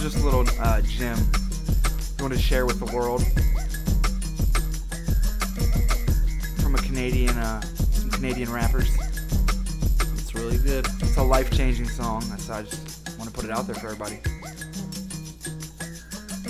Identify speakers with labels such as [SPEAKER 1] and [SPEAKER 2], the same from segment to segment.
[SPEAKER 1] just a little uh, gem you want to share with the world from a Canadian, uh, some Canadian rappers.
[SPEAKER 2] It's really good.
[SPEAKER 1] It's a life-changing song. That's I just want to put it out there for everybody.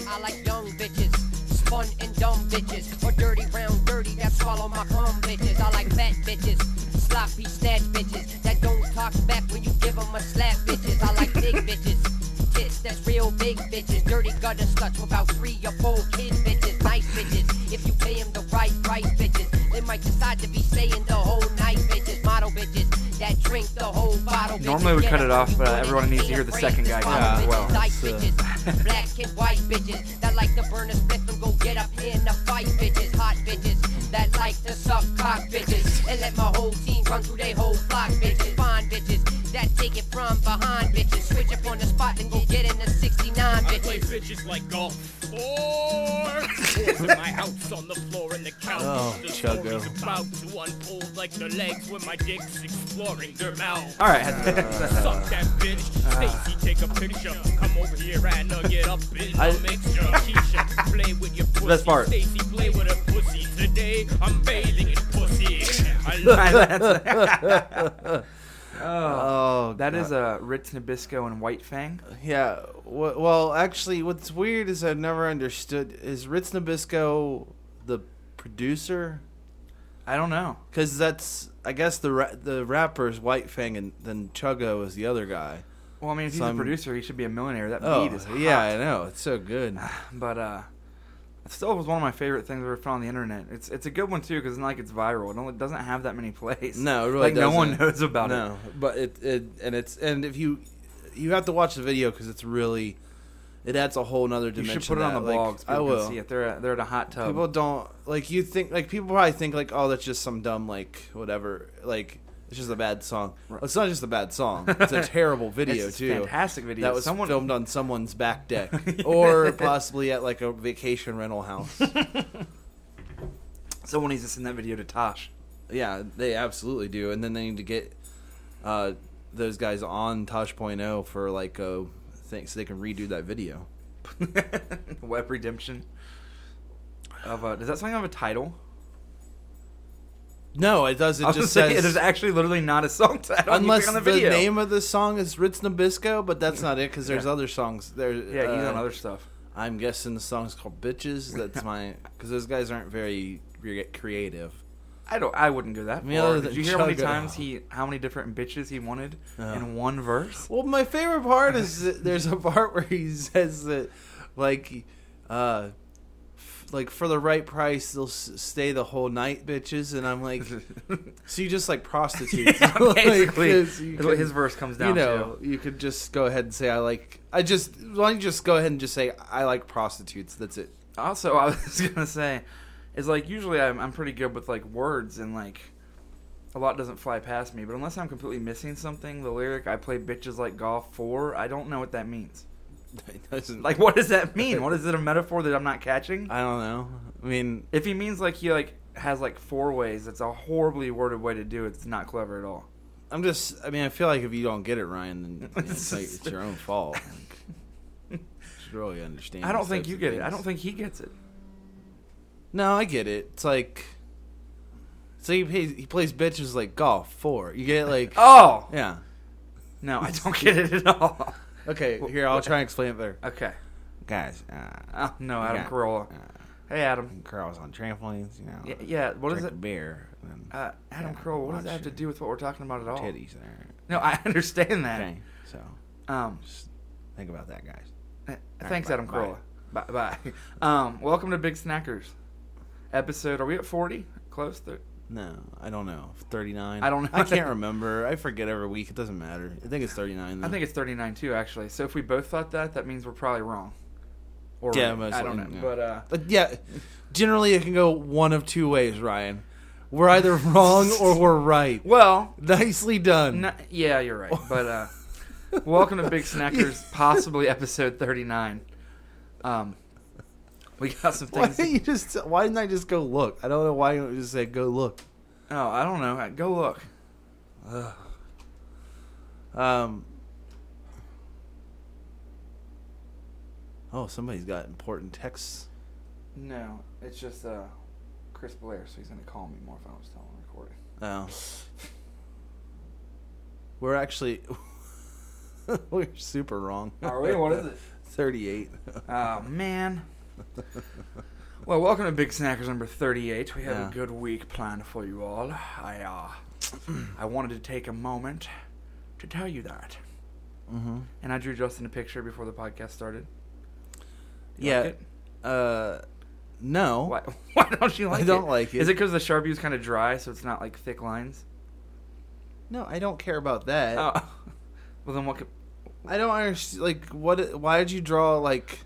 [SPEAKER 3] I like young bitches, spun and dumb bitches, or dirty round dirty that swallow my cum bitches. I like fat bitches, sloppy snatch bitches that don't talk back when you give 'em a slap bitches. I like big bitches. Tits that's real big bitches, dirty gutter sluts without three or four kid bitches, nice bitches. If you pay 'em the right price, bitches, they might decide to be staying the whole night, bitches. Model bitches that drink the whole bottle. bitches.
[SPEAKER 1] Normally we
[SPEAKER 3] Get
[SPEAKER 1] cut it
[SPEAKER 3] up when
[SPEAKER 1] off,
[SPEAKER 3] you
[SPEAKER 1] but
[SPEAKER 3] want it,
[SPEAKER 1] everyone needs to
[SPEAKER 3] ain't
[SPEAKER 1] hear the
[SPEAKER 3] afraid
[SPEAKER 1] second
[SPEAKER 3] to
[SPEAKER 1] guy
[SPEAKER 3] swallow
[SPEAKER 2] now.
[SPEAKER 3] bitches,
[SPEAKER 2] Well,
[SPEAKER 3] dyke
[SPEAKER 2] it's, uh,
[SPEAKER 3] bitches, Black and white bitches that like to burn a split and go get up in the fight bitches. Hot bitches that like to suck cock bitches and let my whole team run through they whole flock bitches. Fine bitches that take it from behind bitches. Switch up on the spot and go get in the 69
[SPEAKER 4] I play
[SPEAKER 3] bitches.
[SPEAKER 4] bitches like golf. Or Fours in my house on the floor and the couch.
[SPEAKER 2] Oh,
[SPEAKER 4] the
[SPEAKER 2] Chuggo.
[SPEAKER 4] story's about to unfold like the legs when my dick's exploring their mouth.
[SPEAKER 1] All right.
[SPEAKER 2] Uh,
[SPEAKER 4] Suck that bitch. Stacy, take a picture. Come over here and uh, get up in
[SPEAKER 2] I-
[SPEAKER 4] the mixture. Keisha, play with your pussy.
[SPEAKER 1] Best part.
[SPEAKER 4] Stacy, play with her pussy. Today, I'm bathing in pussy. I love
[SPEAKER 2] Oh,
[SPEAKER 1] That is a Ritz Nabisco and White Fang.
[SPEAKER 2] yeah. wh- Well, actually, what's weird is I've never understood is Ritz Nabisco the producer
[SPEAKER 1] I don't know.
[SPEAKER 2] because that's I guess the ra- the rappers White Fang and then Chuggo is the other guy.
[SPEAKER 1] Well, I mean, if he's
[SPEAKER 2] Some-
[SPEAKER 1] a producer, he should be a millionaire. That
[SPEAKER 2] Oh
[SPEAKER 1] beat is hot.
[SPEAKER 2] yeah, I know it's so good.
[SPEAKER 1] But uh, it still was one of my favorite things I ever found on the internet. It's it's a good one too because it's not like it's viral. It, only, it doesn't have that many plays.
[SPEAKER 2] No, it really
[SPEAKER 1] like no one
[SPEAKER 2] doesn't.
[SPEAKER 1] knows about it.
[SPEAKER 2] no, but it, it and it's and if you you have to watch the video because it's really it adds a whole nother
[SPEAKER 1] You
[SPEAKER 2] dimension.
[SPEAKER 1] should put it on the
[SPEAKER 2] to that.
[SPEAKER 1] blog.
[SPEAKER 2] Like,
[SPEAKER 1] so
[SPEAKER 2] I
[SPEAKER 1] people
[SPEAKER 2] will.
[SPEAKER 1] Can see it. They're at, they're at a hot tub.
[SPEAKER 2] People don't like you think like people probably think like oh that's just some dumb like whatever like it's just a bad song. It's not just a bad song. It's a terrible video
[SPEAKER 1] It's a
[SPEAKER 2] too.
[SPEAKER 1] fantastic video.
[SPEAKER 2] that was
[SPEAKER 1] Someone-
[SPEAKER 2] filmed on someone's back deck or possibly at like a vacation rental house.
[SPEAKER 1] Someone needs to send that video to Tosh.
[SPEAKER 2] yeah, they absolutely do. And then they need to get uh, those guys on Tosh.0 for like a thing so they can redo that video.
[SPEAKER 1] Web redemption. Of a, does that song have a title?
[SPEAKER 2] No, it does.
[SPEAKER 1] I
[SPEAKER 2] It
[SPEAKER 1] was
[SPEAKER 2] just
[SPEAKER 1] gonna say,
[SPEAKER 2] says
[SPEAKER 1] there's actually literally not a song title. when you
[SPEAKER 2] unless
[SPEAKER 1] click on
[SPEAKER 2] the,
[SPEAKER 1] the, video.
[SPEAKER 2] name of the song is Ritz Nabisco, but that's not it because there's other songs. There,
[SPEAKER 1] Yeah, he's
[SPEAKER 2] uh,
[SPEAKER 1] on other stuff.
[SPEAKER 2] I'm guessing the song's called "Bitches." That's my because those guys aren't very re- creative.
[SPEAKER 1] I don't. I wouldn't go that
[SPEAKER 2] mean,
[SPEAKER 1] far.
[SPEAKER 2] other
[SPEAKER 1] Did
[SPEAKER 2] than
[SPEAKER 1] you hear how many
[SPEAKER 2] Chugga.
[SPEAKER 1] times he, how many different bitches he wanted
[SPEAKER 2] Uh-huh.
[SPEAKER 1] in one verse?
[SPEAKER 2] Well, my favorite part is that there's a part where he says that, like, uh, f- like for the right price they'll s- stay the whole night, bitches. And I'm like, so you just like prostitutes,
[SPEAKER 1] Yeah,
[SPEAKER 2] Like,
[SPEAKER 1] basically.
[SPEAKER 2] 'cause you
[SPEAKER 1] That's what his verse comes
[SPEAKER 2] You
[SPEAKER 1] down
[SPEAKER 2] know, you could just go ahead and say I like. I just why don't you just go ahead and just say I like prostitutes. That's it.
[SPEAKER 1] Also, I was gonna say, is like usually I'm I'm pretty good with like words and like a lot doesn't fly past me. But unless I'm completely missing something, the lyric "I play bitches like golf for," I don't know what that means.
[SPEAKER 2] It doesn't-
[SPEAKER 1] Like, what does that mean? What is it a metaphor that I'm not catching?
[SPEAKER 2] I don't know. I mean,
[SPEAKER 1] If he means like he like has like four ways, that's a horribly worded way to do it. It's not clever at all.
[SPEAKER 2] I'm just. I mean, I feel like if you don't get it, Ryan, then it's, like, it's your own fault. Like, you should really understand.
[SPEAKER 1] I don't
[SPEAKER 2] these
[SPEAKER 1] think
[SPEAKER 2] types
[SPEAKER 1] you
[SPEAKER 2] of
[SPEAKER 1] get it. I
[SPEAKER 2] things.
[SPEAKER 1] don't think he gets it.
[SPEAKER 2] No, I get it. It's like. So he pays, he plays bitches like golf four. You get it, like
[SPEAKER 1] Oh
[SPEAKER 2] yeah.
[SPEAKER 1] no, I don't get it at all.
[SPEAKER 2] Okay, here I'll try and explain it there,
[SPEAKER 1] Okay.
[SPEAKER 2] guys. Uh,
[SPEAKER 1] Oh no, Adam
[SPEAKER 2] Yeah.
[SPEAKER 1] Carolla. Hey Adam.
[SPEAKER 2] curls on trampolines, you know.
[SPEAKER 1] Yeah, yeah, what is
[SPEAKER 2] drink
[SPEAKER 1] it?
[SPEAKER 2] a Beer. And then
[SPEAKER 1] Uh, Adam
[SPEAKER 2] Yeah,
[SPEAKER 1] Carolla, what does
[SPEAKER 2] watch
[SPEAKER 1] that have to
[SPEAKER 2] your
[SPEAKER 1] do with what we're talking about at all?
[SPEAKER 2] titties there.
[SPEAKER 1] No, I understand that.
[SPEAKER 2] Okay, so
[SPEAKER 1] Um,
[SPEAKER 2] just think about that, guys.
[SPEAKER 1] uh, thanks,
[SPEAKER 2] bye-
[SPEAKER 1] Adam
[SPEAKER 2] bye.
[SPEAKER 1] Carolla. Bye bye. Um, welcome to Big Snackers episode. Are we at forty? Close. To,
[SPEAKER 2] No, I don't know. Thirty nine.
[SPEAKER 1] I don't know.
[SPEAKER 2] I can't remember. I forget every week. It doesn't matter. I think it's thirty nine.
[SPEAKER 1] I think it's thirty-nine too, actually. So if we both thought that, that means we're probably wrong. Or
[SPEAKER 2] Yeah,
[SPEAKER 1] right.
[SPEAKER 2] most
[SPEAKER 1] I don't know.
[SPEAKER 2] likely, yeah.
[SPEAKER 1] But uh,
[SPEAKER 2] But yeah, generally it can go one of two ways, Ryan. We're either wrong or we're right.
[SPEAKER 1] well,
[SPEAKER 2] Nicely done.
[SPEAKER 1] n yeah, you're right. But uh, welcome to Big Snackers, possibly episode thirty-nine. Um, we got some
[SPEAKER 2] why
[SPEAKER 1] things.
[SPEAKER 2] didn't you just? Why didn't I just go look? I don't know why you don't just say go look.
[SPEAKER 1] oh, I don't know. Go look.
[SPEAKER 2] Um, Oh, somebody's got important texts.
[SPEAKER 1] No, it's just uh, Chris Blair, so he's gonna call me more if I don't still on recording.
[SPEAKER 2] Oh. We're actually we're super wrong.
[SPEAKER 1] Are we? What is it?
[SPEAKER 2] Thirty-eight.
[SPEAKER 1] Oh man. Well, welcome to Big Snackers number 38. We have
[SPEAKER 2] Yeah.
[SPEAKER 1] a good week planned for you all. I uh, I wanted to take a moment to tell you that.
[SPEAKER 2] mm-hmm.
[SPEAKER 1] And I drew Justin a picture before the podcast started. You
[SPEAKER 2] Yeah.
[SPEAKER 1] like it?
[SPEAKER 2] Uh, no.
[SPEAKER 1] Why, why don't you like it?
[SPEAKER 2] don't like it.
[SPEAKER 1] Is it because the Sharpie's kind of dry, so it's not like thick lines?
[SPEAKER 2] No, I don't care about that.
[SPEAKER 1] Oh. Well, then what could.
[SPEAKER 2] I don't understand. Like, what? Why did you draw like?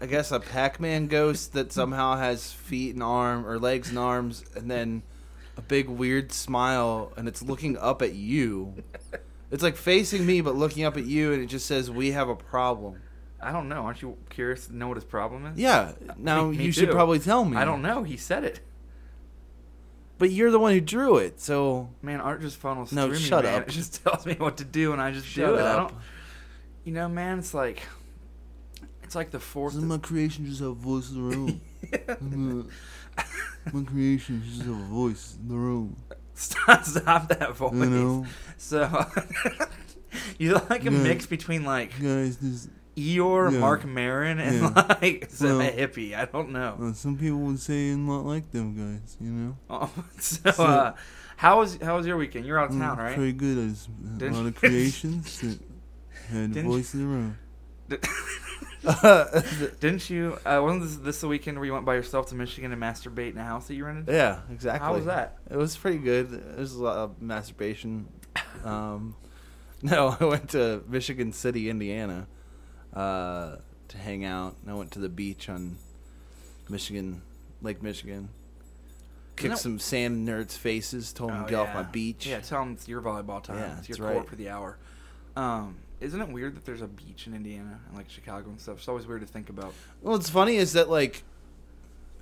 [SPEAKER 2] I guess a Pac-Man ghost that somehow has feet and arm or legs and arms, and then a big weird smile, and it's looking up at you. It's like facing me, but looking up at you, and it just says, "We have a problem."
[SPEAKER 1] I don't know. Aren't you curious to know what his problem is?
[SPEAKER 2] Yeah. Now
[SPEAKER 1] Me- me
[SPEAKER 2] you should
[SPEAKER 1] too.
[SPEAKER 2] probably tell me.
[SPEAKER 1] I don't know. He said it.
[SPEAKER 2] But you're the one who drew it, so
[SPEAKER 1] Man, art just funnels
[SPEAKER 2] No,
[SPEAKER 1] through
[SPEAKER 2] shut
[SPEAKER 1] me, man.
[SPEAKER 2] up.
[SPEAKER 1] It just tells me what to do, and I just do
[SPEAKER 2] Shut
[SPEAKER 1] it. I
[SPEAKER 2] up.
[SPEAKER 1] don't. You know, man, it's like. It's like the fourth.
[SPEAKER 2] my creations just have voice in the room. my creations just have voice in the room.
[SPEAKER 1] stop, stop that voice.
[SPEAKER 2] You know,
[SPEAKER 1] So. you look like a
[SPEAKER 2] Yeah.
[SPEAKER 1] mix between like
[SPEAKER 2] guys, this
[SPEAKER 1] Eeyore,
[SPEAKER 2] Yeah.
[SPEAKER 1] Mark Marin, and
[SPEAKER 2] Yeah.
[SPEAKER 1] like some
[SPEAKER 2] Well-
[SPEAKER 1] hippie. I don't know.
[SPEAKER 2] uh, some people would say I'm not like them guys. You know,
[SPEAKER 1] Oh, so, uh, how was how was your weekend? You're out of
[SPEAKER 2] I'm
[SPEAKER 1] town, right?
[SPEAKER 2] pretty good at s- a
[SPEAKER 1] Didn't-
[SPEAKER 2] lot of creations that had
[SPEAKER 1] Didn't-
[SPEAKER 2] voice in the room.
[SPEAKER 1] Didn't you? Uh, wasn't this, this the weekend where you went by yourself to Michigan and masturbate in a house that you rented?
[SPEAKER 2] yeah, exactly.
[SPEAKER 1] How was that?
[SPEAKER 2] It was pretty good. It was a lot of masturbation. Um, no, I went to Michigan City, Indiana, uh, to hang out. And I went to the beach on Michigan, Lake Michigan. Kicked
[SPEAKER 1] Isn't it-
[SPEAKER 2] some sand nerds' faces. Told them
[SPEAKER 1] Oh,
[SPEAKER 2] to get off my
[SPEAKER 1] yeah.
[SPEAKER 2] beach.
[SPEAKER 1] Yeah, tell them it's your volleyball time.
[SPEAKER 2] Yeah,
[SPEAKER 1] it's your
[SPEAKER 2] that's
[SPEAKER 1] court
[SPEAKER 2] right.
[SPEAKER 1] for the hour. Um, isn't it weird that there's a beach in Indiana and like Chicago and stuff? It's always weird to think about.
[SPEAKER 2] Well, what's funny is that like,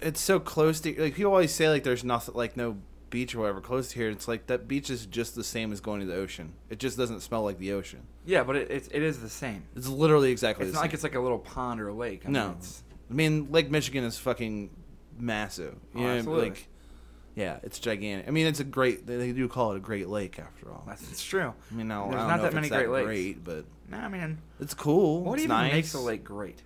[SPEAKER 2] it's so close to like people always say like there's nothing like no beach or whatever close to here. It's like that beach is just the same as going to the ocean. It just doesn't smell like the ocean.
[SPEAKER 1] Yeah, but it, it's it is the same.
[SPEAKER 2] It's literally exactly.
[SPEAKER 1] It's
[SPEAKER 2] the
[SPEAKER 1] not
[SPEAKER 2] same.
[SPEAKER 1] like it's like a little pond or a lake. I mean,
[SPEAKER 2] No,
[SPEAKER 1] it's,
[SPEAKER 2] I mean Lake Michigan is fucking massive.
[SPEAKER 1] Oh,
[SPEAKER 2] You know,
[SPEAKER 1] absolutely.
[SPEAKER 2] like, yeah, it's gigantic. I mean, it's a great. They, they do call it a Great Lake after all.
[SPEAKER 1] that's it's true.
[SPEAKER 2] I mean, now,
[SPEAKER 1] There's
[SPEAKER 2] I don't
[SPEAKER 1] not
[SPEAKER 2] know
[SPEAKER 1] that
[SPEAKER 2] if
[SPEAKER 1] many
[SPEAKER 2] it's that
[SPEAKER 1] Great Lakes.
[SPEAKER 2] Great, but
[SPEAKER 1] Nah, man.
[SPEAKER 2] it's cool.
[SPEAKER 1] What
[SPEAKER 2] it's
[SPEAKER 1] even
[SPEAKER 2] nice.
[SPEAKER 1] makes a lake great?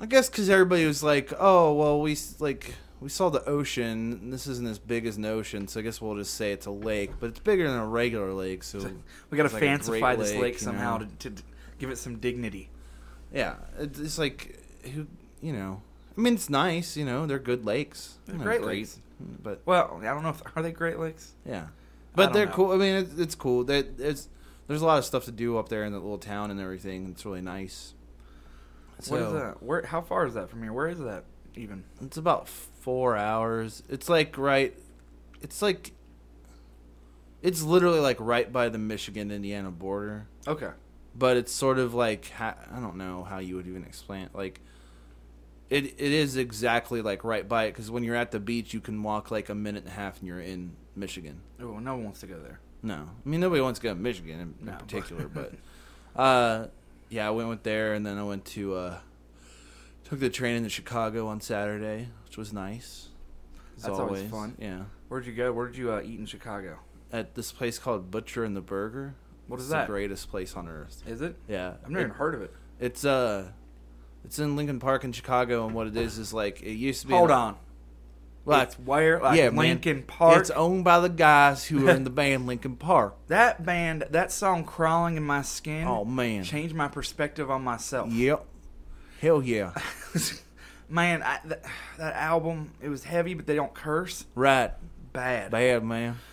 [SPEAKER 2] I guess because everybody was like, "Oh, well, we s- like we saw the ocean. and This isn't as big as an ocean, so I guess we'll just say it's a lake, but it's bigger than a regular lake. So
[SPEAKER 1] We gotta
[SPEAKER 2] it's like a
[SPEAKER 1] fancify
[SPEAKER 2] great
[SPEAKER 1] this lake,
[SPEAKER 2] you
[SPEAKER 1] somehow
[SPEAKER 2] know?
[SPEAKER 1] to, to give it some dignity.
[SPEAKER 2] yeah, it's it's like who you know. I mean, it's nice. You know, they're good lakes.
[SPEAKER 1] They're
[SPEAKER 2] Not
[SPEAKER 1] great lakes.
[SPEAKER 2] but
[SPEAKER 1] Well, I don't know if are they Great Lakes.
[SPEAKER 2] yeah,
[SPEAKER 1] don't
[SPEAKER 2] but they're
[SPEAKER 1] know.
[SPEAKER 2] cool. I mean, it's, it's cool. That it's there's a lot of stuff to do up there in that little town and everything. It's really nice.
[SPEAKER 1] what is that? Where? How far is that from here? Where is that even?
[SPEAKER 2] It's about four hours. It's like right. It's like. It's literally like right by the Michigan Indiana border,
[SPEAKER 1] Okay.
[SPEAKER 2] but it's sort of like ha- I don't know how you would even explain it. Like, it it is exactly like right by it because when you're at the beach, you can walk like a minute and a half and you're in Michigan.
[SPEAKER 1] Oh, no one wants to go there.
[SPEAKER 2] No, I mean nobody wants to go to Michigan in, in
[SPEAKER 1] No.
[SPEAKER 2] particular, but uh, yeah, I went with there, and then I went to uh, took the train into Chicago on Saturday, which was nice. as
[SPEAKER 1] That's always fun.
[SPEAKER 2] Yeah,
[SPEAKER 1] Where'd you go? Where'd you uh, eat in Chicago?
[SPEAKER 2] at this place called Butcher and the Burger.
[SPEAKER 1] What is
[SPEAKER 2] It's
[SPEAKER 1] that?
[SPEAKER 2] The greatest place on earth.
[SPEAKER 1] Is it?
[SPEAKER 2] Yeah,
[SPEAKER 1] I've never even
[SPEAKER 2] It-
[SPEAKER 1] heard of it.
[SPEAKER 2] It's uh, it's in Lincoln Park in Chicago, and what it is is like it used to be.
[SPEAKER 1] Hold
[SPEAKER 2] an-
[SPEAKER 1] on.
[SPEAKER 2] well,
[SPEAKER 1] it's where like
[SPEAKER 2] yeah, man.
[SPEAKER 1] Lincoln Park.
[SPEAKER 2] It's uh, owned by the guys who were in the band Lincoln Park.
[SPEAKER 1] that band, that song "Crawling in My Skin."
[SPEAKER 2] Oh, man.
[SPEAKER 1] changed my perspective on myself.
[SPEAKER 2] Yep. Hell yeah.
[SPEAKER 1] man, I, th- that album it was heavy, but they don't curse.
[SPEAKER 2] Right.
[SPEAKER 1] Bad.
[SPEAKER 2] Bad man.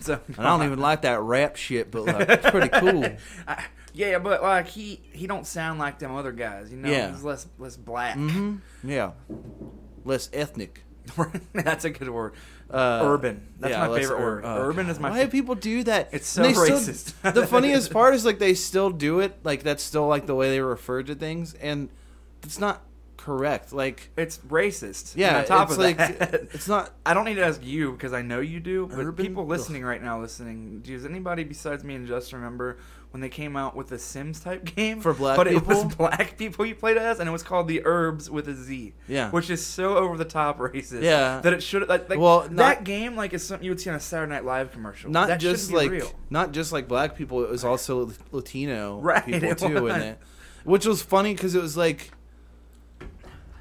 [SPEAKER 1] So,
[SPEAKER 2] And I don't even like that rap shit, but like, it's pretty cool.
[SPEAKER 1] I- yeah, but like he he don't sound like them other guys. You know,
[SPEAKER 2] Yeah.
[SPEAKER 1] he's less less black.
[SPEAKER 2] hmm Yeah, less ethnic.
[SPEAKER 1] That's a good word.
[SPEAKER 2] Uh,
[SPEAKER 1] urban. That's
[SPEAKER 2] yeah,
[SPEAKER 1] my
[SPEAKER 2] less
[SPEAKER 1] favorite
[SPEAKER 2] ur-
[SPEAKER 1] word.
[SPEAKER 2] oh,
[SPEAKER 1] urban
[SPEAKER 2] God.
[SPEAKER 1] is my.
[SPEAKER 2] Why do people do that?
[SPEAKER 1] It's
[SPEAKER 2] And
[SPEAKER 1] so
[SPEAKER 2] they still-
[SPEAKER 1] racist.
[SPEAKER 2] the funniest part is like they still do it. Like that's still like the way they refer to things, and it's not correct. Like,
[SPEAKER 1] It's racist.
[SPEAKER 2] yeah,
[SPEAKER 1] And on top
[SPEAKER 2] it's
[SPEAKER 1] of
[SPEAKER 2] like
[SPEAKER 1] that,
[SPEAKER 2] it's not.
[SPEAKER 1] I don't need to ask you because I know you do, but
[SPEAKER 2] Urban-
[SPEAKER 1] people listening right now, listening, does anybody besides me and Just remember when they came out with a Sims type game
[SPEAKER 2] For black
[SPEAKER 1] but it
[SPEAKER 2] people?
[SPEAKER 1] was black people you played as, and it was called The Herbs with a Z,
[SPEAKER 2] Yeah.
[SPEAKER 1] which is so over the top racist,
[SPEAKER 2] Yeah.
[SPEAKER 1] that it should like, like
[SPEAKER 2] Well,
[SPEAKER 1] that
[SPEAKER 2] not-
[SPEAKER 1] game like is something you would see on a Saturday Night Live commercial,
[SPEAKER 2] Not
[SPEAKER 1] That should
[SPEAKER 2] just
[SPEAKER 1] be
[SPEAKER 2] like
[SPEAKER 1] real.
[SPEAKER 2] not just like black people. It was also Latino
[SPEAKER 1] Right,
[SPEAKER 2] people
[SPEAKER 1] it
[SPEAKER 2] too
[SPEAKER 1] was.
[SPEAKER 2] in it, which was funny because it was like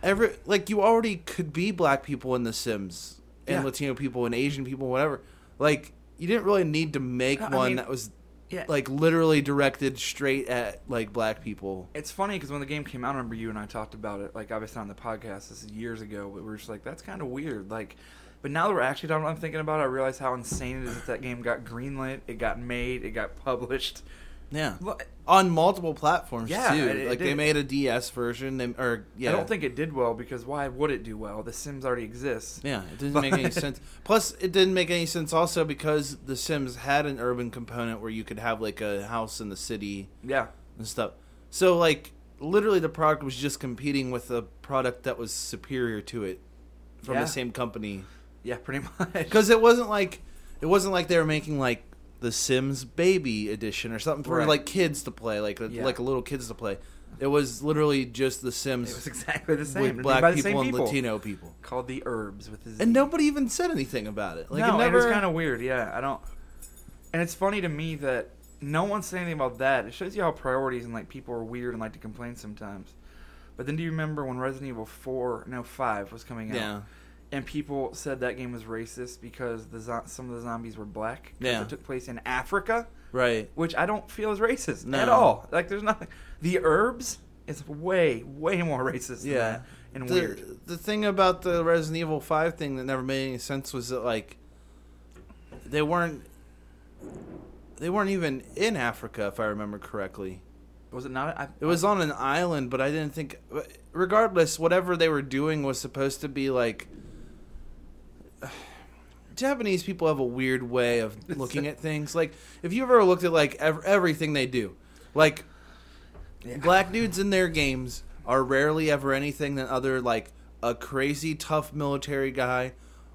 [SPEAKER 2] every like you already could be black people in The Sims and
[SPEAKER 1] Yeah.
[SPEAKER 2] Latino people and Asian people, whatever. Like you didn't really need to make
[SPEAKER 1] I
[SPEAKER 2] one
[SPEAKER 1] mean,
[SPEAKER 2] that was
[SPEAKER 1] yeah,
[SPEAKER 2] like literally directed straight at like black people.
[SPEAKER 1] It's funny because when the game came out, I remember you and I talked about it, like obviously on the podcast. This is years ago, but we were just like, that's kind of weird. Like, but now that we're actually talking, I'm thinking about it, I realize how insane it is that that game got greenlit, it got made, it got published.
[SPEAKER 2] Yeah.
[SPEAKER 1] Well,
[SPEAKER 2] on multiple platforms
[SPEAKER 1] Yeah,
[SPEAKER 2] too.
[SPEAKER 1] it- it
[SPEAKER 2] like they
[SPEAKER 1] did.
[SPEAKER 2] made a DS version, they, or yeah,
[SPEAKER 1] I don't think it did well because why would it do well? The Sims already exists.
[SPEAKER 2] Yeah, it didn't make any sense. Plus, it didn't make any sense also because The Sims had an urban component where you could have like a house in the city
[SPEAKER 1] Yeah,
[SPEAKER 2] and stuff. So like literally, the product was just competing with a product that was superior to it from
[SPEAKER 1] Yeah.
[SPEAKER 2] the same company.
[SPEAKER 1] yeah, pretty much.
[SPEAKER 2] Because it wasn't like it wasn't like they were making like The Sims Baby Edition or something for
[SPEAKER 1] Right.
[SPEAKER 2] like kids to play, like
[SPEAKER 1] Yeah.
[SPEAKER 2] like little kids to play. It was literally just The Sims
[SPEAKER 1] it was exactly the same.
[SPEAKER 2] with
[SPEAKER 1] Made by
[SPEAKER 2] black
[SPEAKER 1] the same
[SPEAKER 2] people and Latino people.
[SPEAKER 1] Called the Herbs with his
[SPEAKER 2] And nobody even said anything about it. Like
[SPEAKER 1] no,
[SPEAKER 2] it
[SPEAKER 1] and
[SPEAKER 2] never
[SPEAKER 1] it's kind of weird. Yeah, I don't. And it's funny to me that no one said anything about that. It shows you how priorities and like people are weird and like to complain sometimes. But then, do you remember when Resident Evil Four, no Five, was coming out?
[SPEAKER 2] Yeah.
[SPEAKER 1] And people said that game was racist because the zo- some of the zombies were black. 'cause
[SPEAKER 2] Yeah.
[SPEAKER 1] It took place in Africa,
[SPEAKER 2] right.
[SPEAKER 1] which I don't feel is racist
[SPEAKER 2] No.
[SPEAKER 1] at all. Like, there's nothing. The herbs is way, way more racist.
[SPEAKER 2] Yeah.
[SPEAKER 1] Than that and
[SPEAKER 2] the,
[SPEAKER 1] weird.
[SPEAKER 2] The thing about the Resident Evil 5 thing that never made any sense was that like they weren't they weren't even in Africa if I remember correctly.
[SPEAKER 1] Was it not? I,
[SPEAKER 2] It was on an island, but I didn't think regardless whatever they were doing was supposed to be like Japanese people have a weird way of looking at things. Like if you've ever looked at like ev- everything they do, like
[SPEAKER 1] Yeah.
[SPEAKER 2] black dudes in their games are rarely ever anything than other like a crazy tough military guy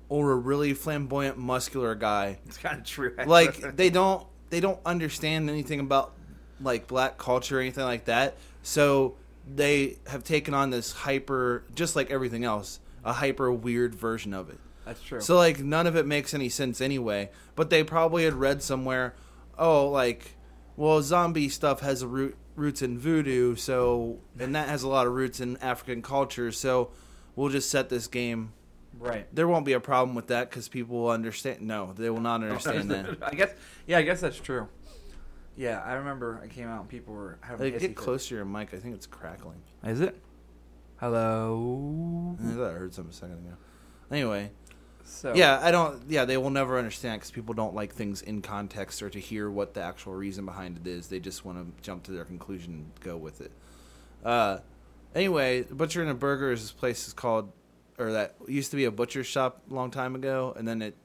[SPEAKER 2] or a really flamboyant muscular guy.
[SPEAKER 1] It's kind of true. actually.
[SPEAKER 2] Like they don't they don't understand anything about like black culture or anything like that. So they have taken on this hyper just like everything else, a hyper weird version of it.
[SPEAKER 1] That's true.
[SPEAKER 2] So like none of it makes any sense anyway. But they probably had read somewhere, oh like, well zombie stuff has a root roots in voodoo, so and that has a lot of roots in African culture. So we'll just set this game.
[SPEAKER 1] right.
[SPEAKER 2] There won't be a problem with that because people will understand. No, they will not understand that.
[SPEAKER 1] I guess. Yeah, I guess that's true. Yeah, I remember I came out and people were having
[SPEAKER 2] Like,
[SPEAKER 1] hissy
[SPEAKER 2] get
[SPEAKER 1] fits.
[SPEAKER 2] close to your mic. I think it's crackling.
[SPEAKER 1] Is it? Hello.
[SPEAKER 2] I thought I heard something a second ago. Anyway,
[SPEAKER 1] So
[SPEAKER 2] yeah, I don't. Yeah, they will never understand because people don't like things in context or to hear what the actual reason behind it is. They just want to jump to their conclusion and go with it. Uh, anyway, Butcher and a Burger is this place is called, or that used to be a butcher shop a long time ago, and then it,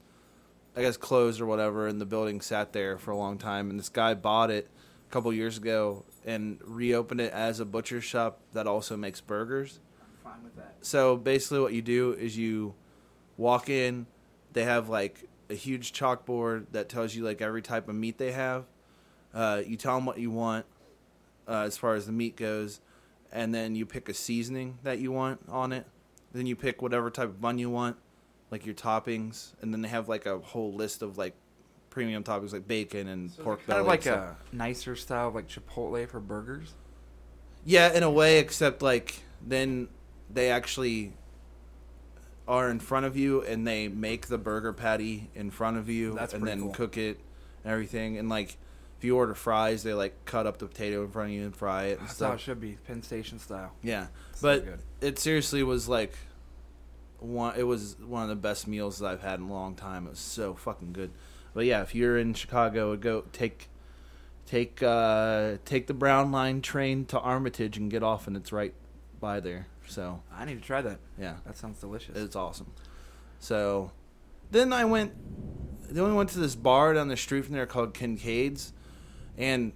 [SPEAKER 2] I guess, closed or whatever, and the building sat there for a long time. And this guy bought it a couple years ago and reopened it as a butcher shop that also makes burgers
[SPEAKER 1] Fine with that.
[SPEAKER 2] so basically what you do is you walk in they have like a huge chalkboard that tells you like every type of meat they have uh, you tell them what you want uh, as far as the meat goes and then you pick a seasoning that you want on it then you pick whatever type of bun you want like your toppings and then they have like a whole list of like premium toppings like bacon and pork
[SPEAKER 1] Kind
[SPEAKER 2] belly
[SPEAKER 1] of
[SPEAKER 2] and
[SPEAKER 1] like
[SPEAKER 2] stuff.
[SPEAKER 1] a nicer style of like Chipotle for burgers.
[SPEAKER 2] Yeah, in a way, except like then they actually are in front of you and they make the burger patty in front of you
[SPEAKER 1] That's
[SPEAKER 2] and
[SPEAKER 1] pretty
[SPEAKER 2] then
[SPEAKER 1] cool.
[SPEAKER 2] cook it and everything. And like if you order fries, they like cut up the potato in front of you and fry it and
[SPEAKER 1] That's how
[SPEAKER 2] stuff.
[SPEAKER 1] it should be, Penn Station style.
[SPEAKER 2] Yeah,
[SPEAKER 1] So
[SPEAKER 2] but
[SPEAKER 1] good.
[SPEAKER 2] it seriously was like one. It was one of the best meals that I've had in a long time. It was so fucking good. But yeah, if you're in Chicago, go take take uh, take the Brown Line train to Armitage and get off, and it's right by there. So
[SPEAKER 1] I need to try that.
[SPEAKER 2] yeah,
[SPEAKER 1] That sounds delicious.
[SPEAKER 2] it's awesome. So then I went. Then we went to this bar down the street from there called Kincaid's, and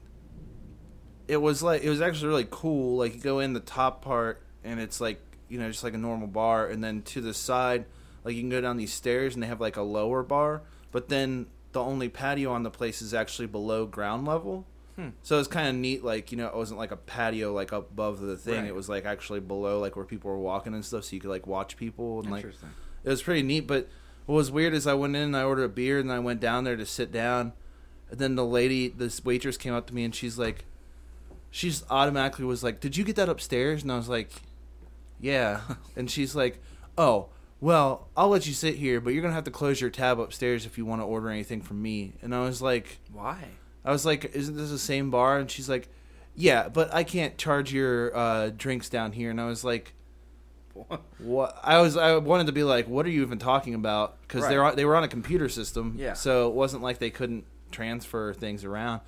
[SPEAKER 2] it was like it was actually really cool. Like you go in the top part, and it's like you know just like a normal bar, and then to the side, like you can go down these stairs and they have like a lower bar, but then the only patio on the place is actually below ground level.
[SPEAKER 1] Hmm.
[SPEAKER 2] So it's kind of neat, like you know, it wasn't like a patio like up above the thing.
[SPEAKER 1] Right.
[SPEAKER 2] It was like actually below, like where people were walking and stuff, so you could like watch people and like
[SPEAKER 1] Interesting.
[SPEAKER 2] it was pretty neat. But what was weird is I went in and I ordered a beer and I went down there to sit down, and then the lady, this waitress, came up to me and she's like, she's automatically was like, "Did you get that upstairs?" And I was like, "Yeah," and she's like, "Oh." Well, I'll let you sit here, but you're gonna have to close your tab upstairs if you want to order anything from me. And I was like,
[SPEAKER 1] Why?
[SPEAKER 2] I was like, "Isn't this the same bar?" And she's like, "Yeah, but I can't charge your uh, drinks down here." And I was like, "What?" I was I wanted to be like, "What are you even talking about?" Because
[SPEAKER 1] Right.
[SPEAKER 2] they're on- they were on a computer system,
[SPEAKER 1] Yeah.
[SPEAKER 2] So it wasn't like they couldn't transfer things around.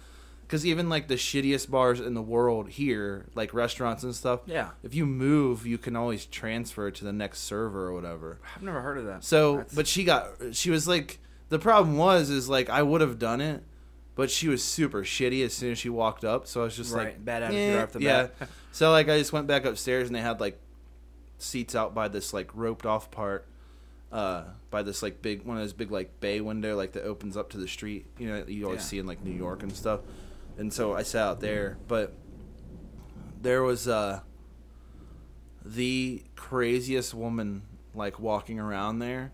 [SPEAKER 2] Because even like the shittiest bars in the world here, like restaurants and stuff,
[SPEAKER 1] Yeah.
[SPEAKER 2] If you move, you can always transfer to the next server or whatever.
[SPEAKER 1] I've never heard of that.
[SPEAKER 2] So,
[SPEAKER 1] That's-
[SPEAKER 2] but she got she was like the problem was is like I would have done it, but she was super shitty as soon as she walked up. So I was just
[SPEAKER 1] Right,
[SPEAKER 2] like "Eh,
[SPEAKER 1] bad attitude right off the
[SPEAKER 2] yeah.
[SPEAKER 1] bat.
[SPEAKER 2] so like I just went back upstairs and they had like seats out by this like roped off part, uh, by this like big one of those big like bay window like that opens up to the street. You know you always
[SPEAKER 1] Yeah.
[SPEAKER 2] see in like New York and stuff. And so I sat out there, but there was uh the craziest woman like walking around there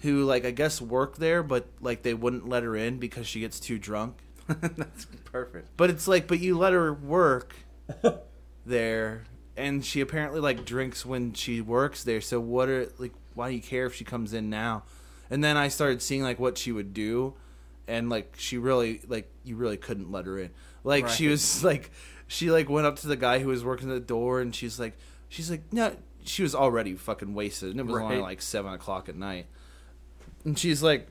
[SPEAKER 2] who like I guess worked there but like they wouldn't let her in because she gets too drunk.
[SPEAKER 1] that's perfect.
[SPEAKER 2] But it's like but you let her work there and she apparently like drinks when she works there. So what are like why do you care if she comes in now? And then I started seeing like what she would do and like she really like you really couldn't let her in. Like she
[SPEAKER 1] Right.
[SPEAKER 2] was like she like went up to the guy who was working the door and she's like she's like no she was already fucking wasted and it was only
[SPEAKER 1] Right.
[SPEAKER 2] like seven o'clock at night. And she's like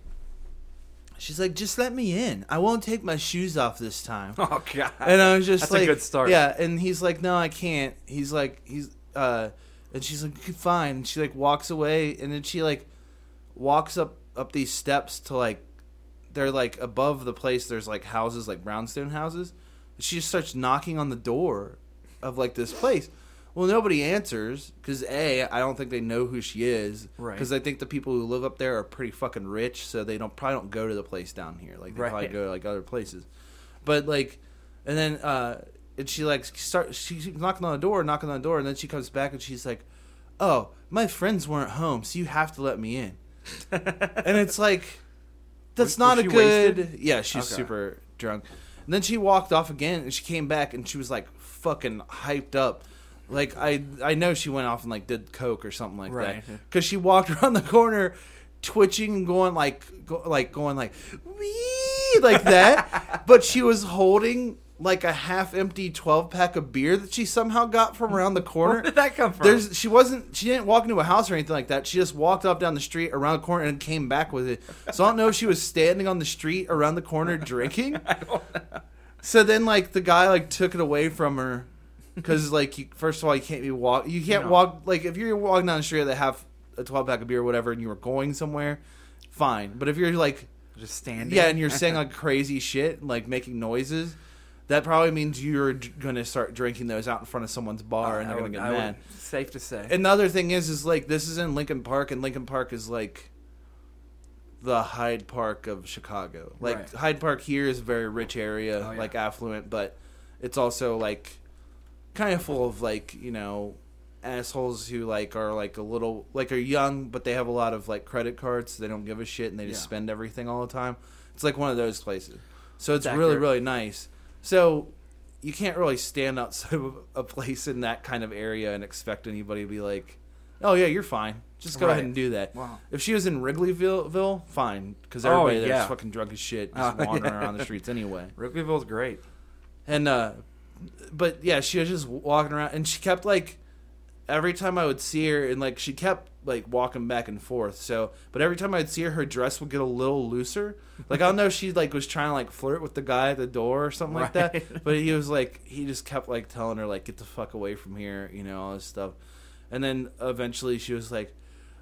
[SPEAKER 2] she's like just let me in. I won't take my shoes off this time
[SPEAKER 1] Oh god.
[SPEAKER 2] and I was just
[SPEAKER 1] That's a
[SPEAKER 2] like,
[SPEAKER 1] good start.
[SPEAKER 2] Yeah, and he's like, no, I can't. He's like, he's, uh, and she's like, fine. And she like walks away, and then she like walks up up these steps to like, they're like above the place. There's like houses, like brownstone houses. She just starts knocking on the door of like this place. Well, nobody answers because a I don't think they know who she is.
[SPEAKER 1] Right.
[SPEAKER 2] Because I think the people who live up there are pretty fucking rich, so they don't probably don't go to the place down here. Like they
[SPEAKER 1] Right.
[SPEAKER 2] probably go to like other places but like and then uh and she like start she's knocking on the door knocking on the door and then she comes back and she's like oh my friends weren't home so you have to let me in and it's like that's
[SPEAKER 1] Was-
[SPEAKER 2] not
[SPEAKER 1] was
[SPEAKER 2] a
[SPEAKER 1] she
[SPEAKER 2] good yeah she's
[SPEAKER 1] Okay.
[SPEAKER 2] super drunk and then she walked off again and she came back and she was like fucking hyped up like i i know she went off and like did coke or something like
[SPEAKER 1] Right.
[SPEAKER 2] that because she walked around the corner twitching and going like go, like going like wee like that but she was holding like a half empty 12 pack of beer that she somehow got from around the corner
[SPEAKER 1] Where did that come from?
[SPEAKER 2] there's she wasn't she didn't walk into a house or anything like that. She just walked off down the street around the corner and came back with it. So I don't know if she was standing on the street around the corner drinking. So then like the guy like took it away from her because like you, first of all you can't be walk you can't
[SPEAKER 1] No.
[SPEAKER 2] walk like if you're walking down the street that have a twelve pack of beer or whatever and you were going somewhere, fine. But if you're like
[SPEAKER 1] just standing.
[SPEAKER 2] yeah, and you're saying like crazy shit, and, like making noises. That probably means you're d- gonna start drinking those out in front of someone's bar, and
[SPEAKER 1] I
[SPEAKER 2] they're gonna
[SPEAKER 1] would-
[SPEAKER 2] get
[SPEAKER 1] I would-
[SPEAKER 2] mad.
[SPEAKER 1] safe to say.
[SPEAKER 2] And the other thing is, is like this is in Lincoln Park, and Lincoln Park is like the Hyde Park of Chicago. Like
[SPEAKER 1] Right.
[SPEAKER 2] Hyde Park here is a very rich area,
[SPEAKER 1] Oh, yeah.
[SPEAKER 2] like affluent, but it's also like kind of full of like you know assholes who like are like a little like are young, but they have a lot of like credit cards. So they don't give a shit, and they just
[SPEAKER 1] Yeah.
[SPEAKER 2] spend everything all the time. It's like one of those places. So it's
[SPEAKER 1] It's
[SPEAKER 2] really
[SPEAKER 1] accurate.
[SPEAKER 2] really nice. So you can't really stand outside of a place in that kind of area and expect anybody to be like, "Oh yeah, you're fine. Just go ahead
[SPEAKER 1] Right.
[SPEAKER 2] and do that."
[SPEAKER 1] Wow.
[SPEAKER 2] If she was in Wrigleyville, ville, fine, because
[SPEAKER 1] Oh,
[SPEAKER 2] everybody there's
[SPEAKER 1] yeah.
[SPEAKER 2] fucking drunk as shit, just
[SPEAKER 1] Oh,
[SPEAKER 2] wandering
[SPEAKER 1] yeah.
[SPEAKER 2] around the streets anyway.
[SPEAKER 1] Wrigleyville's great.
[SPEAKER 2] And uh, but yeah, she was just walking around, and she kept like every time I would see her, and like she kept like walking back and forth. So, but every time I'd see her, her dress would get a little looser. Like I don't know, if she like was trying to like flirt with the guy at the door or something like that.
[SPEAKER 1] Right.
[SPEAKER 2] But he was like, he just kept like telling her like, get the fuck away from here, you know, all this stuff. And then eventually she was like,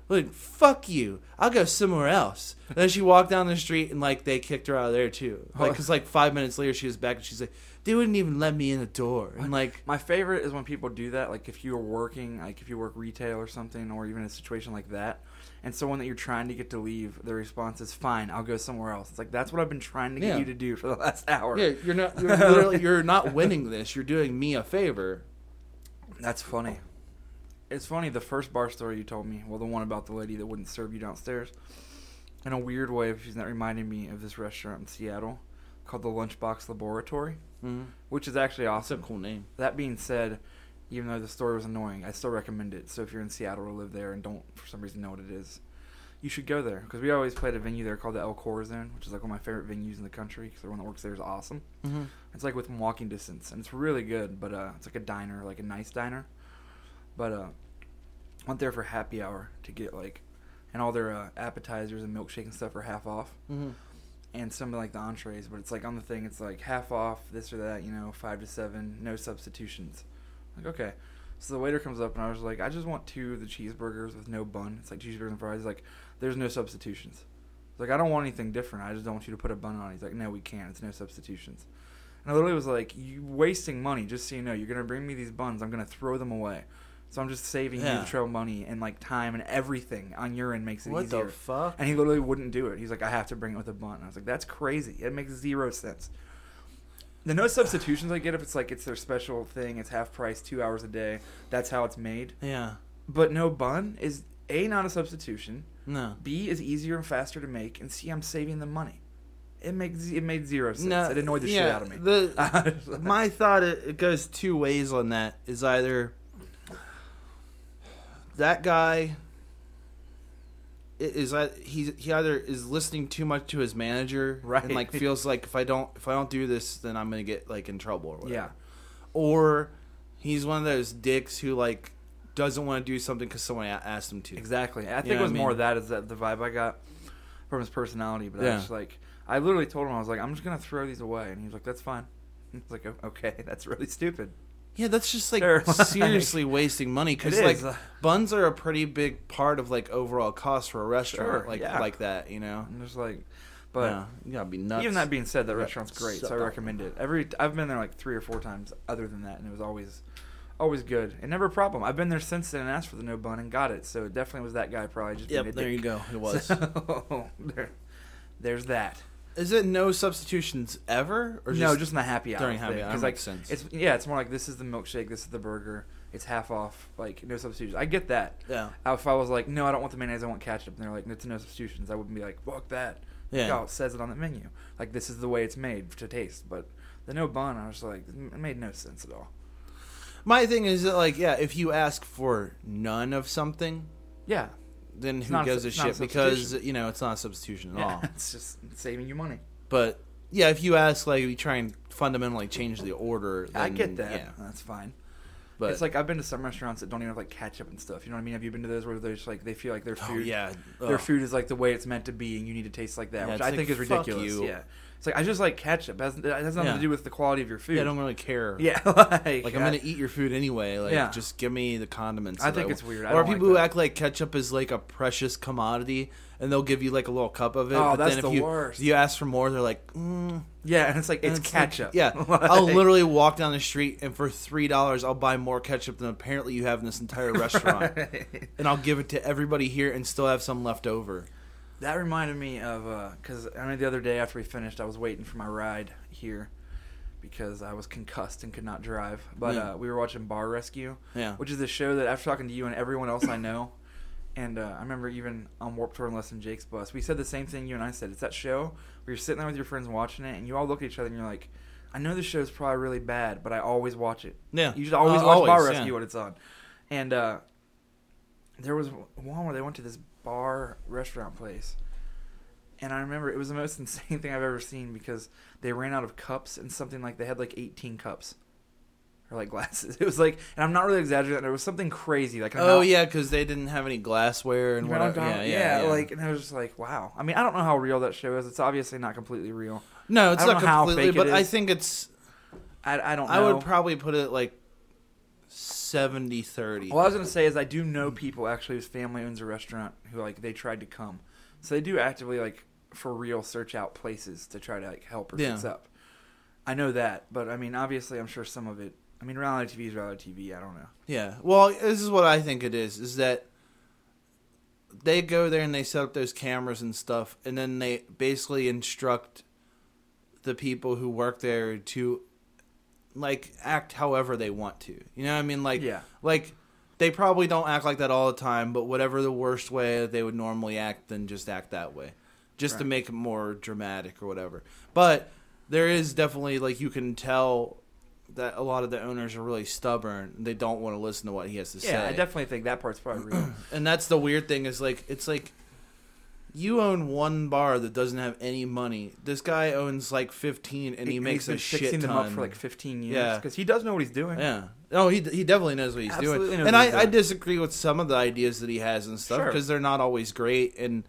[SPEAKER 2] Like, fuck you. I'll go somewhere else. And then she walked down the street and, like, they kicked her out of there, too. Like, because, like, five minutes later, she was back and she's like, they wouldn't even let me in the door. And, like,
[SPEAKER 1] My favorite is when people do that. Like if you are working, like if you work retail or something, or even a situation like that, and someone that you're trying to get to leave, their response is "Fine, I'll go somewhere else." It's like that's what I've been trying to get
[SPEAKER 2] Yeah.
[SPEAKER 1] you to do for the last hour.
[SPEAKER 2] yeah, you're not, you're literally, you're not winning this. You're doing me a favor.
[SPEAKER 1] That's funny. It's funny the first bar story you told me. Well, the one about the lady that wouldn't serve you downstairs. In a weird way, she's not reminding me of this restaurant in Seattle called the Lunchbox Laboratory,
[SPEAKER 2] Mm-hmm.
[SPEAKER 1] which is actually
[SPEAKER 2] That's a
[SPEAKER 1] awesome.
[SPEAKER 2] cool name.
[SPEAKER 1] That being said, even though the story was annoying, I still recommend it. So if you're in Seattle or live there and don't for some reason know what it is, you should go there because we always played a venue there called the El Corazon, which is like one of my favorite venues in the country because the one that works there is awesome.
[SPEAKER 2] Mm-hmm.
[SPEAKER 1] It's like within walking distance and it's really good, but uh, it's like a diner, like a nice diner. But uh, went there for happy hour to get like, and all their uh, appetizers and milkshake and stuff are half off
[SPEAKER 2] Mm-hmm.
[SPEAKER 1] and some of like the entrees, but it's like on the thing, it's like half off, this or that, you know, five to seven, no substitutions. Like, okay. So the waiter comes up and I was like, I just want two of the cheeseburgers with no bun. It's like cheeseburgers and fries. He's like, there's no substitutions. It's like, I don't want anything different. I just don't want you to put a bun on it. He's like, no, we can't. It's no substitutions. And I literally was like, you wasting money. Just so you know, you're going to bring me these buns. I'm going to throw them away. So I'm just saving you
[SPEAKER 2] Yeah.
[SPEAKER 1] the trail money and like time and everything on your end makes it
[SPEAKER 2] What the
[SPEAKER 1] easier.
[SPEAKER 2] fuck?
[SPEAKER 1] And he literally wouldn't do it. He's like, I have to bring it with a bun. And I was like, that's crazy. It makes zero sense. The no substitutions I get if it's like it's their special thing, it's half price, two hours a day. That's how it's made.
[SPEAKER 2] Yeah.
[SPEAKER 1] But no bun is A, not a substitution.
[SPEAKER 2] No.
[SPEAKER 1] B is easier and faster to make, and C, I'm saving the money. It makes it made zero sense.
[SPEAKER 2] No,
[SPEAKER 1] it annoyed the shit
[SPEAKER 2] yeah,
[SPEAKER 1] out of me.
[SPEAKER 2] the- my thought it, it goes two ways on that is either that guy i- is I he he either is listening too much to his manager
[SPEAKER 1] Right.
[SPEAKER 2] and like feels like if I don't if I don't do this then I'm gonna get like in trouble or whatever
[SPEAKER 1] yeah.
[SPEAKER 2] or he's one of those dicks who like doesn't want to do something because someone a- asked him to
[SPEAKER 1] Exactly. I think
[SPEAKER 2] know
[SPEAKER 1] it
[SPEAKER 2] what
[SPEAKER 1] was
[SPEAKER 2] I
[SPEAKER 1] more
[SPEAKER 2] mean?
[SPEAKER 1] that is that the vibe I got from his personality. But I
[SPEAKER 2] Yeah.
[SPEAKER 1] was just like, I literally told him I was like, I'm just gonna throw these away, and he was like, that's fine. I was like, "O- okay, that's really stupid.
[SPEAKER 2] Yeah, that's just like
[SPEAKER 1] They're, like-
[SPEAKER 2] seriously wasting money because
[SPEAKER 1] It
[SPEAKER 2] like
[SPEAKER 1] is.
[SPEAKER 2] buns are a pretty big part of like overall cost for a restaurant
[SPEAKER 1] Sure,
[SPEAKER 2] like
[SPEAKER 1] yeah.
[SPEAKER 2] like that, you know.
[SPEAKER 1] I'm just like, but
[SPEAKER 2] yeah, you gotta be nuts.
[SPEAKER 1] even that being said, that
[SPEAKER 2] Yeah,
[SPEAKER 1] restaurant's great, so
[SPEAKER 2] shut
[SPEAKER 1] I
[SPEAKER 2] up.
[SPEAKER 1] recommend it. Every I've been there like three or four times, other than that, and it was always, always good and never a problem. I've been there since then and asked for the no bun and got it, so it definitely was that guy probably just.
[SPEAKER 2] Yep,
[SPEAKER 1] being a
[SPEAKER 2] there you
[SPEAKER 1] dick.
[SPEAKER 2] go. It was.
[SPEAKER 1] So, there, there's that.
[SPEAKER 2] Is it no substitutions ever? Or just,
[SPEAKER 1] no, just in the happy hour.
[SPEAKER 2] during happy
[SPEAKER 1] thing,
[SPEAKER 2] hour,
[SPEAKER 1] 'cause,
[SPEAKER 2] that
[SPEAKER 1] like,
[SPEAKER 2] makes sense.
[SPEAKER 1] It's yeah, it's more like this is the milkshake, this is the burger. It's half off, like no substitutions. I get that.
[SPEAKER 2] Yeah.
[SPEAKER 1] Uh, If I was like, no, I don't want the mayonnaise, I want ketchup, and they're like, it's no substitutions, I wouldn't be like, fuck that.
[SPEAKER 2] Yeah.
[SPEAKER 1] Like, oh, it says it on the menu. Like this is the way it's made to taste, but the no bun, I was like, "Mm, it made no sense at all.
[SPEAKER 2] my thing is that like yeah, if you ask for none of something,
[SPEAKER 1] Yeah.
[SPEAKER 2] then who
[SPEAKER 1] not a
[SPEAKER 2] gives
[SPEAKER 1] sub-
[SPEAKER 2] a
[SPEAKER 1] it's not a
[SPEAKER 2] shit? Because you know it's not a substitution at
[SPEAKER 1] Yeah.
[SPEAKER 2] all.
[SPEAKER 1] It's just saving you money.
[SPEAKER 2] But yeah, if you ask like you try and fundamentally change the order,
[SPEAKER 1] I
[SPEAKER 2] then,
[SPEAKER 1] get that.
[SPEAKER 2] Yeah,
[SPEAKER 1] That's fine.
[SPEAKER 2] but
[SPEAKER 1] it's like I've been to some restaurants that don't even have like ketchup and stuff. You know what I mean? Have you been to those where they're just like they feel like their food,
[SPEAKER 2] Oh, yeah.
[SPEAKER 1] their
[SPEAKER 2] Ugh.
[SPEAKER 1] food is like the way it's meant to be, and you need to taste like that,
[SPEAKER 2] Yeah,
[SPEAKER 1] which
[SPEAKER 2] it's
[SPEAKER 1] I
[SPEAKER 2] like,
[SPEAKER 1] think is
[SPEAKER 2] fuck
[SPEAKER 1] ridiculous.
[SPEAKER 2] you.
[SPEAKER 1] Yeah, it's like I just like ketchup. It has, it has nothing
[SPEAKER 2] Yeah.
[SPEAKER 1] to do with the quality of your food.
[SPEAKER 2] yeah, I don't really care.
[SPEAKER 1] Yeah, like,
[SPEAKER 2] Like I'm gonna eat your food anyway. Like
[SPEAKER 1] Yeah.
[SPEAKER 2] just give me the condiments.
[SPEAKER 1] I
[SPEAKER 2] that
[SPEAKER 1] think
[SPEAKER 2] wa-
[SPEAKER 1] it's weird. I
[SPEAKER 2] Or
[SPEAKER 1] don't like
[SPEAKER 2] people who
[SPEAKER 1] that.
[SPEAKER 2] act like ketchup is like a precious commodity, and they'll give you like a little cup of it.
[SPEAKER 1] Oh,
[SPEAKER 2] but
[SPEAKER 1] that's
[SPEAKER 2] then if
[SPEAKER 1] the
[SPEAKER 2] you,
[SPEAKER 1] worst.
[SPEAKER 2] You ask for more, they're like, mm,
[SPEAKER 1] Yeah, and it's like
[SPEAKER 2] and
[SPEAKER 1] it's,
[SPEAKER 2] like-
[SPEAKER 1] ketchup.
[SPEAKER 2] yeah,
[SPEAKER 1] Like-
[SPEAKER 2] I'll literally walk down the street and for three dollars, I'll buy more ketchup than apparently you have in this entire restaurant, and I'll give it to everybody here and still have some left over.
[SPEAKER 1] That reminded me of because I mean the other day after we finished, I was waiting for my ride here because I was concussed and could not drive. But
[SPEAKER 2] Yeah.
[SPEAKER 1] uh, we were watching Bar Rescue,
[SPEAKER 2] Yeah.
[SPEAKER 1] which is a show that after talking to you and everyone else I know, and uh, I remember even on Warp Tour and Less Than Jake's bus, we said the same thing you and I said. It's that show where you're sitting there with your friends watching it, and you all look at each other and you're like, I know this show's probably really bad, but I always watch it.
[SPEAKER 2] Yeah.
[SPEAKER 1] you should always
[SPEAKER 2] Uh,
[SPEAKER 1] watch Bar
[SPEAKER 2] always,
[SPEAKER 1] Rescue
[SPEAKER 2] yeah.
[SPEAKER 1] when it's on, and. uh there was one where they went to this bar restaurant place and i remember it was the most insane thing i've ever seen because they ran out of cups and something like they had like 18 cups or like glasses it was like and i'm not really exaggerating there was something crazy like an
[SPEAKER 2] Oh
[SPEAKER 1] amount-
[SPEAKER 2] yeah, because they didn't have any glassware and
[SPEAKER 1] you know what I'm
[SPEAKER 2] whatever.
[SPEAKER 1] talking
[SPEAKER 2] Yeah,
[SPEAKER 1] about?
[SPEAKER 2] yeah, yeah,
[SPEAKER 1] like and i was just like wow i mean i don't know how real that show is it's obviously not completely real
[SPEAKER 2] no, it's
[SPEAKER 1] I don't
[SPEAKER 2] not
[SPEAKER 1] know how
[SPEAKER 2] completely,
[SPEAKER 1] fake it
[SPEAKER 2] but I
[SPEAKER 1] is.
[SPEAKER 2] think it's
[SPEAKER 1] i, I don't know
[SPEAKER 2] I would probably put it like 70 30.
[SPEAKER 1] What I was gonna say is I do know people actually whose family owns a restaurant who like they tried to come, so they do actively like for real search out places to try to like help or fix
[SPEAKER 2] Yeah.
[SPEAKER 1] up. I know that, but I mean, obviously, I'm sure some of it. I mean, reality TV is reality TV. I don't know.
[SPEAKER 2] Yeah. Well, this is what I think it is: is that they go there and they set up those cameras and stuff, and then they basically instruct the people who work there to like act however they want to. You know what I mean? Like,
[SPEAKER 1] Yeah.
[SPEAKER 2] like they probably don't act like that all the time, but whatever the worst way they would normally act, then just act that way, just to
[SPEAKER 1] Right.
[SPEAKER 2] make it more dramatic or whatever. But there is definitely like you can tell that a lot of the owners are really stubborn. They don't want to listen to what he has to
[SPEAKER 1] Yeah,
[SPEAKER 2] say.
[SPEAKER 1] I definitely think that part's probably real.
[SPEAKER 2] and that's the weird thing is like it's like you own one bar that doesn't have any money. This guy owns like 15 and he
[SPEAKER 1] And
[SPEAKER 2] makes
[SPEAKER 1] he's been
[SPEAKER 2] a shit
[SPEAKER 1] fixing
[SPEAKER 2] ton.
[SPEAKER 1] them up for like 15 years
[SPEAKER 2] Yeah.
[SPEAKER 1] because he does know what he's doing.
[SPEAKER 2] yeah. No, he he definitely knows what he's
[SPEAKER 1] Absolutely knows
[SPEAKER 2] doing. And
[SPEAKER 1] what he's
[SPEAKER 2] I, I
[SPEAKER 1] doing.
[SPEAKER 2] disagree with some of the ideas that he has and stuff
[SPEAKER 1] Sure.
[SPEAKER 2] because they're not always great and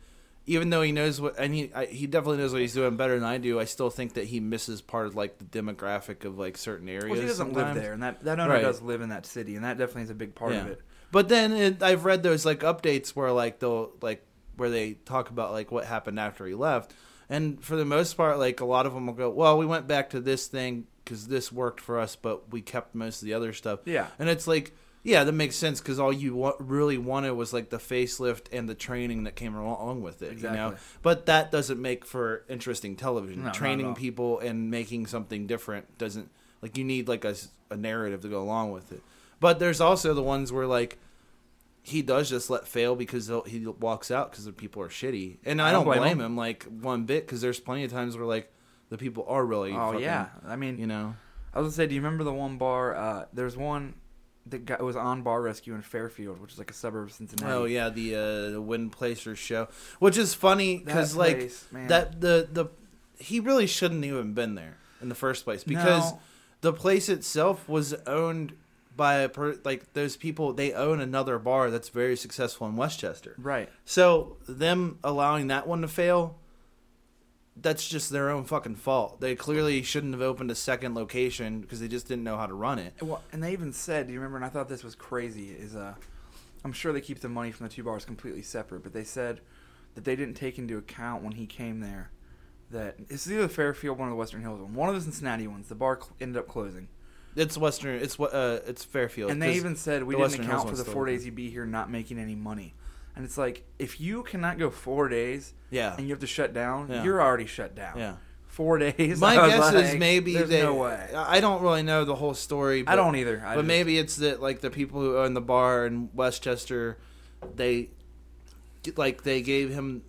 [SPEAKER 2] even though he knows what and he I, he definitely knows what he's doing better than I do, I still think that he misses part of like the demographic of like certain areas.
[SPEAKER 1] Well, he doesn't
[SPEAKER 2] sometimes.
[SPEAKER 1] live there, and that that owner
[SPEAKER 2] Right.
[SPEAKER 1] does live in that city, and that definitely is a big part of
[SPEAKER 2] Yeah.
[SPEAKER 1] it.
[SPEAKER 2] But then it, I've read those like updates where like they'll like where they talk about like what happened after he left, and for the most part, like a lot of them will go, "Well, we went back to this thing because this worked for us, but we kept most of the other stuff."
[SPEAKER 1] Yeah.
[SPEAKER 2] and it's like. Yeah, that makes sense because all you wa- really wanted was like the facelift and the training that came along with it, you know.
[SPEAKER 1] Exactly.
[SPEAKER 2] But that doesn't make for interesting television.
[SPEAKER 1] No, not at all.
[SPEAKER 2] training people and making something different doesn't like you need like a, s- a narrative to go along with it. But there's also the ones where like he does just let fail because he'll- he walks out because the people are shitty, and I, don't, blame him. like one bit because there's plenty of times where like the people are really.
[SPEAKER 1] Oh
[SPEAKER 2] fucking,
[SPEAKER 1] yeah, I mean,
[SPEAKER 2] you know.
[SPEAKER 1] I was gonna say, do you remember the one bar? Uh, there's one that got, it was on Bar Rescue in Fairfield, which is like a suburb of Cincinnati.
[SPEAKER 2] Oh yeah, the uh, the Win Placers show, which is funny because
[SPEAKER 1] That
[SPEAKER 2] like
[SPEAKER 1] place, man.
[SPEAKER 2] that the the he really shouldn't even been there in the first place because
[SPEAKER 1] No.
[SPEAKER 2] the place itself was owned by a per, like those people they own another bar that's very successful in Westchester.
[SPEAKER 1] right.
[SPEAKER 2] So them allowing that one to fail, that's just their own fucking fault. They clearly shouldn't have opened a second location because they just didn't know how to run it.
[SPEAKER 1] Well, and they even said, do you remember? And I thought this was crazy. Is uh, I'm sure they keep the money from the two bars completely separate, but they said that they didn't take into account when he came there that it's either the Fairfield one or the Western Hills one, one of the Cincinnati ones. The bar cl- ended up closing,
[SPEAKER 2] It's Western. It's what. Uh, it's Fairfield.
[SPEAKER 1] and they
[SPEAKER 2] 'cause
[SPEAKER 1] even said we
[SPEAKER 2] the
[SPEAKER 1] didn't
[SPEAKER 2] Western Hills
[SPEAKER 1] account for
[SPEAKER 2] one's
[SPEAKER 1] the
[SPEAKER 2] still
[SPEAKER 1] four
[SPEAKER 2] open.
[SPEAKER 1] days you'd be here not making any money. And it's like if you cannot go four days,
[SPEAKER 2] Yeah.
[SPEAKER 1] and you have to shut down,
[SPEAKER 2] Yeah.
[SPEAKER 1] you're already shut down,
[SPEAKER 2] Yeah.
[SPEAKER 1] Four days.
[SPEAKER 2] My
[SPEAKER 1] I was
[SPEAKER 2] guess is
[SPEAKER 1] like,
[SPEAKER 2] maybe
[SPEAKER 1] there's
[SPEAKER 2] they. uh,
[SPEAKER 1] no way.
[SPEAKER 2] I don't really know the whole story. But,
[SPEAKER 1] I don't either. I
[SPEAKER 2] but
[SPEAKER 1] just-
[SPEAKER 2] maybe it's that like the people who own the bar in Westchester, they, like they gave him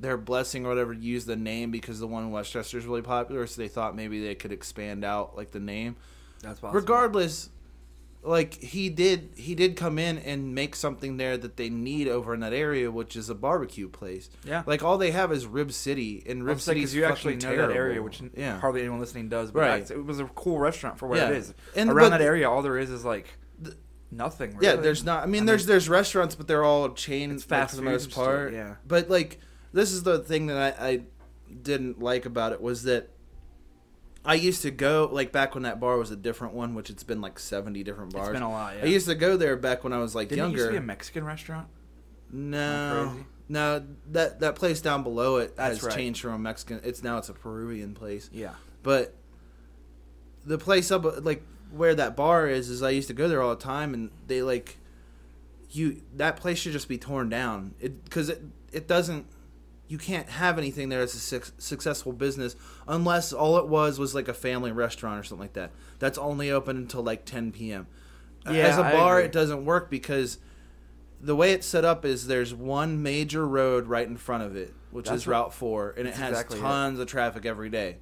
[SPEAKER 2] their blessing or whatever to use the name because the one in Westchester is really popular. So they thought maybe they could expand out like the name.
[SPEAKER 1] That's possible.
[SPEAKER 2] Regardless, like he did, he did come in and make something there that they need over in that area, which is a barbecue place.
[SPEAKER 1] Yeah.
[SPEAKER 2] like all they have is Rib City, and Rib City
[SPEAKER 1] because you actually know that area, which n-
[SPEAKER 2] yeah.
[SPEAKER 1] hardly anyone listening does. But
[SPEAKER 2] Right.
[SPEAKER 1] that's- it was a cool restaurant for what it
[SPEAKER 2] Yeah.
[SPEAKER 1] is.
[SPEAKER 2] And-
[SPEAKER 1] Around
[SPEAKER 2] but-
[SPEAKER 1] that area, all there is is like nothing. Really.
[SPEAKER 2] Yeah, there's not. I mean, there's there's restaurants, but they're all chain
[SPEAKER 1] It's
[SPEAKER 2] like,
[SPEAKER 1] fast
[SPEAKER 2] for the
[SPEAKER 1] food
[SPEAKER 2] most
[SPEAKER 1] store,
[SPEAKER 2] part.
[SPEAKER 1] yeah.
[SPEAKER 2] But like, this is the thing that I, I didn't like about it was that I used to go like back when that bar was a different one, which it's been like seventy different bars.
[SPEAKER 1] been a lot, yeah.
[SPEAKER 2] I used to go there back when I was like
[SPEAKER 1] Didn't it
[SPEAKER 2] younger.
[SPEAKER 1] used to be a Mexican restaurant.
[SPEAKER 2] No,
[SPEAKER 1] crazy?
[SPEAKER 2] no, that that place down below it
[SPEAKER 1] That's
[SPEAKER 2] has
[SPEAKER 1] right.
[SPEAKER 2] changed from a Mexican. It's now it's a Peruvian place.
[SPEAKER 1] Yeah.
[SPEAKER 2] but the place up like where that bar is is I used to go there all the time, and they like you that place should just be torn down because it, it doesn't you can't have anything there as a suc successful business unless all it was was like a family restaurant or something like that that's only open until like 10 p.m
[SPEAKER 1] Yeah,
[SPEAKER 2] as a
[SPEAKER 1] I
[SPEAKER 2] bar
[SPEAKER 1] agree.
[SPEAKER 2] it doesn't work because the way it's set up is there's one major road right in front of it which
[SPEAKER 1] That's
[SPEAKER 2] is
[SPEAKER 1] what-
[SPEAKER 2] route 4 and it
[SPEAKER 1] that's
[SPEAKER 2] has
[SPEAKER 1] exactly it.
[SPEAKER 2] tons of traffic every day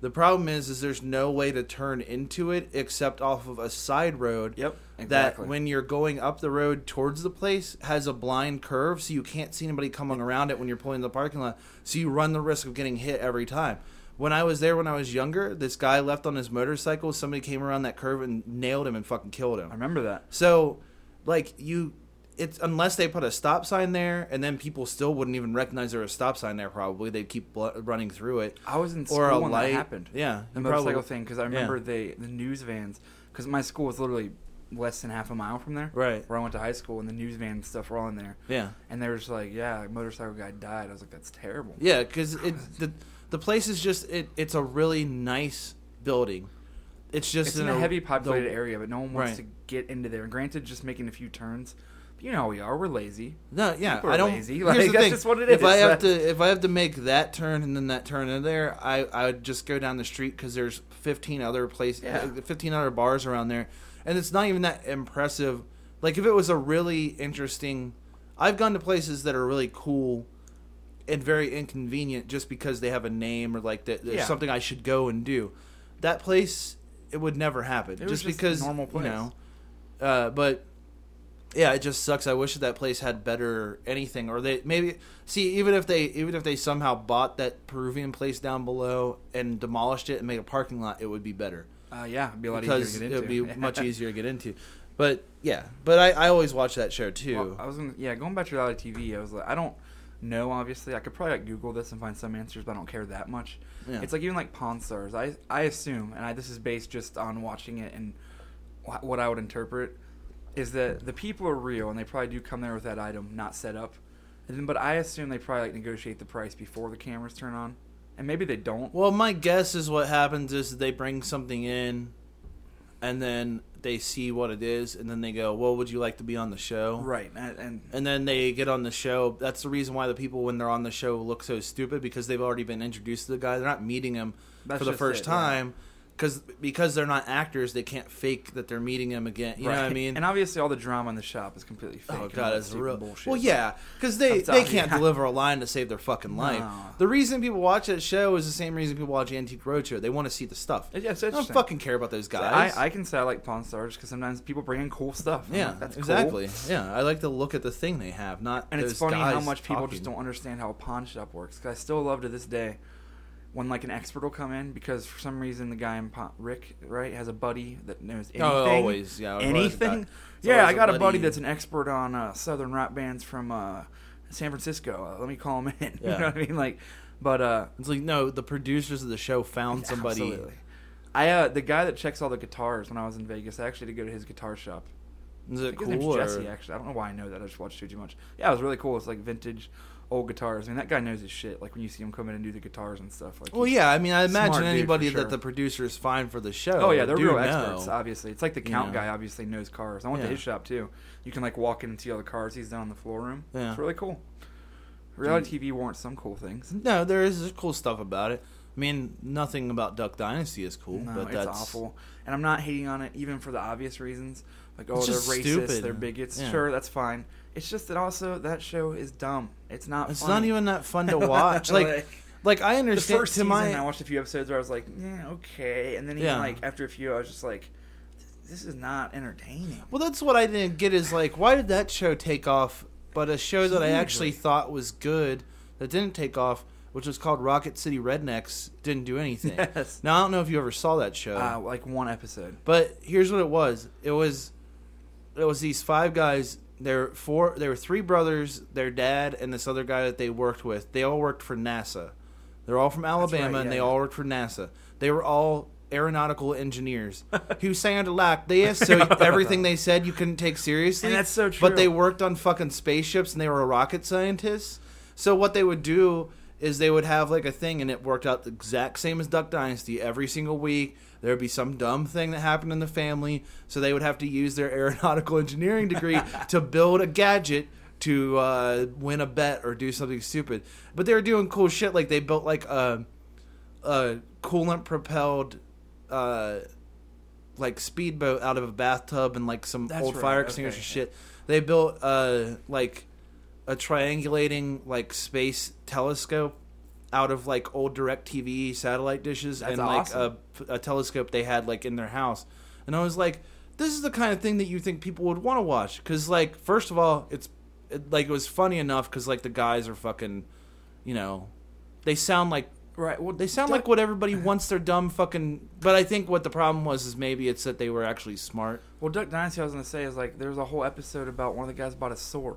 [SPEAKER 2] the problem is is there's no way to turn into it except off of a side road
[SPEAKER 1] Yep,
[SPEAKER 2] that
[SPEAKER 1] exactly.
[SPEAKER 2] when you're going up the road towards the place has a blind curve so you can't see anybody coming around it when you're pulling in the parking lot so you run the risk of getting hit every time when i was there when i was younger this guy left on his motorcycle somebody came around that curve and nailed him and fucking killed him
[SPEAKER 1] I remember that.
[SPEAKER 2] so, like you, it's unless they put a stop sign there, and then people still wouldn't even recognize there was a stop sign there. Probably they'd keep bl- running through it.
[SPEAKER 1] I was in school
[SPEAKER 2] a
[SPEAKER 1] when
[SPEAKER 2] light.
[SPEAKER 1] that happened.
[SPEAKER 2] Yeah,
[SPEAKER 1] the
[SPEAKER 2] you
[SPEAKER 1] motorcycle
[SPEAKER 2] probably-
[SPEAKER 1] thing because I remember they the news vans because my school was literally less than half a mile from there,
[SPEAKER 2] Right.
[SPEAKER 1] where I went to high school, and the newsman and stuff were on there.
[SPEAKER 2] Yeah.
[SPEAKER 1] And they were just like, "Yeah, a motorcycle guy died." I was like, "That's terrible."
[SPEAKER 2] Yeah, because it the the place is just it, it's a really nice building. It's just
[SPEAKER 1] It's in a heavy
[SPEAKER 2] the-
[SPEAKER 1] populated area, but no one wants
[SPEAKER 2] Right.
[SPEAKER 1] to get into there. And granted, just making a few turns, but you know how we are. We're lazy.
[SPEAKER 2] No, yeah,
[SPEAKER 1] People are
[SPEAKER 2] I don't.
[SPEAKER 1] lazy.
[SPEAKER 2] here's
[SPEAKER 1] Like,
[SPEAKER 2] the
[SPEAKER 1] that's
[SPEAKER 2] thing.
[SPEAKER 1] just what it
[SPEAKER 2] If I
[SPEAKER 1] is.
[SPEAKER 2] have to, if I have to make that turn and then that turn in there, I I would just go down the street because there's 15 other places,
[SPEAKER 1] Yeah.
[SPEAKER 2] fifteen other bars around there, and it's not even that impressive. Like if it was a really interesting, I've gone to places that are really cool and very inconvenient just because they have a name or like that there's
[SPEAKER 1] Yeah.
[SPEAKER 2] something I should go and do. That place it would never happen
[SPEAKER 1] was just
[SPEAKER 2] just
[SPEAKER 1] a
[SPEAKER 2] because
[SPEAKER 1] normal place.
[SPEAKER 2] you know. Uh, but yeah, it just sucks. I wish that place had better anything, or they maybe see even if they even if they somehow bought that Peruvian place down below and demolished it and made a parking lot, it would be better
[SPEAKER 1] Uh, yeah, it'd be a lot
[SPEAKER 2] because
[SPEAKER 1] easier to
[SPEAKER 2] it
[SPEAKER 1] get into.
[SPEAKER 2] would be much easier to get into. But yeah, but I, I always watch that show too.
[SPEAKER 1] Well, I was gonna, yeah, going back to reality TV, I was like, I don't know, obviously. I could probably like, Google this and find some answers, but I don't care that much.
[SPEAKER 2] Yeah.
[SPEAKER 1] It's like even like Pawn Stars. I I assume, and I, this is based just on watching it and wh- what I would interpret is that the people are real and they probably do come there with that item not set up. And then, but I assume they probably like negotiate the price before the cameras turn on, and maybe they don't.
[SPEAKER 2] Well, my guess is what happens is they bring something in, and then they see what it is, and then they go, "Well, would you like to be on the show?"
[SPEAKER 1] right, and, and
[SPEAKER 2] And then they get on the show. That's the reason why the people when they're on the show look so stupid because they've already been introduced to the guy. They're not meeting him
[SPEAKER 1] That's
[SPEAKER 2] for the
[SPEAKER 1] just
[SPEAKER 2] first
[SPEAKER 1] it, yeah.
[SPEAKER 2] time because because they're not actors. They can't fake that they're meeting him again. You know what I
[SPEAKER 1] right.
[SPEAKER 2] mean?
[SPEAKER 1] And obviously, all the drama in the shop is completely fake.
[SPEAKER 2] Oh
[SPEAKER 1] and all
[SPEAKER 2] god,
[SPEAKER 1] that
[SPEAKER 2] it's
[SPEAKER 1] stupid
[SPEAKER 2] real
[SPEAKER 1] bullshit.
[SPEAKER 2] Well, yeah, because they
[SPEAKER 1] I'm
[SPEAKER 2] they
[SPEAKER 1] sorry.
[SPEAKER 2] can't deliver a line to save their fucking life.
[SPEAKER 1] No.
[SPEAKER 2] The reason people watch that show is the same reason people watch Antique Roadshow. They want to see the stuff.
[SPEAKER 1] Yeah, it's
[SPEAKER 2] They don't
[SPEAKER 1] interesting.
[SPEAKER 2] fucking care about those guys.
[SPEAKER 1] I, I can say I like Pawn Stars because sometimes people bring in cool stuff. I'm
[SPEAKER 2] yeah,
[SPEAKER 1] like, that's
[SPEAKER 2] exactly.
[SPEAKER 1] Cool.
[SPEAKER 2] Yeah, I like to look at the thing they have, not
[SPEAKER 1] And it's
[SPEAKER 2] those
[SPEAKER 1] funny how
[SPEAKER 2] guys
[SPEAKER 1] much people
[SPEAKER 2] talking.
[SPEAKER 1] just don't understand how a pawn shop works. 'Cause I still love to this day when like an expert will come in because for some reason the guy in pawn, Rick right has a buddy that knows anything.
[SPEAKER 2] Oh, always, yeah, always about-
[SPEAKER 1] anything.
[SPEAKER 2] it's
[SPEAKER 1] Yeah,
[SPEAKER 2] always
[SPEAKER 1] I
[SPEAKER 2] a
[SPEAKER 1] got a buddy.
[SPEAKER 2] buddy.
[SPEAKER 1] that's an expert on uh, southern rock bands from uh, San Francisco. Uh, let me call him in.
[SPEAKER 2] Yeah.
[SPEAKER 1] you know what I mean? Like, but uh,
[SPEAKER 2] It's like no, the producers of the show found somebody.
[SPEAKER 1] Absolutely. I uh, the guy that checks all the guitars when I was in Vegas, I actually did go to his guitar shop.
[SPEAKER 2] Is it
[SPEAKER 1] I think his
[SPEAKER 2] cool?
[SPEAKER 1] name's
[SPEAKER 2] or-
[SPEAKER 1] Jesse, actually. I don't know why I know that. I just watched too, too much. Yeah, it was really cool. It's like vintage old guitars. I mean, that guy knows his shit. Like when you see him come in and do the guitars and stuff. Like,
[SPEAKER 2] Well,
[SPEAKER 1] he's-
[SPEAKER 2] yeah, I mean, I
[SPEAKER 1] Smart
[SPEAKER 2] imagine
[SPEAKER 1] dude, for
[SPEAKER 2] anybody
[SPEAKER 1] sure.
[SPEAKER 2] that the producers find for the show.
[SPEAKER 1] Oh yeah, they're
[SPEAKER 2] do
[SPEAKER 1] real
[SPEAKER 2] know.
[SPEAKER 1] experts. Obviously, it's like the
[SPEAKER 2] You
[SPEAKER 1] count
[SPEAKER 2] know.
[SPEAKER 1] guy. Obviously knows cars. I went
[SPEAKER 2] Yeah.
[SPEAKER 1] to his shop too. You can like walk in and see all the cars he's done on the floor room.
[SPEAKER 2] Yeah.
[SPEAKER 1] It's really cool. Reality TV warrants some cool things.
[SPEAKER 2] No, there is cool stuff about it. I mean, nothing about Duck Dynasty is cool,
[SPEAKER 1] No,
[SPEAKER 2] but
[SPEAKER 1] it's
[SPEAKER 2] that's
[SPEAKER 1] awful. And I'm not hating on it, even for the obvious reasons. Like, oh,
[SPEAKER 2] It's
[SPEAKER 1] they're
[SPEAKER 2] just
[SPEAKER 1] racist,
[SPEAKER 2] stupid.
[SPEAKER 1] they're bigots.
[SPEAKER 2] Yeah.
[SPEAKER 1] Sure, that's fine. It's just that also that show is dumb. It's not.
[SPEAKER 2] It's not
[SPEAKER 1] funny.
[SPEAKER 2] even that fun to watch. like,
[SPEAKER 1] Like,
[SPEAKER 2] like I
[SPEAKER 1] the
[SPEAKER 2] understand
[SPEAKER 1] first
[SPEAKER 2] to
[SPEAKER 1] season.
[SPEAKER 2] my
[SPEAKER 1] I watched a few episodes where I was like, yeah, okay, and then even
[SPEAKER 2] Yeah.
[SPEAKER 1] like after a few, I was just like, this is not entertaining.
[SPEAKER 2] Well, that's what I didn't get is like, why did that show take off? But a show that I actually
[SPEAKER 1] Hugely.
[SPEAKER 2] thought was good that didn't take off, which was called Rocket City Rednecks, didn't do anything.
[SPEAKER 1] Yes.
[SPEAKER 2] Now I don't know if you ever saw that show,
[SPEAKER 1] Uh, like one episode.
[SPEAKER 2] but here's what it was: it was, it was these five guys. There were four. There were three brothers, their dad, and this other guy that they worked with. They all worked for NASA. They're all from Alabama,
[SPEAKER 1] right,
[SPEAKER 2] and
[SPEAKER 1] yeah,
[SPEAKER 2] they
[SPEAKER 1] yeah.
[SPEAKER 2] all worked for NASA. They were all aeronautical engineers who sounded like they so everything they said you couldn't take seriously.
[SPEAKER 1] And that's so
[SPEAKER 2] But they
[SPEAKER 1] true.
[SPEAKER 2] worked on fucking spaceships and they were rocket scientists. So what they would do is they would have like a thing and it worked out the exact same as Duck Dynasty every single week. There would be some dumb thing that happened in the family, so they would have to use their aeronautical engineering degree to build a gadget to uh, win a bet or do something stupid. But they were doing cool shit like they built like a, a coolant propelled uh, like speedboat out of a bathtub and like some
[SPEAKER 1] That's
[SPEAKER 2] old
[SPEAKER 1] right,
[SPEAKER 2] fire
[SPEAKER 1] okay,
[SPEAKER 2] extinguisher
[SPEAKER 1] yeah.
[SPEAKER 2] shit. They built uh like a triangulating like space telescope out of like old direct TV satellite dishes
[SPEAKER 1] That's
[SPEAKER 2] and
[SPEAKER 1] awesome.
[SPEAKER 2] like a, a telescope they had like in their house. And I was like, this is the kind of thing that you think people would want to watch cuz like first of all, it's it, like it was funny enough cuz like the guys are fucking, you know, they sound like
[SPEAKER 1] Right. Well,
[SPEAKER 2] they sound like what everybody wants their dumb fucking. But I think what the problem was is maybe it's that they were actually smart.
[SPEAKER 1] Well, Duck Dynasty. I was gonna say is like there's a whole episode about one of the guys bought a sword.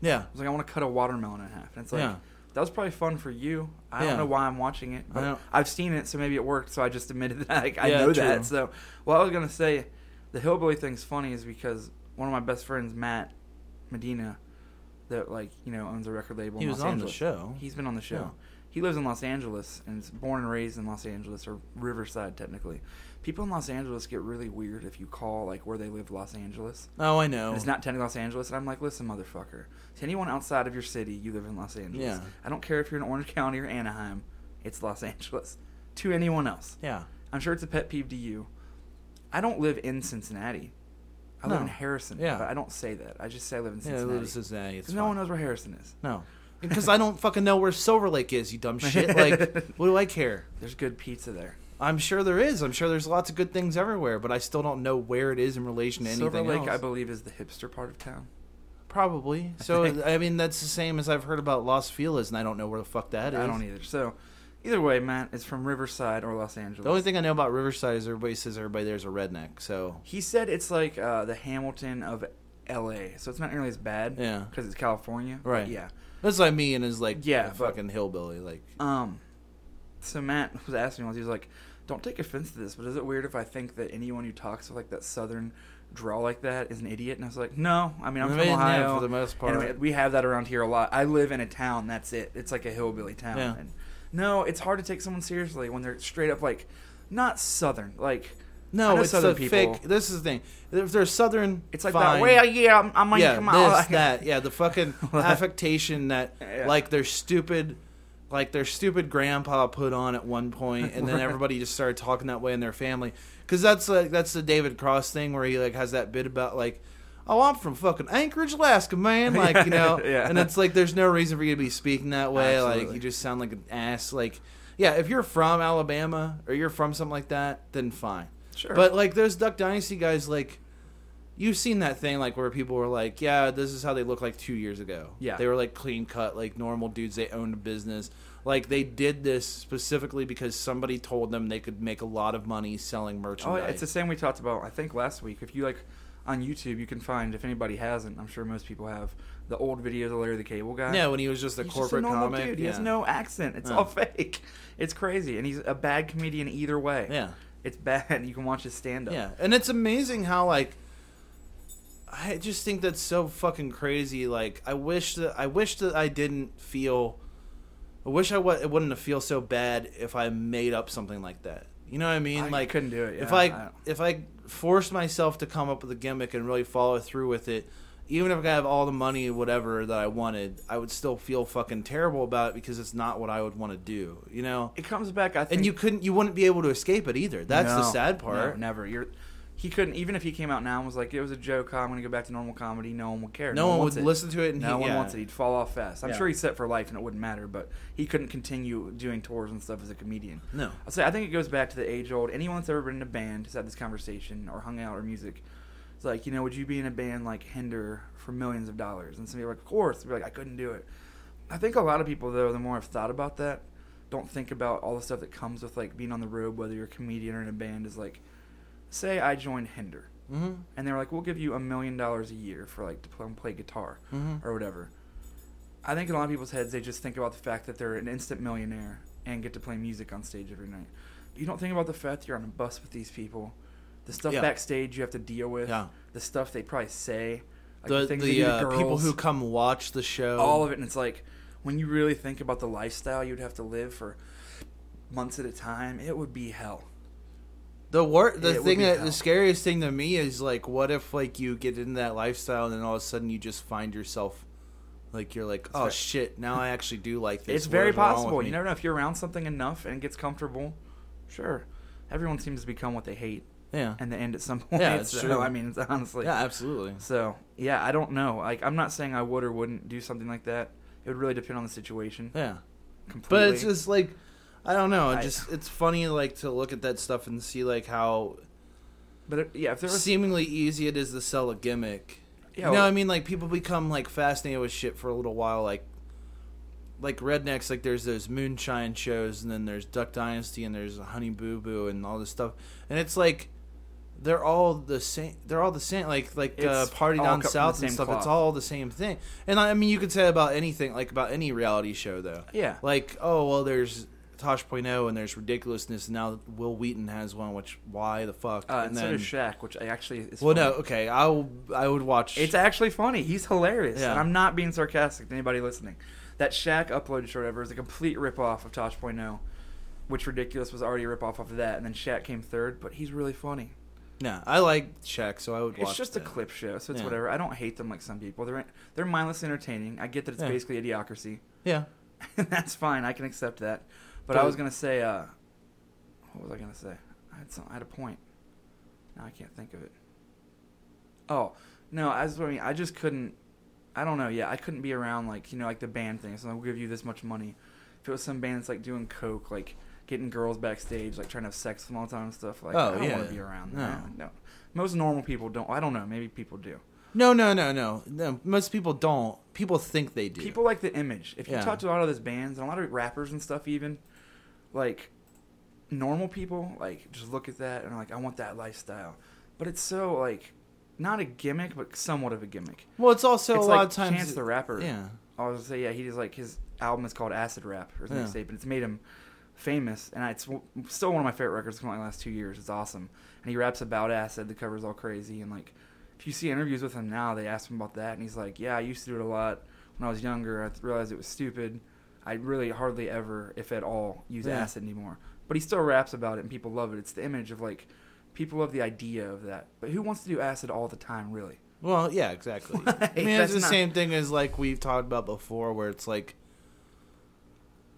[SPEAKER 2] Yeah.
[SPEAKER 1] I was like, I want to cut a watermelon in half. And it's like,
[SPEAKER 2] Yeah.
[SPEAKER 1] that was probably fun for you. I
[SPEAKER 2] Yeah.
[SPEAKER 1] don't know why I'm watching it, but
[SPEAKER 2] don't-
[SPEAKER 1] I've seen it, so maybe it worked. So I just admitted that. Like, I
[SPEAKER 2] Yeah,
[SPEAKER 1] know
[SPEAKER 2] true.
[SPEAKER 1] that. So, well, I was going to say, the hillbilly thing's funny is because one of my best friends, Matt Medina, that like you know owns a record label.
[SPEAKER 2] He
[SPEAKER 1] in
[SPEAKER 2] was
[SPEAKER 1] Los
[SPEAKER 2] on the
[SPEAKER 1] Angeles.
[SPEAKER 2] show.
[SPEAKER 1] He's been on the show.
[SPEAKER 2] Yeah.
[SPEAKER 1] He lives in Los Angeles and is born and raised in Los Angeles or Riverside, technically. People in Los Angeles get really weird if you call like where they live, Los Angeles.
[SPEAKER 2] Oh, I know.
[SPEAKER 1] And it's not technically Los Angeles. And I'm like, listen, motherfucker. To anyone outside of your city, you live in Los Angeles.
[SPEAKER 2] Yeah.
[SPEAKER 1] I don't care if you're in Orange County or Anaheim. It's Los Angeles. To anyone else.
[SPEAKER 2] Yeah.
[SPEAKER 1] I'm sure it's a pet peeve to you. I don't live in Cincinnati. I live
[SPEAKER 2] No.
[SPEAKER 1] in Harrison.
[SPEAKER 2] Yeah.
[SPEAKER 1] But I don't say that. I just say I live in
[SPEAKER 2] Yeah, I
[SPEAKER 1] Cincinnati.
[SPEAKER 2] live in Cincinnati. eh, It's
[SPEAKER 1] 'Cause no one
[SPEAKER 2] fine.
[SPEAKER 1] knows where Harrison is.
[SPEAKER 2] No. Because I don't fucking know where Silver Lake is, you dumb shit. Like, what do I care?
[SPEAKER 1] There's good pizza there.
[SPEAKER 2] I'm sure there is. I'm sure there's lots of good things everywhere, but I still don't know where it is in relation to anything
[SPEAKER 1] Silver Lake,
[SPEAKER 2] else.
[SPEAKER 1] I believe, is the hipster part of town.
[SPEAKER 2] Probably. So, I mean, that's the same as I've heard about Los Feliz, and I don't know where the fuck that is.
[SPEAKER 1] I don't either. So, either way, Matt is from Riverside or Los Angeles.
[SPEAKER 2] The only thing I know about Riverside is everybody says everybody there's a redneck. So,
[SPEAKER 1] He said it's like uh, the Hamilton of L.A., so it's not nearly as bad.
[SPEAKER 2] Yeah.
[SPEAKER 1] Because it's California. but
[SPEAKER 2] Right.
[SPEAKER 1] Yeah.
[SPEAKER 2] that's what I mean is like,
[SPEAKER 1] Yeah,
[SPEAKER 2] a
[SPEAKER 1] but-
[SPEAKER 2] fucking hillbilly. Like,
[SPEAKER 1] Um. So Matt was asking me once. He was like, "Don't take offense to this, but is it weird if I think that anyone who talks with like that Southern drawl like that is an idiot?" And I was like, "No. I mean, I'm
[SPEAKER 2] I
[SPEAKER 1] from
[SPEAKER 2] mean, yeah,
[SPEAKER 1] Ohio
[SPEAKER 2] for the most part.
[SPEAKER 1] and we have that around here a lot. I live in a town. That's it. It's like a hillbilly town.
[SPEAKER 2] Yeah.
[SPEAKER 1] And no, it's hard to take someone seriously when they're straight up like, not Southern. Like, I
[SPEAKER 2] no,
[SPEAKER 1] know
[SPEAKER 2] it's
[SPEAKER 1] Southern
[SPEAKER 2] a
[SPEAKER 1] people.
[SPEAKER 2] fake. This is the thing. If they're Southern,
[SPEAKER 1] It's like
[SPEAKER 2] fine.
[SPEAKER 1] that. Well, yeah, I'm, I'm
[SPEAKER 2] yeah,
[SPEAKER 1] come out.
[SPEAKER 2] this, that, yeah, the fucking affectation that
[SPEAKER 1] Yeah.
[SPEAKER 2] like their stupid, like their stupid grandpa put on at one point, and then everybody just started talking that way in their family. Because that's like that's the David Cross thing where he like has that bit about like, oh, I'm from fucking Anchorage, Alaska, man, like you know,
[SPEAKER 1] Yeah.
[SPEAKER 2] and it's like there's no reason for you to be speaking that way. Like
[SPEAKER 1] Absolutely.
[SPEAKER 2] you just sound like an ass. Like yeah, if you're from Alabama or you're from something like that, then fine.
[SPEAKER 1] Sure.
[SPEAKER 2] But like those Duck Dynasty guys, like you've seen that thing like where people were like, "Yeah, this is how they look like two years ago."
[SPEAKER 1] Yeah.
[SPEAKER 2] they were like clean cut, like normal dudes. They owned a business. Like they did this specifically because somebody told them they could make a lot of money selling
[SPEAKER 1] Oh,
[SPEAKER 2] merchandise.
[SPEAKER 1] yeah, it's the same we talked about, I think, last week. If you like on YouTube, you can find, if anybody hasn't, I'm sure most people have, the old videos of Larry the Cable Guy.
[SPEAKER 2] yeah, when he was just a
[SPEAKER 1] He's just a
[SPEAKER 2] corporate
[SPEAKER 1] normal
[SPEAKER 2] comic.
[SPEAKER 1] dude. He has
[SPEAKER 2] yeah.
[SPEAKER 1] no accent. It's
[SPEAKER 2] Yeah.
[SPEAKER 1] all fake. It's crazy. And he's a bad comedian either way.
[SPEAKER 2] Yeah.
[SPEAKER 1] It's bad. You can watch his stand up.
[SPEAKER 2] Yeah, and it's amazing how like I just think that's so fucking crazy. Like I wish that I wish that I didn't feel. I wish I w- it wouldn't have feel so bad if I made up something like that. You know what I mean?
[SPEAKER 1] I
[SPEAKER 2] like
[SPEAKER 1] couldn't do it,
[SPEAKER 2] If
[SPEAKER 1] yeah,
[SPEAKER 2] I,
[SPEAKER 1] I don't-
[SPEAKER 2] if I forced myself to come up with a gimmick and really follow through with it, even if I have all the money and whatever that I wanted, I would still feel fucking terrible about it because it's not what I would want to do. You know.
[SPEAKER 1] It comes back, I think.
[SPEAKER 2] And you couldn't, you wouldn't be able to escape it either. That's the
[SPEAKER 1] No,
[SPEAKER 2] sad part.
[SPEAKER 1] No, never. You're. He couldn't even if he came out now and was like, "It was a joke. I'm gonna go back to normal comedy. No one would care.
[SPEAKER 2] No one
[SPEAKER 1] wants
[SPEAKER 2] would
[SPEAKER 1] it.
[SPEAKER 2] listen to it, and
[SPEAKER 1] no
[SPEAKER 2] he-
[SPEAKER 1] one
[SPEAKER 2] yeah.
[SPEAKER 1] wants it. He'd fall off fast. I'm
[SPEAKER 2] Yeah.
[SPEAKER 1] sure he's set for life, and it wouldn't matter. But he couldn't continue doing tours and stuff as a comedian.
[SPEAKER 2] No.
[SPEAKER 1] I say I think it goes back to the age old. Anyone that's ever been in a band has had this conversation or hung out or music. It's like, you know, would you be in a band like Hinder for millions of dollars? And somebody like, of course. They'd be like, I couldn't do it. I think a lot of people though, the more I've thought about that, don't think about all the stuff that comes with like being on the road, whether you're a comedian or in a band. Is like, say I joined Hinder, mm-hmm. and they were like, we'll give you a million dollars a year for like to play, play guitar
[SPEAKER 2] Mm-hmm.
[SPEAKER 1] or whatever. I think in a lot of people's heads, they just think about the fact that they're an instant millionaire and get to play music on stage every night. You don't think about the fact that you're on a bus with these people, the stuff
[SPEAKER 2] Yeah.
[SPEAKER 1] backstage you have to deal with,
[SPEAKER 2] Yeah.
[SPEAKER 1] the stuff they probably say, like
[SPEAKER 2] the,
[SPEAKER 1] things
[SPEAKER 2] the,
[SPEAKER 1] they do to
[SPEAKER 2] uh, people
[SPEAKER 1] girls
[SPEAKER 2] who come watch the show.
[SPEAKER 1] all of it and it's like when you really think about the lifestyle you'd have to live for months at a time it would be hell
[SPEAKER 2] the wor- the
[SPEAKER 1] It would
[SPEAKER 2] thing
[SPEAKER 1] be
[SPEAKER 2] that
[SPEAKER 1] hell.
[SPEAKER 2] the scariest thing to me is like, what if like you get into that lifestyle and then all of a sudden you just find yourself like you're like, oh
[SPEAKER 1] very-
[SPEAKER 2] shit, now I actually do like this.
[SPEAKER 1] it's
[SPEAKER 2] What
[SPEAKER 1] very
[SPEAKER 2] is wrong with
[SPEAKER 1] possible
[SPEAKER 2] me?
[SPEAKER 1] you never know if you're around something enough and it gets comfortable sure everyone seems to become what they hate
[SPEAKER 2] Yeah,
[SPEAKER 1] and they end at some point
[SPEAKER 2] Yeah, it's
[SPEAKER 1] so,
[SPEAKER 2] true.
[SPEAKER 1] i mean it's honestly
[SPEAKER 2] yeah, absolutely.
[SPEAKER 1] so yeah i don't know like i'm not saying i would or wouldn't do something like that it would really depend on the situation
[SPEAKER 2] Yeah,
[SPEAKER 1] completely
[SPEAKER 2] but it's just like, I don't know. It
[SPEAKER 1] I-
[SPEAKER 2] just it's funny like to look at that stuff and see like how
[SPEAKER 1] but it- yeah if there was
[SPEAKER 2] seemingly easy it is to sell a gimmick.
[SPEAKER 1] Yeah,
[SPEAKER 2] you know,
[SPEAKER 1] well-
[SPEAKER 2] what I mean, like people become like fascinated with shit for a little while, like like rednecks. Like there's those moonshine shows, and then there's Duck Dynasty, and there's Honey Boo Boo, and all this stuff. And it's like they're all the same. They're all the same. Like like uh,
[SPEAKER 1] It's
[SPEAKER 2] Party
[SPEAKER 1] all
[SPEAKER 2] Down
[SPEAKER 1] cut from the
[SPEAKER 2] South and
[SPEAKER 1] same
[SPEAKER 2] stuff.
[SPEAKER 1] cloth.
[SPEAKER 2] It's all the same thing. And I, I mean, you could say about anything, like about any reality show, though.
[SPEAKER 1] Yeah.
[SPEAKER 2] Like oh well, there's Tosh.0 and there's ridiculousness. And now Will Wheaton has one, which why the fuck?
[SPEAKER 1] Uh, and so does Shaq, which I actually is
[SPEAKER 2] well,
[SPEAKER 1] funny.
[SPEAKER 2] no, okay, I will. I would watch.
[SPEAKER 1] It's actually funny. He's hilarious.
[SPEAKER 2] Yeah.
[SPEAKER 1] And I'm not being sarcastic to anybody listening. That Shaq upload short ever is a complete ripoff of Tosh.0, which Ridiculous was already a ripoff of that. And then Shaq came third, but he's really funny.
[SPEAKER 2] no, I like Shaq, so I would. watch
[SPEAKER 1] it's just a
[SPEAKER 2] that.
[SPEAKER 1] clip show, so it's
[SPEAKER 2] Yeah.
[SPEAKER 1] whatever. I don't hate them like some people. They're, they're mindless entertaining. I get that it's
[SPEAKER 2] Yeah.
[SPEAKER 1] basically idiocracy.
[SPEAKER 2] Yeah,
[SPEAKER 1] That's fine. I can accept that. But, I
[SPEAKER 2] But-
[SPEAKER 1] was going to say, uh, what was I going to say? I had, some, I had a point. Now I can't think of it. Oh, no, I was, I mean, I just couldn't, I don't know, yeah, I couldn't be around, like, you know, like the band thing. So I'll give you this much money. If it was some band that's, like, doing coke, like, getting girls backstage, like, trying to have sex with them all the time and stuff, like,
[SPEAKER 2] Oh,
[SPEAKER 1] I don't
[SPEAKER 2] yeah.
[SPEAKER 1] want to be around that.
[SPEAKER 2] No.
[SPEAKER 1] No. Most normal people don't, I don't know, maybe people do.
[SPEAKER 2] no, no, no, no, no. Most people don't. People think they do.
[SPEAKER 1] People like the image. If you
[SPEAKER 2] Yeah.
[SPEAKER 1] talk to a lot of those bands and a lot of rappers and stuff, even like normal people, like just look at that and are like, I want that lifestyle. But it's so like not a gimmick, but somewhat of a gimmick.
[SPEAKER 2] Well, it's also
[SPEAKER 1] it's
[SPEAKER 2] a
[SPEAKER 1] like
[SPEAKER 2] lot of times.
[SPEAKER 1] Chance the Rapper.
[SPEAKER 2] Yeah.
[SPEAKER 1] I was gonna say, yeah, he just like his album is called Acid Rap or his
[SPEAKER 2] Yeah.
[SPEAKER 1] mixtape, and it's made him famous. And it's w- still one of my favorite records from like the last two years. It's awesome. And he raps about acid. The cover's all crazy. And like, if you see interviews with him now, they ask him about that, and he's like, yeah, I used to do it a lot when I was younger. I th- realized it was stupid. I really hardly ever, if at all, use
[SPEAKER 2] Yeah.
[SPEAKER 1] acid anymore. But he still raps about it, and people love it. It's the image of like people love the idea of that. But who wants to do acid all the time, really?
[SPEAKER 2] Well, yeah, exactly. I mean,
[SPEAKER 1] That's
[SPEAKER 2] it's the
[SPEAKER 1] not-
[SPEAKER 2] same thing as like we've talked about before, where it's like,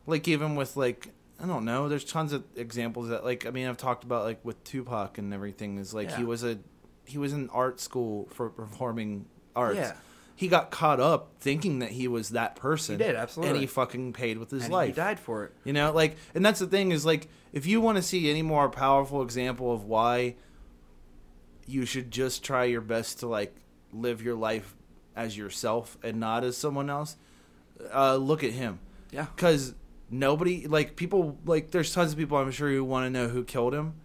[SPEAKER 2] like even with like I don't know, there's tons of examples that like I mean I've talked about like with Tupac and everything is like he
[SPEAKER 1] Yeah.
[SPEAKER 2] was a he was in art school for performing arts.
[SPEAKER 1] Yeah.
[SPEAKER 2] He got caught up thinking that he was that person.
[SPEAKER 1] did, absolutely.
[SPEAKER 2] and he fucking paid with his
[SPEAKER 1] And
[SPEAKER 2] life.
[SPEAKER 1] he died for it.
[SPEAKER 2] You know, like, and that's the thing is like, if you want to see any more powerful example of why you should just try your best to like live your life as yourself and not as someone else, uh, look at him.
[SPEAKER 1] Yeah.
[SPEAKER 2] Because nobody, like, people, like, there's tons of people I'm sure who want to know who killed him.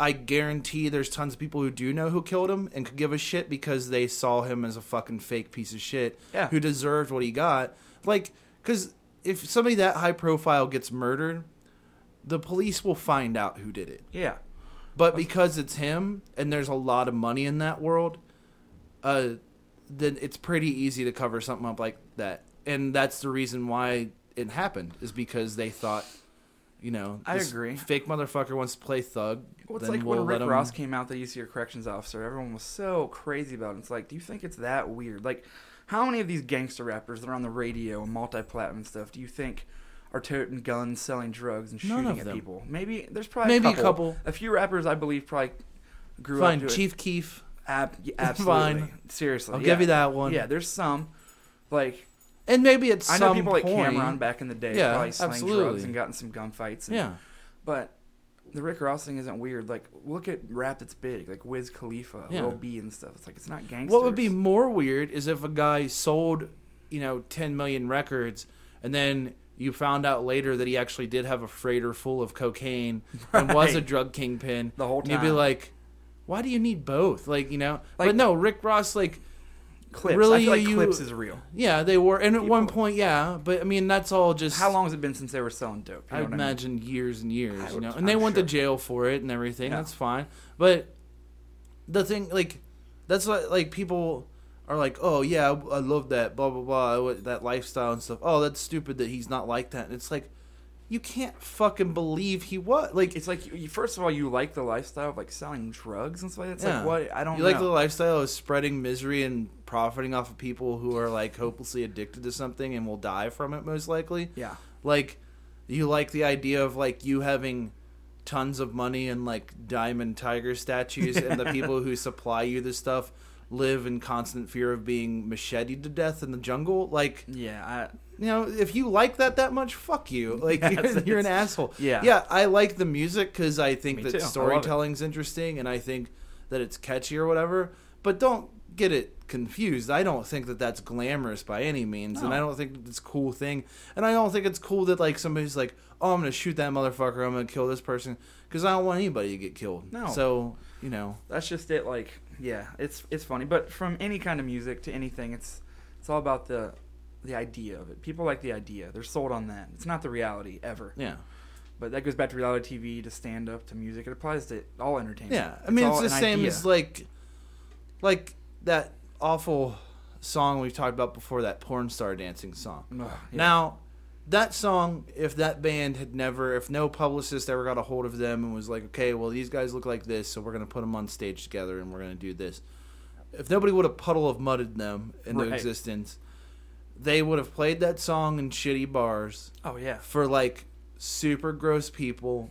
[SPEAKER 2] I guarantee there's tons of people who do know who killed him and could give a shit because they saw him as a fucking fake piece of shit
[SPEAKER 1] Yeah.
[SPEAKER 2] who deserved what he got. Like, because if somebody that high profile gets murdered, the police will find out who did it.
[SPEAKER 1] Yeah.
[SPEAKER 2] But because it's him and there's a lot of money in that world, uh, then it's pretty easy to cover something up like that. And that's the reason why it happened is because they thought, you know,
[SPEAKER 1] I
[SPEAKER 2] this
[SPEAKER 1] agree.
[SPEAKER 2] Fake motherfucker wants to play thug.
[SPEAKER 1] Well, it's
[SPEAKER 2] then
[SPEAKER 1] like
[SPEAKER 2] we'll
[SPEAKER 1] when Rick
[SPEAKER 2] let him-
[SPEAKER 1] Ross came out, they used to be a corrections officer. Everyone was so crazy about it. It's like, do you think it's that weird? Like, how many of these gangster rappers that are on the radio and multi-platinum stuff do you think are toting guns, selling drugs, and
[SPEAKER 2] None
[SPEAKER 1] shooting
[SPEAKER 2] of
[SPEAKER 1] at
[SPEAKER 2] them.
[SPEAKER 1] people? Maybe there's probably
[SPEAKER 2] Maybe
[SPEAKER 1] a
[SPEAKER 2] a
[SPEAKER 1] couple.
[SPEAKER 2] couple.
[SPEAKER 1] A few rappers, I believe, probably grew
[SPEAKER 2] Fine,
[SPEAKER 1] up. to it.
[SPEAKER 2] Chief Keef.
[SPEAKER 1] Ab- yeah, absolutely.
[SPEAKER 2] Fine.
[SPEAKER 1] Seriously,
[SPEAKER 2] I'll
[SPEAKER 1] yeah.
[SPEAKER 2] give you that one.
[SPEAKER 1] Yeah, there's some. Like
[SPEAKER 2] And maybe it's
[SPEAKER 1] I know
[SPEAKER 2] some
[SPEAKER 1] people
[SPEAKER 2] point,
[SPEAKER 1] like Cameron back in the day
[SPEAKER 2] Yeah,
[SPEAKER 1] probably slang drugs
[SPEAKER 2] absolutely.
[SPEAKER 1] and gotten some gunfights. And
[SPEAKER 2] Yeah.
[SPEAKER 1] But the Rick Ross thing isn't weird. Like, look at rap that's big, like Wiz Khalifa,
[SPEAKER 2] Yeah.
[SPEAKER 1] Lil B, and stuff. It's like it's not gangsters.
[SPEAKER 2] What would be more weird is if a guy sold, you know, 10 million records and then you found out later that he actually did have a freighter full of cocaine and was a
[SPEAKER 1] Right.
[SPEAKER 2] drug kingpin.
[SPEAKER 1] The whole
[SPEAKER 2] And You'd be
[SPEAKER 1] time.
[SPEAKER 2] like, why do you need both? Like, you know,
[SPEAKER 1] Like-
[SPEAKER 2] but no, Rick Ross, like,
[SPEAKER 1] clips? I
[SPEAKER 2] really,
[SPEAKER 1] feel like
[SPEAKER 2] you-
[SPEAKER 1] clips is real.
[SPEAKER 2] yeah, they were. And at one
[SPEAKER 1] People-
[SPEAKER 2] point, yeah, but I mean, that's all just.
[SPEAKER 1] How long has it been since they were selling dope? You
[SPEAKER 2] I
[SPEAKER 1] know
[SPEAKER 2] would
[SPEAKER 1] what mean?
[SPEAKER 2] imagine years and years,
[SPEAKER 1] I
[SPEAKER 2] you
[SPEAKER 1] would-
[SPEAKER 2] know. And they
[SPEAKER 1] I'm
[SPEAKER 2] went
[SPEAKER 1] sure.
[SPEAKER 2] to jail for it and everything.
[SPEAKER 1] Yeah.
[SPEAKER 2] That's fine. But the thing, like, that's what like people are like, oh yeah, I, I love that, blah blah blah, I wa- that lifestyle and stuff. Oh, that's stupid that he's not like that. And it's like, you can't fucking believe he was like.
[SPEAKER 1] It's like you, first of all, you like the lifestyle of like selling drugs and stuff like that. It's
[SPEAKER 2] yeah.
[SPEAKER 1] like what I don't
[SPEAKER 2] You
[SPEAKER 1] know.
[SPEAKER 2] like the lifestyle of spreading misery and profiting off of people who are like hopelessly addicted to something and will die from it most likely.
[SPEAKER 1] Yeah.
[SPEAKER 2] like you like the idea of like you having tons of money and like diamond tiger statues and the people who supply you this stuff live in constant fear of being macheted to death in the jungle like
[SPEAKER 1] Yeah, I,
[SPEAKER 2] you know if you like that that much fuck you like
[SPEAKER 1] Yeah,
[SPEAKER 2] you're,
[SPEAKER 1] it's-
[SPEAKER 2] you're an
[SPEAKER 1] it's-
[SPEAKER 2] asshole
[SPEAKER 1] yeah.
[SPEAKER 2] yeah i like the music because i think
[SPEAKER 1] Me
[SPEAKER 2] that
[SPEAKER 1] too. I love it.
[SPEAKER 2] storytelling's interesting and i think that it's catchy or whatever but don't get it confused i don't think that that's glamorous by any means and
[SPEAKER 1] No.
[SPEAKER 2] i don't think that it's a cool thing and i don't think it's cool that like somebody's like oh i'm gonna shoot that motherfucker i'm gonna kill this person because i don't want anybody to get killed
[SPEAKER 1] No.
[SPEAKER 2] so you know
[SPEAKER 1] that's just it. Like, yeah, it's it's funny, but from any kind of music to anything, it's it's all about the the idea of it. People like the idea; they're sold on that. It's not the reality ever.
[SPEAKER 2] yeah
[SPEAKER 1] But that goes back to reality TV, to stand up, to music. It applies to all entertainment.
[SPEAKER 2] Yeah, I mean it's,
[SPEAKER 1] all
[SPEAKER 2] the
[SPEAKER 1] an
[SPEAKER 2] same
[SPEAKER 1] idea.
[SPEAKER 2] as like, like that awful song we've talked about before, that porn star dancing song.
[SPEAKER 1] Ugh, yeah.
[SPEAKER 2] Now, that song, if that band had never, if no publicist ever got a hold of them and was like, okay, well these guys look like this, so we're gonna put them on stage together and we're gonna do this. If nobody would have puddle of mudded them into
[SPEAKER 1] Right.
[SPEAKER 2] existence, they would have played that song in shitty bars
[SPEAKER 1] oh yeah,
[SPEAKER 2] for like super gross people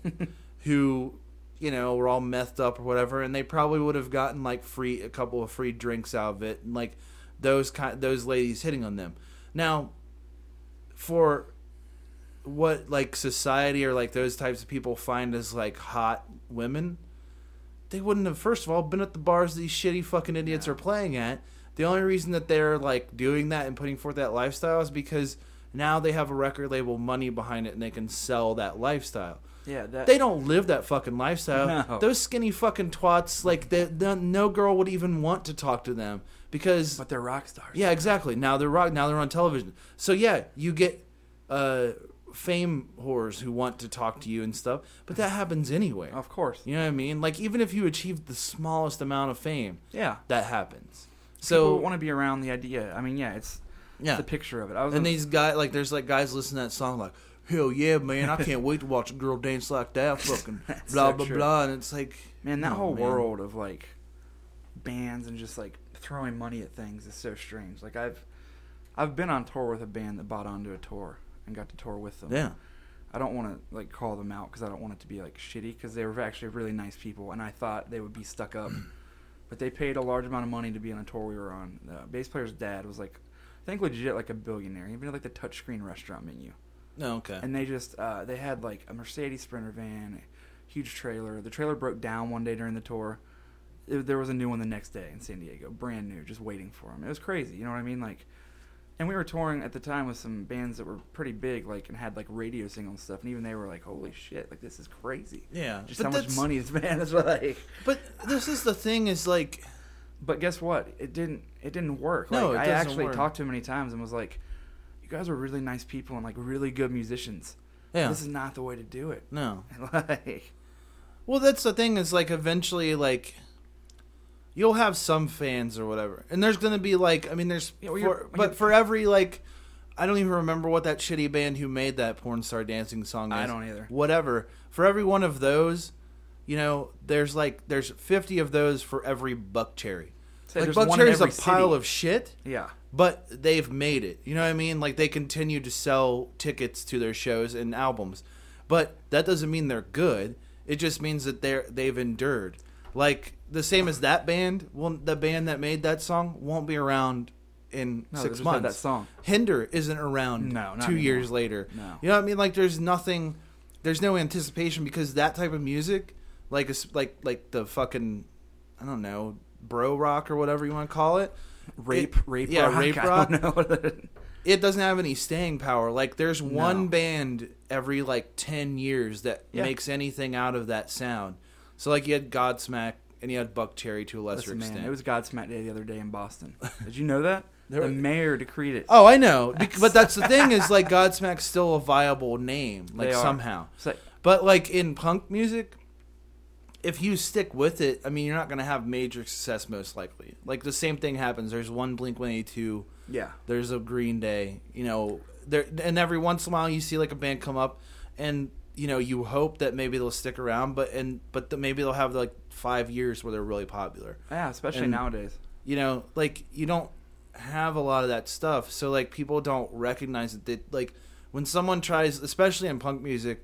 [SPEAKER 2] who you know were all messed up or whatever and they probably would have gotten like free a couple of free drinks out of it and like those kind those ladies hitting on them now for what like society or like those types of people find as like hot women they wouldn't have first of all been at the bars these shitty fucking idiots are playing at the only reason that they're like doing that and putting forth that lifestyle is because now they have a record label money behind it and they can sell that lifestyle
[SPEAKER 1] yeah. That,
[SPEAKER 2] they don't live that fucking lifestyle.
[SPEAKER 1] No.
[SPEAKER 2] Those skinny fucking twats, like they, they, no girl would even want to talk to them because
[SPEAKER 1] but they're rock stars.
[SPEAKER 2] yeah, exactly. Now they're rock. Now they're on television. So yeah, you get uh, fame whores who want to talk to you and stuff. But that happens anywhere.
[SPEAKER 1] of course.
[SPEAKER 2] You know what I mean? Like even if you achieve the smallest amount of fame,
[SPEAKER 1] Yeah.
[SPEAKER 2] that happens.
[SPEAKER 1] So
[SPEAKER 2] So
[SPEAKER 1] want to be around the idea. I mean, yeah, it's
[SPEAKER 2] yeah,
[SPEAKER 1] the picture of it. I was
[SPEAKER 2] and
[SPEAKER 1] gonna-
[SPEAKER 2] these guys, like, there's like guys listening to that song, like, hell yeah, man, I can't wait to watch a girl dance like that, fucking
[SPEAKER 1] That's
[SPEAKER 2] blah
[SPEAKER 1] so
[SPEAKER 2] blah
[SPEAKER 1] true.
[SPEAKER 2] blah, and it's like,
[SPEAKER 1] man, that
[SPEAKER 2] no,
[SPEAKER 1] whole
[SPEAKER 2] Oh, man.
[SPEAKER 1] world of like bands and just like throwing money at things is so strange. Like I've I've been on tour with a band that bought onto a tour and got to tour with them.
[SPEAKER 2] yeah,
[SPEAKER 1] I don't want to like call them out because I don't want it to be like shitty because they were actually really nice people and I thought they would be stuck up, but they paid a large amount of money to be on a tour we were on. The bass player's dad was like, I think legit like a billionaire. He had like the touchscreen restaurant menu,
[SPEAKER 2] no, okay,
[SPEAKER 1] and they just uh, they had like a Mercedes Sprinter van, a huge trailer. The trailer broke down one day during the tour. It, there was a new one the next day in San Diego, brand new, just waiting for them. It was crazy. You know what I mean? Like and we were touring at the time with some bands that were pretty big, like and had like radio singles and stuff, and even they were like, "Holy shit, like this is crazy."
[SPEAKER 2] yeah,
[SPEAKER 1] Just
[SPEAKER 2] But
[SPEAKER 1] how much
[SPEAKER 2] that's-
[SPEAKER 1] money this band is like.
[SPEAKER 2] But this is the thing, is like,
[SPEAKER 1] But guess what? It didn't. It didn't work.
[SPEAKER 2] No,
[SPEAKER 1] like,
[SPEAKER 2] it
[SPEAKER 1] I
[SPEAKER 2] doesn't
[SPEAKER 1] actually
[SPEAKER 2] work.
[SPEAKER 1] talked to him many times and was like, "You guys were really nice people and like really good musicians.
[SPEAKER 2] yeah,
[SPEAKER 1] This is not the way to do it."
[SPEAKER 2] no,
[SPEAKER 1] like,
[SPEAKER 2] Well, that's the thing is like eventually like you'll have some fans or whatever, and there's gonna be like I mean there's
[SPEAKER 1] Yeah, well,
[SPEAKER 2] for-
[SPEAKER 1] you're-
[SPEAKER 2] but for every like I don't even remember what that shitty band who made that porn star dancing song. Is.
[SPEAKER 1] I don't either.
[SPEAKER 2] Whatever. For every one of those, you know, there's like there's 50 of those for every buck cherry.
[SPEAKER 1] Say
[SPEAKER 2] like
[SPEAKER 1] there's
[SPEAKER 2] buck
[SPEAKER 1] one in
[SPEAKER 2] cherry's a
[SPEAKER 1] every
[SPEAKER 2] pile
[SPEAKER 1] city.
[SPEAKER 2] of shit
[SPEAKER 1] yeah,
[SPEAKER 2] but they've made it. You know what I mean? Like they continue to sell tickets to their shows and albums, but that doesn't mean they're good. It just means that they're they've endured. Like the same as that band, won't the band that made that song won't be around in
[SPEAKER 1] No, they
[SPEAKER 2] six
[SPEAKER 1] just had
[SPEAKER 2] months.
[SPEAKER 1] that song.
[SPEAKER 2] Hinder isn't around
[SPEAKER 1] No, not
[SPEAKER 2] two years
[SPEAKER 1] anymore.
[SPEAKER 2] later.
[SPEAKER 1] No.
[SPEAKER 2] You know what I mean? Like there's nothing, there's no anticipation because that type of music, like it's- like like the fucking, I don't know, bro rock or whatever you want to call it,
[SPEAKER 1] rape,
[SPEAKER 2] it-
[SPEAKER 1] rape,
[SPEAKER 2] yeah,
[SPEAKER 1] rock.
[SPEAKER 2] rape
[SPEAKER 1] I
[SPEAKER 2] rock.
[SPEAKER 1] don't know what it-
[SPEAKER 2] It doesn't have any staying power. Like there's one
[SPEAKER 1] No.
[SPEAKER 2] band every like ten years that
[SPEAKER 1] Yeah.
[SPEAKER 2] makes anything out of that sound. So like you had Godsmack and you had Buck Cherry to a lesser
[SPEAKER 1] Listen, man,
[SPEAKER 2] extent.
[SPEAKER 1] it was Godsmack Day the other day in Boston. Did you know that? the
[SPEAKER 2] were-
[SPEAKER 1] mayor decreed it.
[SPEAKER 2] oh, I know, Bec- but that's the thing is like Godsmack's still a viable name, like
[SPEAKER 1] They are.
[SPEAKER 2] somehow.
[SPEAKER 1] It's like,
[SPEAKER 2] But like in punk music, if you stick with it, I mean, you're not gonna have major success most likely. Like the same thing happens. There's one Blink One Eighty Two.
[SPEAKER 1] yeah,
[SPEAKER 2] There's a Green Day. You know, there and every once in a while you see like a band come up, and you know you hope that maybe they'll stick around, but and but the, maybe they'll have like five years where they're really popular.
[SPEAKER 1] yeah, especially
[SPEAKER 2] And-
[SPEAKER 1] nowadays.
[SPEAKER 2] You know, like you don't have a lot of that stuff, so like people don't recognize that. They, like when someone tries, especially in punk music,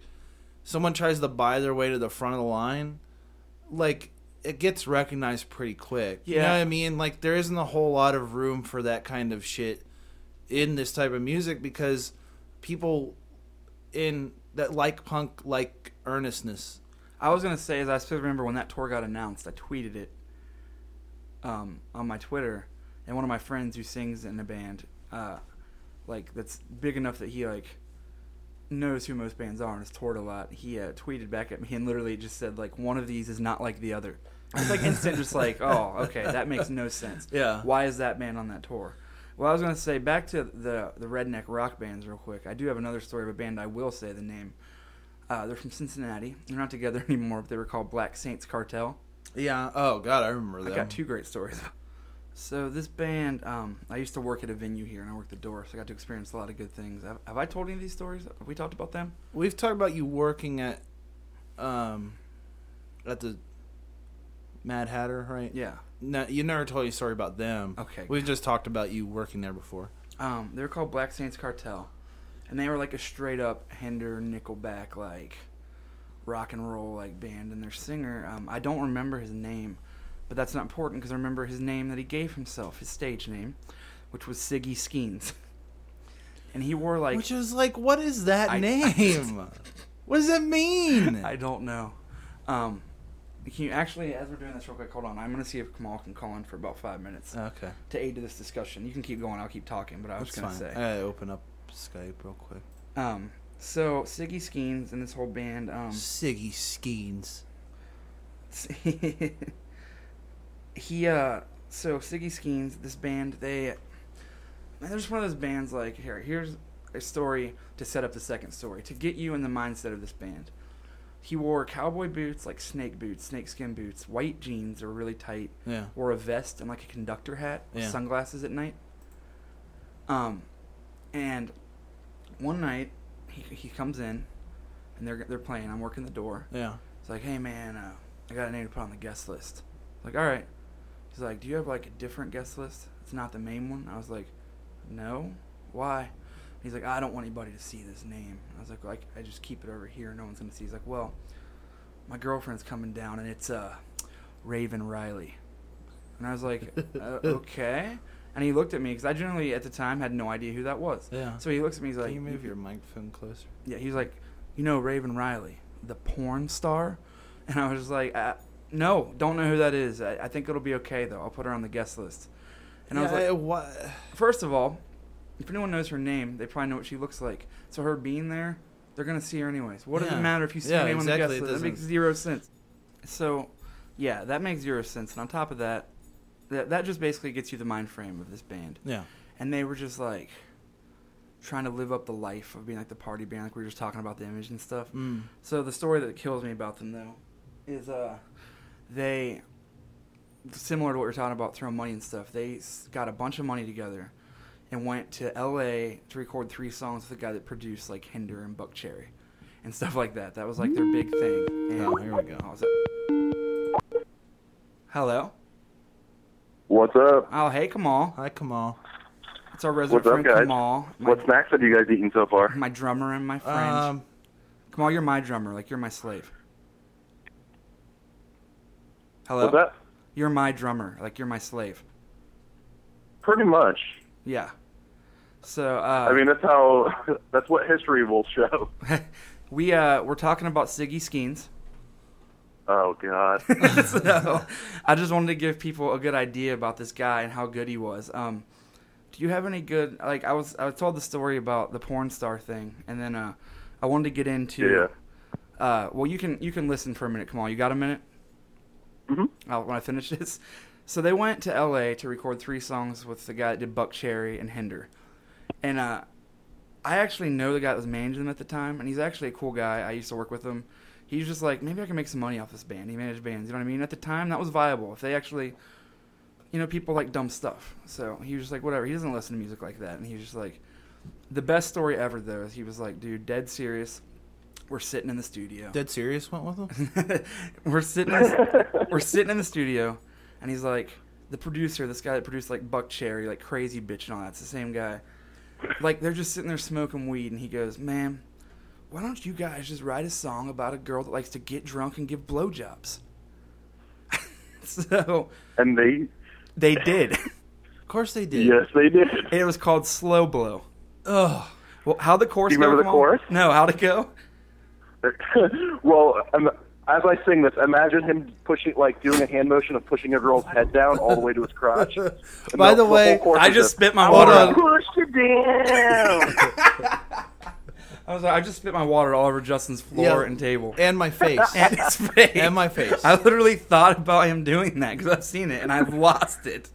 [SPEAKER 2] someone tries to buy their way to the front of the line, like it gets recognized pretty quick. You know
[SPEAKER 1] Yeah.
[SPEAKER 2] what I mean? Like there isn't a whole lot of room for that kind of shit in this type of music because people in that like punk like earnestness.
[SPEAKER 1] I was gonna say, as I still remember when that tour got announced, I tweeted it um, on my Twitter, and one of my friends who sings in a band, uh, like that's big enough that he like knows who most bands are and has toured a lot. He uh, tweeted back at me and literally just said like, "One of these is not like the other." It's like instant, just like, "Oh, okay, that makes no sense."
[SPEAKER 2] Yeah.
[SPEAKER 1] Why is that band on that tour? Well, I was gonna say back to the the redneck rock bands real quick. I do have another story of a band. I will say the name. Uh, they're from Cincinnati. They're not together anymore, but they were called Black Saints Cartel.
[SPEAKER 2] Yeah. Oh God, I remember that.
[SPEAKER 1] I got two great stories. So this band, um, I used to work at a venue here, and I worked the door, so I got to experience a lot of good things. Have, have I told any of these stories? Have we talked about them?
[SPEAKER 2] We've talked about you working at, um, at the Mad Hatter, right?
[SPEAKER 1] Yeah.
[SPEAKER 2] No, you never told any story about them.
[SPEAKER 1] Okay.
[SPEAKER 2] We've just talked about you working there before.
[SPEAKER 1] Um, they were called Black Saints Cartel, and they were like a straight up Hinder Nickelback like rock and roll like band. And their singer, um, I don't remember his name, but that's not important because I remember his name that he gave himself, his stage name, which was Siggy Skeens. And he wore like
[SPEAKER 2] Which is like, what is that
[SPEAKER 1] I-
[SPEAKER 2] name? what does that mean?
[SPEAKER 1] I don't know. Um, can you actually, as we're doing this real quick, hold on. I'm gonna see if Kamal can call in for about five minutes uh,
[SPEAKER 2] okay.
[SPEAKER 1] to aid to this discussion. You can keep going. I'll keep talking, but I was
[SPEAKER 2] That's
[SPEAKER 1] gonna say.
[SPEAKER 2] fine. I open up Skype real quick.
[SPEAKER 1] Um, so Siggy Skeens and this whole band. Um,
[SPEAKER 2] Siggy Skeens.
[SPEAKER 1] he uh, so Siggy Skeens, this band, they, man, they're just one of those bands. Like here, here's a story to set up the second story to get you in the mindset of this band. He wore cowboy boots, like snake boots, snakeskin boots, white jeans that were really tight.
[SPEAKER 2] Yeah.
[SPEAKER 1] wore a vest and like a conductor hat with
[SPEAKER 2] Yeah.
[SPEAKER 1] sunglasses at night. Um, and one night he, he comes in and they're they're playing. I'm working the door.
[SPEAKER 2] Yeah.
[SPEAKER 1] It's like, hey man, uh, I got a name to put on the guest list. like, all right. He's like, do you have like a different guest list? It's not the main one. I was like, no. Why? He's like, I don't want anybody to see this name. I was like, like I just keep it over here. No one's gonna see. He's like, well, my girlfriend's coming down and it's uh, Raven Riley. And I was like, uh, okay. And he looked at me because I generally at the time had no idea who that was.
[SPEAKER 2] Yeah.
[SPEAKER 1] So he looks at me. He's like,
[SPEAKER 2] Can you move your microphone closer?
[SPEAKER 1] yeah, he was like, you know, Raven Riley, the porn star, and I was just like, uh, no, don't know who that is. I, I think it'll be okay though. I'll put her on the guest list. And I was like,
[SPEAKER 2] what?
[SPEAKER 1] first of all, if anyone knows her name, they probably know what she looks like. So her being there, they're gonna see her anyways. What does it
[SPEAKER 2] Yeah.
[SPEAKER 1] matter if you see
[SPEAKER 2] Yeah,
[SPEAKER 1] her name on
[SPEAKER 2] exactly,
[SPEAKER 1] the guest
[SPEAKER 2] it
[SPEAKER 1] list? That makes
[SPEAKER 2] doesn't-
[SPEAKER 1] zero sense. So, yeah, that makes zero sense. And on top of that, that that just basically gets you the mind frame of this band
[SPEAKER 2] Yeah.
[SPEAKER 1] and they were just like trying to live up the life of being like the party band like we were just talking about the image and stuff
[SPEAKER 2] Mm.
[SPEAKER 1] so the story that kills me about them though is uh they similar to what we we're talking about throwing money and stuff they s- got a bunch of money together and went to la to record three songs with the guy that produced like hinder and buck cherry and stuff like that that was like their big thing and
[SPEAKER 2] Oh, here we go.
[SPEAKER 1] Oh, is that- hello
[SPEAKER 5] What's up?
[SPEAKER 1] oh hey kamal
[SPEAKER 2] Hi, Kamal.
[SPEAKER 1] it's our resident
[SPEAKER 5] What's up,
[SPEAKER 1] friend
[SPEAKER 5] guys?
[SPEAKER 1] kamal My-
[SPEAKER 5] What snacks have you guys eaten so far?
[SPEAKER 1] my drummer and my friend.
[SPEAKER 2] Um,
[SPEAKER 1] Kamal, you're my drummer. Like you're my slave. Hello.
[SPEAKER 5] What's up?
[SPEAKER 1] You're my drummer. Like you're my slave.
[SPEAKER 5] Pretty much.
[SPEAKER 1] Yeah. So uh,
[SPEAKER 5] I mean, that's how. That's what history will show.
[SPEAKER 1] we uh, we're talking about Siggy Skeens.
[SPEAKER 5] Oh God.
[SPEAKER 1] so I just wanted to give people a good idea about this guy and how good he was. Um, do you have any good like I was I was told the story about the porn star thing and then uh, I wanted to get into
[SPEAKER 5] yeah.
[SPEAKER 1] Uh, well, you can you can listen for a minute, Kamal. You got a minute? Mm-hmm. I'll, when I finish this, so they went to L.A. to record three songs with the guy that did Buck Cherry and Hinder, and uh, I actually know the guy that was managing them at the time, and he's actually a cool guy. I used to work with him. He's just like, maybe I can make some money off this band. He managed bands, you know what I mean? At the time, that was viable. If they actually, you know, people like dumb stuff. So he was just like, whatever. He doesn't listen to music like that, and he was just like, the best story ever though is he was like, dude, dead serious. We're sitting in the studio
[SPEAKER 2] Dead Serious went with him?
[SPEAKER 1] we're sitting in, we're sitting in the studio and he's like the producer this guy that produced like buck cherry like crazy bitch and all that it's the same guy like they're just sitting there smoking weed and he goes man why don't you guys just write a song about a girl that likes to get drunk and give blowjobs so
[SPEAKER 5] And they.
[SPEAKER 1] they did
[SPEAKER 2] Of course they did.
[SPEAKER 5] Yes, they did.
[SPEAKER 1] it was called slow blow
[SPEAKER 2] Ugh.
[SPEAKER 1] well how the chorus
[SPEAKER 5] Do you remember
[SPEAKER 1] go,
[SPEAKER 5] the
[SPEAKER 1] Kamal?
[SPEAKER 5] chorus?
[SPEAKER 1] no how'd it go
[SPEAKER 5] well, um, as I sing this, imagine him pushing, like, doing a hand motion of pushing a girl's head down all the way to his crotch. And
[SPEAKER 2] By the way,
[SPEAKER 5] whole chorus
[SPEAKER 1] I
[SPEAKER 5] is
[SPEAKER 1] just
[SPEAKER 5] this,
[SPEAKER 1] spit my
[SPEAKER 5] "I
[SPEAKER 1] water
[SPEAKER 5] wanna
[SPEAKER 2] on-
[SPEAKER 5] Push you down.
[SPEAKER 1] i was like i just spit my water all over justin's floor
[SPEAKER 2] Yeah.
[SPEAKER 1] and table
[SPEAKER 2] And my face.
[SPEAKER 1] and his face.
[SPEAKER 2] And my face.
[SPEAKER 1] I literally thought about him doing that because I've seen it and I've lost it.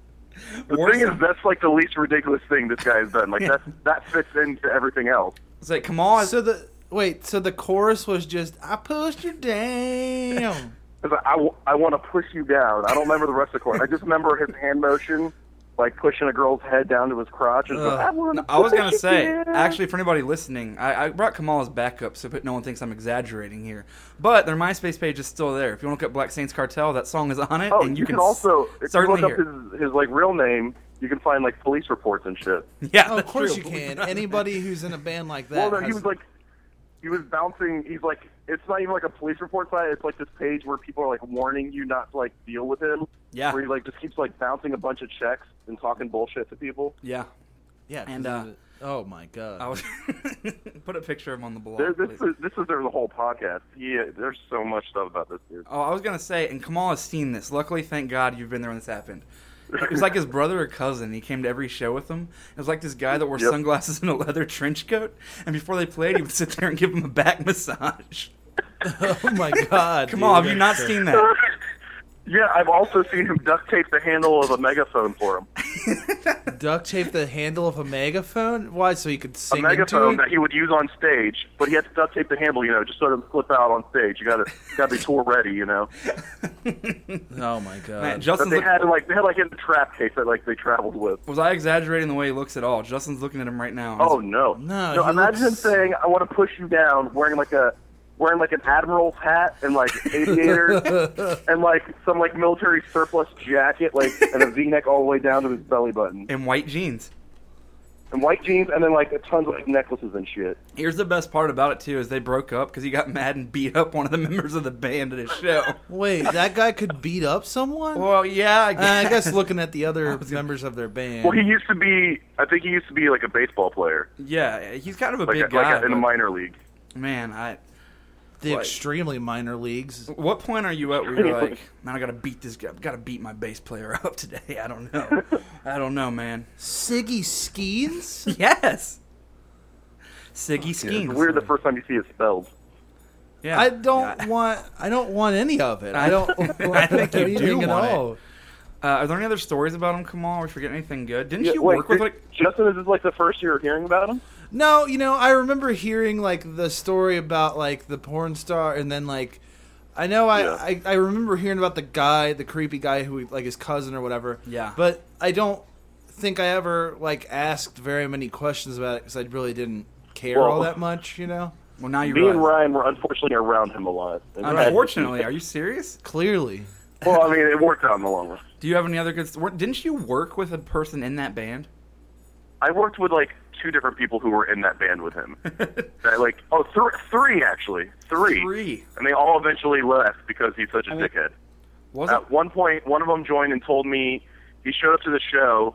[SPEAKER 5] the
[SPEAKER 1] Worse
[SPEAKER 5] thing is,
[SPEAKER 1] than-
[SPEAKER 5] that's like the least ridiculous thing this guy has done. Like that, that fits into everything else.
[SPEAKER 1] it's like Kamal. Has,
[SPEAKER 2] so the Wait, so the chorus was just "I pushed her down." Oh,
[SPEAKER 5] It's like, I, w- I want to push you down. I don't remember the rest of the chorus. I just remember his hand motion, like pushing a girl's head down to his crotch. And
[SPEAKER 2] Ugh.
[SPEAKER 5] like, I, wanna
[SPEAKER 1] No, I was
[SPEAKER 5] push
[SPEAKER 1] gonna
[SPEAKER 5] you
[SPEAKER 1] say,
[SPEAKER 5] down."
[SPEAKER 1] actually, for anybody listening, I, I brought Kamala's backup so that no one thinks I'm exaggerating here. But their MySpace page is still there. If you want to look up Black Saints Cartel, that song is on it,
[SPEAKER 5] Oh,
[SPEAKER 1] and
[SPEAKER 5] you, can,
[SPEAKER 1] s-
[SPEAKER 5] also if you
[SPEAKER 1] certainly
[SPEAKER 5] look up
[SPEAKER 1] hear.
[SPEAKER 5] his, his like real name. You can find like police reports and shit.
[SPEAKER 1] it. yeah,
[SPEAKER 2] Oh, of
[SPEAKER 1] that's
[SPEAKER 2] course
[SPEAKER 1] true.
[SPEAKER 2] you can. Anybody who's in a band like
[SPEAKER 5] Well,
[SPEAKER 2] that.
[SPEAKER 5] no, he
[SPEAKER 2] has-
[SPEAKER 5] was like, he was bouncing. He's like, it's not even like a police report site. It's like this page where people are like warning you not to like deal with him.
[SPEAKER 1] Yeah.
[SPEAKER 5] Where he like just keeps like bouncing a bunch of checks and talking bullshit to people.
[SPEAKER 1] yeah,
[SPEAKER 2] yeah, 'cause
[SPEAKER 1] and, uh,
[SPEAKER 2] of it. oh my god,
[SPEAKER 1] I was put a picture of him on the blog.
[SPEAKER 5] There, this
[SPEAKER 1] please.
[SPEAKER 5] is this is their whole podcast. Yeah, there's so much stuff about this dude.
[SPEAKER 1] Oh, I was gonna say, and Kamala's seen this. Luckily, thank God you've been there when this happened. It was like his brother or cousin. He came to every show with him. It was like this guy that wore
[SPEAKER 5] Yep.
[SPEAKER 1] sunglasses and a leather trench coat, and before they played, he would sit there and give him a back massage.
[SPEAKER 2] oh my god.
[SPEAKER 1] Come
[SPEAKER 2] dude,
[SPEAKER 1] on, have you
[SPEAKER 2] that's
[SPEAKER 1] not
[SPEAKER 2] so-
[SPEAKER 1] seen that?
[SPEAKER 5] yeah, I've also seen him duct tape the handle of a megaphone for him.
[SPEAKER 2] duct tape the handle of a megaphone? Why? So he could
[SPEAKER 5] A
[SPEAKER 2] sing
[SPEAKER 5] megaphone
[SPEAKER 2] into
[SPEAKER 5] that
[SPEAKER 2] it?
[SPEAKER 5] he would use on stage, but he had to duct tape the handle, you know, just so it doesn't flip out on stage. You gotta gotta be tour ready, you know.
[SPEAKER 2] Oh my god.
[SPEAKER 1] Man,
[SPEAKER 5] But
[SPEAKER 1] Justin's
[SPEAKER 5] they
[SPEAKER 1] look-
[SPEAKER 5] had like they had like in the trap case that like they traveled with.
[SPEAKER 1] was I exaggerating the way he looks at all? Justin's looking at him right now.
[SPEAKER 5] Oh no.
[SPEAKER 2] No,
[SPEAKER 5] So
[SPEAKER 2] he
[SPEAKER 5] imagine him
[SPEAKER 2] looks-
[SPEAKER 5] saying, I wanna push you down wearing like a wearing like an admiral's hat and like aviators and like some like military surplus jacket like and a V neck all the way down to his belly button.
[SPEAKER 1] in white jeans.
[SPEAKER 5] and white jeans, and then like tons of like necklaces and shit.
[SPEAKER 1] Here's the best part about it too: is they broke up because he got mad and beat up one of the members of the band at his show.
[SPEAKER 2] Wait, that guy could beat up someone?
[SPEAKER 1] well, yeah, I
[SPEAKER 2] Uh, I
[SPEAKER 1] guess.
[SPEAKER 2] guess looking at the other members of their band.
[SPEAKER 5] Well, he used to be. I think he used to be like a baseball player,
[SPEAKER 1] yeah, he's kind of a
[SPEAKER 5] like,
[SPEAKER 1] big
[SPEAKER 5] a,
[SPEAKER 1] guy.
[SPEAKER 5] like a, in a
[SPEAKER 1] but-
[SPEAKER 5] minor league.
[SPEAKER 1] man, I.
[SPEAKER 2] the
[SPEAKER 1] Like- Oh.
[SPEAKER 2] extremely minor leagues.
[SPEAKER 1] What point are you at where you're like, man, I gotta beat this guy, gotta beat my bass player up today? I don't know, I don't know, man.
[SPEAKER 2] Siggy Skeens?
[SPEAKER 1] Yes, Siggy Skeens.
[SPEAKER 5] It's weird the first time you see it spelled.
[SPEAKER 1] Yeah,
[SPEAKER 2] I don't
[SPEAKER 1] Yeah.
[SPEAKER 2] want. I don't want any of it. I don't.
[SPEAKER 1] I think you do
[SPEAKER 2] anything at
[SPEAKER 1] want it.
[SPEAKER 2] all.
[SPEAKER 1] Uh, are there any other stories about him, Kamal? Are we forgetting anything good? Didn't you
[SPEAKER 5] wait,
[SPEAKER 1] work with
[SPEAKER 5] this-
[SPEAKER 1] like?
[SPEAKER 5] Justin, is this like the first you're hearing about him?
[SPEAKER 2] No, you know, I remember hearing like the story about like the porn star, and then like, I know I
[SPEAKER 5] Yeah.
[SPEAKER 2] I, I remember hearing about the guy, the creepy guy who like his cousin or whatever.
[SPEAKER 1] Yeah.
[SPEAKER 2] But I don't think I ever like asked very many questions about it because I really didn't care all
[SPEAKER 5] Well-
[SPEAKER 2] that much. You know,
[SPEAKER 1] Well, now
[SPEAKER 5] Me
[SPEAKER 1] you're
[SPEAKER 5] and
[SPEAKER 1] right.
[SPEAKER 5] Ryan were unfortunately around him a lot. And we had-
[SPEAKER 1] Unfortunately, are you serious?
[SPEAKER 2] clearly.
[SPEAKER 5] well, I mean, it worked out in the long run.
[SPEAKER 1] Do you have any other good? St- didn't you work with a person in that band?
[SPEAKER 5] I worked with like two different people who were in that band with him. That, like, oh, th- three actually, three,
[SPEAKER 1] Three.
[SPEAKER 5] and they all eventually left because he's such a dickhead.
[SPEAKER 1] Was it?
[SPEAKER 5] At one point, one of them joined and told me he showed up to the show.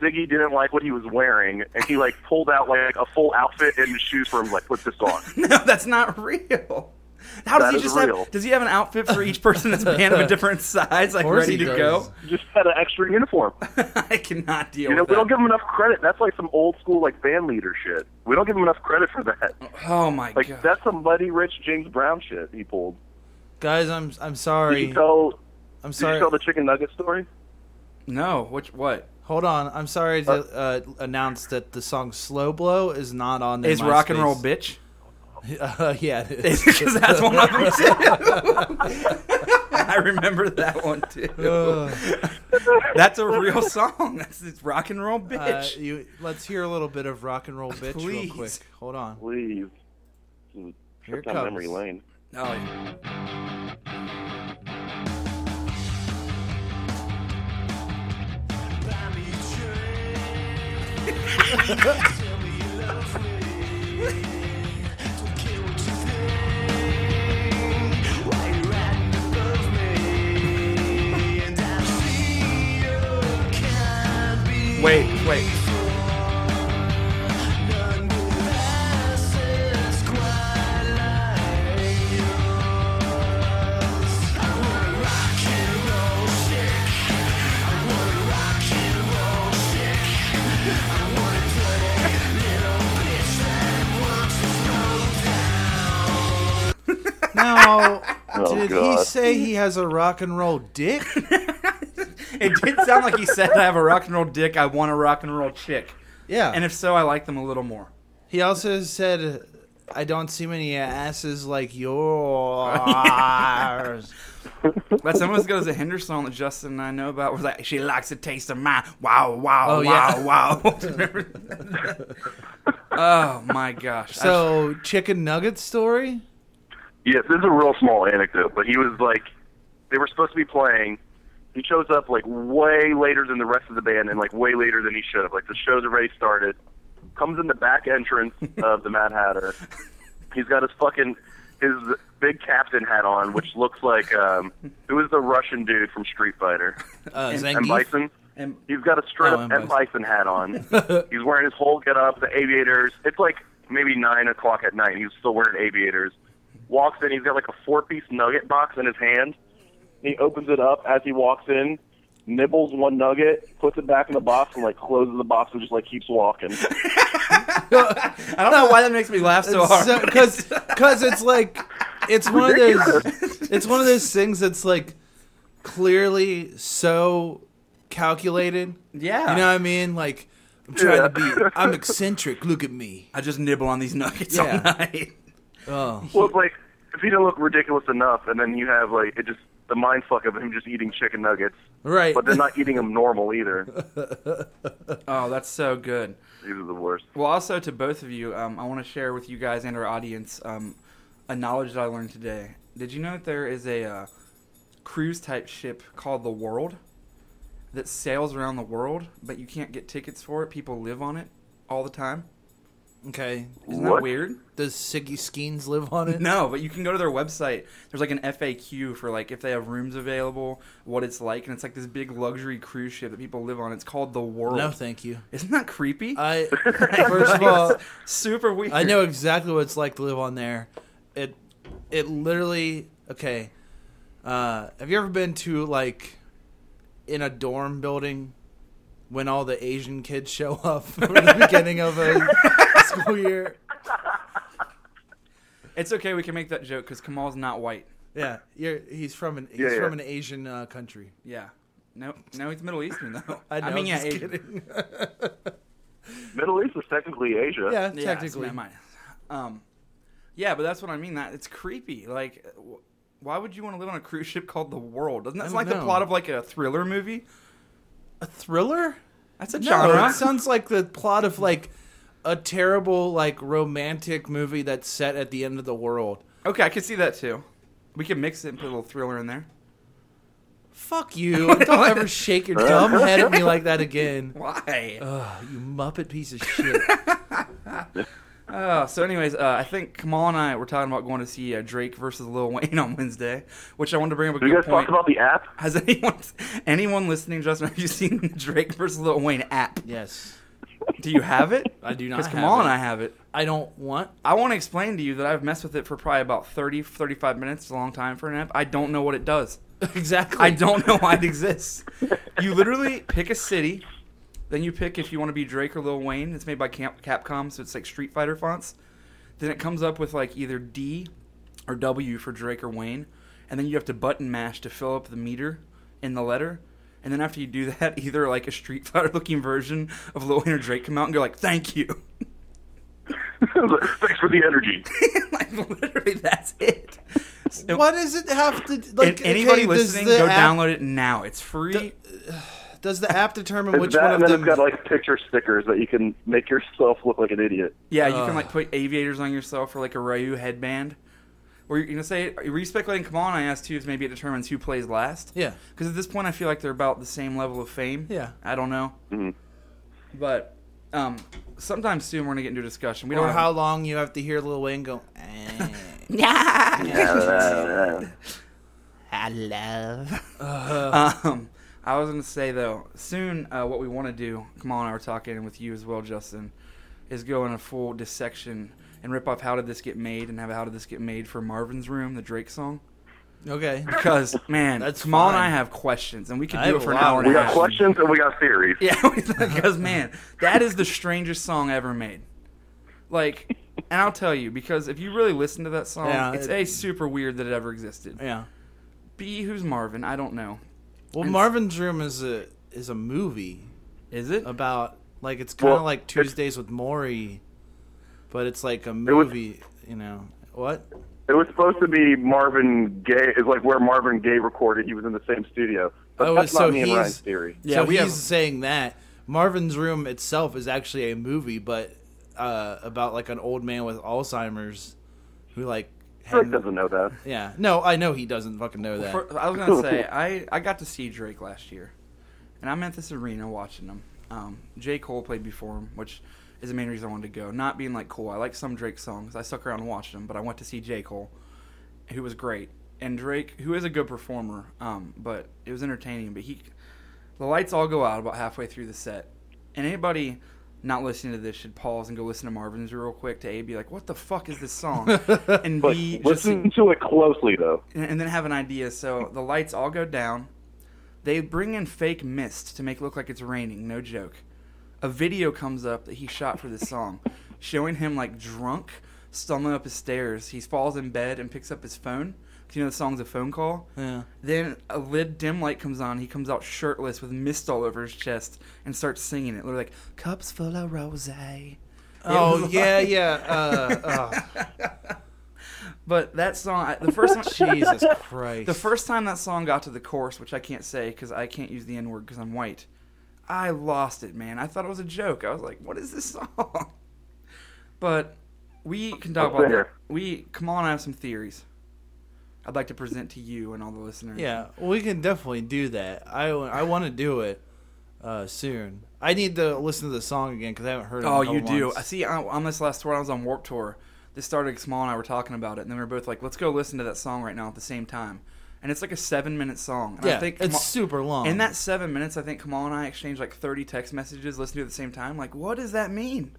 [SPEAKER 5] Ziggy didn't like what he was wearing, and he like pulled out like a full outfit and his shoes for him. Like, put this on.
[SPEAKER 1] No, that's not real. How does
[SPEAKER 5] That
[SPEAKER 1] he
[SPEAKER 5] is
[SPEAKER 1] just
[SPEAKER 5] real.
[SPEAKER 1] have? Does he have an outfit for each person that's band of a different size, like
[SPEAKER 2] course
[SPEAKER 1] ready
[SPEAKER 2] he
[SPEAKER 1] to
[SPEAKER 2] does.
[SPEAKER 1] go?
[SPEAKER 5] He just had an extra uniform.
[SPEAKER 1] I cannot deal
[SPEAKER 5] You know,
[SPEAKER 1] with
[SPEAKER 5] we don't
[SPEAKER 1] that.
[SPEAKER 5] give him enough credit. That's like some old school like band leader shit. We don't give him enough credit for that.
[SPEAKER 1] oh my
[SPEAKER 5] Like,
[SPEAKER 1] god!
[SPEAKER 5] that's some Buddy Rich James Brown shit he pulled.
[SPEAKER 2] Guys, I'm I'm
[SPEAKER 5] Did you
[SPEAKER 2] sorry.
[SPEAKER 5] tell?
[SPEAKER 2] I'm
[SPEAKER 5] Did you
[SPEAKER 2] sorry.
[SPEAKER 5] tell the chicken nugget story?
[SPEAKER 1] no, which what
[SPEAKER 2] Hold on. I'm sorry to uh, announce that the song "Slow Blow" is not on. the
[SPEAKER 1] is rock and roll
[SPEAKER 2] MySpace.
[SPEAKER 1] bitch?
[SPEAKER 2] Uh, yeah, it is.
[SPEAKER 1] Because that's one of them too. I remember that one too.
[SPEAKER 2] Ugh.
[SPEAKER 1] That's a real song. That's it's rock and roll
[SPEAKER 2] Uh,
[SPEAKER 1] bitch.
[SPEAKER 2] you, let's hear a little bit of rock and roll bitch
[SPEAKER 1] Please.
[SPEAKER 2] real quick. Hold on.
[SPEAKER 5] Please.
[SPEAKER 2] Here it
[SPEAKER 5] Down
[SPEAKER 2] comes.
[SPEAKER 5] memory lane.
[SPEAKER 1] oh, yeah. Wait, wait.
[SPEAKER 2] Now,
[SPEAKER 5] Oh,
[SPEAKER 2] did he
[SPEAKER 5] God.
[SPEAKER 2] say he has a rock and roll dick?
[SPEAKER 1] It did sound like he said, "I have a rock and roll dick. I want a rock and roll chick."
[SPEAKER 2] Yeah.
[SPEAKER 1] And if so, I like them a little more.
[SPEAKER 2] he also said I don't see many asses like yours.
[SPEAKER 1] That's almost as good as a Hinder song that Justin and I know about. Where it's like she likes the taste of mine. Wow, wow,
[SPEAKER 2] Oh,
[SPEAKER 1] wow,
[SPEAKER 2] yeah.
[SPEAKER 1] wow. oh my gosh. I-
[SPEAKER 2] so chicken nugget story.
[SPEAKER 5] Yes, this is a real small anecdote, but he was like, they were supposed to be playing. He shows up like way later than the rest of the band, and like way later than he should have. Like the show's already started. Comes in the back entrance of the Mad Hatter. He's got his fucking his big captain hat on, which looks like um, who is the Russian dude from Street Fighter?
[SPEAKER 2] Uh,
[SPEAKER 5] And
[SPEAKER 2] Zangief.
[SPEAKER 5] Bison.
[SPEAKER 1] and
[SPEAKER 5] He's got a straight
[SPEAKER 2] Oh,
[SPEAKER 5] up
[SPEAKER 2] and
[SPEAKER 5] M. Bison hat on. he's wearing his whole get up, the aviators. It's like maybe nine o'clock at night. He's still wearing aviators. Walks in, he's got like a four piece nugget box in his hand. He opens it up as he walks in, nibbles one nugget, puts it back in the box, and like closes the box and just like keeps walking.
[SPEAKER 1] I don't know why that makes me laugh so hard.
[SPEAKER 2] because because it's like it's one of those it's one of those things that's like clearly so calculated.
[SPEAKER 1] yeah.
[SPEAKER 2] You know what I mean? Like I'm trying to be I'm eccentric. Look at me.
[SPEAKER 1] I just nibble on these nuggets
[SPEAKER 2] Yeah.
[SPEAKER 1] all night.
[SPEAKER 2] Oh,
[SPEAKER 5] well, it's like if he didn't look ridiculous enough, and then you have like it just the mind fuck of him just eating chicken nuggets,
[SPEAKER 2] right.
[SPEAKER 5] but then not eating them normal either.
[SPEAKER 1] Oh, that's so good.
[SPEAKER 5] These are the worst.
[SPEAKER 1] Well, also to both of you, um, I want to share with you guys and our audience um, a knowledge that I learned today. Did you know that there is a uh, cruise type ship called the World that sails around the world, but you can't get tickets for it? People live on it all the time.
[SPEAKER 2] okay.
[SPEAKER 1] Isn't that
[SPEAKER 5] What?
[SPEAKER 1] weird?
[SPEAKER 2] Does Siggy Skeens live on it?
[SPEAKER 1] No, but you can go to their website. There's like an FAQ for like if they have rooms available, what it's like, and it's like this big luxury cruise ship that people live on. It's called the World.
[SPEAKER 2] No, thank you.
[SPEAKER 1] Isn't that creepy?
[SPEAKER 2] I Uh, first of all,
[SPEAKER 1] Super weird.
[SPEAKER 2] I know exactly what it's like to live on there. It it literally okay. Uh, have you ever been to like in a dorm building when all the Asian kids show up for the beginning of a school year?
[SPEAKER 1] It's okay. We can make that joke because Kamal's not white.
[SPEAKER 2] Yeah, you're, he's from an he's
[SPEAKER 5] Yeah, yeah.
[SPEAKER 2] from an Asian uh, country.
[SPEAKER 1] Yeah. No, no, he's Middle Eastern though.
[SPEAKER 2] I know.
[SPEAKER 1] mean, yeah,
[SPEAKER 2] just
[SPEAKER 1] Asian.
[SPEAKER 2] kidding.
[SPEAKER 5] Middle East is technically Asia.
[SPEAKER 2] yeah,
[SPEAKER 1] Yeah, it's
[SPEAKER 2] technically.
[SPEAKER 1] not mine. Um, yeah, but that's what I mean. That it's creepy. Like, wh- why would you want to live on a cruise ship called the World? Doesn't that
[SPEAKER 2] don't
[SPEAKER 1] sound like the
[SPEAKER 2] know.
[SPEAKER 1] plot of like a thriller movie?
[SPEAKER 2] a thriller?
[SPEAKER 1] That's a
[SPEAKER 2] No,
[SPEAKER 1] genre.
[SPEAKER 2] it sounds like the plot of like a terrible like romantic movie that's set at the end of the world.
[SPEAKER 1] okay, I could see that too. We could mix it and put a little thriller in there.
[SPEAKER 2] Fuck you. Don't ever shake your dumb head at me like that again.
[SPEAKER 1] Why?
[SPEAKER 2] Ugh, you muppet piece of shit.
[SPEAKER 1] Uh, so, anyways, uh, I think Kamal and I were talking about going to see uh, Drake versus Lil Wayne on Wednesday, which I wanted to bring up a
[SPEAKER 5] Have
[SPEAKER 1] good
[SPEAKER 5] you guys
[SPEAKER 1] point.
[SPEAKER 5] talked about the app?
[SPEAKER 1] Has anyone anyone listening, Justin, have you seen the Drake versus Lil Wayne app?
[SPEAKER 2] yes.
[SPEAKER 1] Do you have it?
[SPEAKER 2] I do not
[SPEAKER 1] Because
[SPEAKER 2] have
[SPEAKER 1] Kamal and
[SPEAKER 2] it.
[SPEAKER 1] I have it.
[SPEAKER 2] I don't want
[SPEAKER 1] I want to explain to you that I've messed with it for probably about 30, 35 minutes. It's a long time for an app. I don't know what it does.
[SPEAKER 2] exactly.
[SPEAKER 1] I don't know why it exists. You literally pick a city, then you pick if you want to be Drake or Lil Wayne. It's made by Camp- Capcom, so it's like Street Fighter fonts. Then it comes up with like either D or W for Drake or Wayne, and then you have to button mash to fill up the meter in the letter. And then after you do that, either like a Street Fighter looking version of Lil Wayne or Drake come out and go like, "Thank you."
[SPEAKER 5] Thanks for the energy.
[SPEAKER 1] like literally, that's it. So-
[SPEAKER 2] Why does it have to
[SPEAKER 1] and
[SPEAKER 2] like
[SPEAKER 1] anybody
[SPEAKER 2] okay, does
[SPEAKER 1] listening,
[SPEAKER 2] the
[SPEAKER 1] go
[SPEAKER 2] app-
[SPEAKER 1] download it now. It's free.
[SPEAKER 2] Does the app determine
[SPEAKER 5] It's
[SPEAKER 2] which
[SPEAKER 5] that,
[SPEAKER 2] one of
[SPEAKER 5] and then
[SPEAKER 2] them
[SPEAKER 5] it's got like picture stickers that you can make yourself look like an idiot.
[SPEAKER 1] Yeah, you can like put aviators on yourself or like a Ryu headband. Or you can say, are you respecting Come on, I asked too, if maybe it determines who plays last.
[SPEAKER 2] Yeah.
[SPEAKER 1] Because at this point, I feel like they're about the same level of fame.
[SPEAKER 2] Yeah.
[SPEAKER 1] I don't know. But um, sometime soon, we're going to get into a discussion. We
[SPEAKER 2] or
[SPEAKER 1] don't
[SPEAKER 2] how long you have to hear Lil Wayne go eh,
[SPEAKER 3] Hello.
[SPEAKER 1] Have, um, I was going to say, though, soon, uh, what we want to do, Come on, I were talking with you as well, Justin, is go in a full dissection and rip off How Did This Get Made and have a How Did This Get Made for Marvin's Room, the Drake song.
[SPEAKER 2] Okay.
[SPEAKER 1] Because man,
[SPEAKER 2] That's
[SPEAKER 1] Kamal and
[SPEAKER 2] fine.
[SPEAKER 1] I have questions, and we could
[SPEAKER 2] I
[SPEAKER 1] do it
[SPEAKER 2] have
[SPEAKER 1] for
[SPEAKER 2] a
[SPEAKER 1] an
[SPEAKER 2] lot.
[SPEAKER 1] hour and
[SPEAKER 5] We
[SPEAKER 1] a
[SPEAKER 5] got
[SPEAKER 1] half.
[SPEAKER 5] questions and we got theories.
[SPEAKER 1] Yeah, because man, that is the strangest song ever made. Like, and I'll tell you because if you really listen to that song,
[SPEAKER 2] Yeah,
[SPEAKER 1] it's
[SPEAKER 2] it-
[SPEAKER 1] a super weird that it ever existed.
[SPEAKER 2] Yeah.
[SPEAKER 1] B, who's Marvin? I don't know.
[SPEAKER 2] Well Marvin's Room is a is a movie.
[SPEAKER 1] Is it?
[SPEAKER 2] about like it's kind of
[SPEAKER 5] Well,
[SPEAKER 2] like
[SPEAKER 5] it's-
[SPEAKER 2] Tuesdays with Maury, but it's like a
[SPEAKER 5] was-
[SPEAKER 2] movie. you know what?
[SPEAKER 5] It was supposed to be Marvin Gaye. It's like where Marvin Gaye recorded. He was in the same studio. But
[SPEAKER 2] Oh,
[SPEAKER 5] that's
[SPEAKER 2] so
[SPEAKER 5] not me and
[SPEAKER 2] he's-
[SPEAKER 5] Ryan's theory.
[SPEAKER 1] Yeah,
[SPEAKER 2] Yeah, so
[SPEAKER 1] we
[SPEAKER 2] he's
[SPEAKER 1] have-
[SPEAKER 2] saying that Marvin's Room itself is actually a movie, but uh, about like an old man with Alzheimer's who like
[SPEAKER 5] Rick
[SPEAKER 2] had-
[SPEAKER 5] doesn't know that.
[SPEAKER 2] yeah. No, I know he doesn't fucking know that.
[SPEAKER 1] For- I was gonna say I, I got to see Drake last year, and I'm at this arena watching him. Um, J Cole played before him, which is the main reason I wanted to go. Not being like cool, I like some Drake songs. I stuck around and watched him, but I went to see J Cole, who was great, and Drake, who is a good performer. Um, but it was entertaining. But he, the lights all go out about halfway through the set, and anybody. Not listening to this should pause and go listen to Marvin's real quick to A be like, what the fuck is this song? And
[SPEAKER 5] But
[SPEAKER 1] B just
[SPEAKER 5] listen to it closely, though.
[SPEAKER 1] and, and then have an idea. So the lights all go down. They bring in fake mist to make it look like it's raining. No joke. A video comes up that he shot for this song, showing him like drunk, stumbling up his stairs. He falls in bed and picks up his phone. 'Cause You know the song's a phone call.
[SPEAKER 2] Yeah.
[SPEAKER 1] Then a lid dim light comes on. He comes out shirtless with mist all over his chest and starts singing it. They're like cups full of rose.
[SPEAKER 2] Oh
[SPEAKER 1] was
[SPEAKER 2] yeah,
[SPEAKER 1] like-
[SPEAKER 2] yeah. Uh,
[SPEAKER 1] But that song, I- the first one,
[SPEAKER 2] oh, Jesus Christ!
[SPEAKER 1] The first time that song got to the chorus, which I can't say because I can't use the N word because I'm white, I lost it, man. I thought it was a joke. I was like, "What is this song?" but we can talk
[SPEAKER 5] Up
[SPEAKER 1] about that.
[SPEAKER 5] there.
[SPEAKER 1] We come on, I have some theories. I'd like to present to you and all the listeners.
[SPEAKER 2] Yeah, we can definitely do that. I, I want to do it uh, soon. I need to listen to the song again because I haven't heard it. in a
[SPEAKER 1] Oh,
[SPEAKER 2] couple
[SPEAKER 1] you do.
[SPEAKER 2] months.
[SPEAKER 1] I see. On on this last tour, I was on Warp Tour. This started small, and I were talking about it, and then we were both like, "Let's go listen to that song right now at the same time." And it's like a seven-minute song. And
[SPEAKER 2] Yeah,
[SPEAKER 1] I think
[SPEAKER 2] it's
[SPEAKER 1] Kamal-
[SPEAKER 2] super long.
[SPEAKER 1] In that seven minutes, I think Kamal and I exchanged like 30 text messages, listening to it at the same time. Like, what does that mean?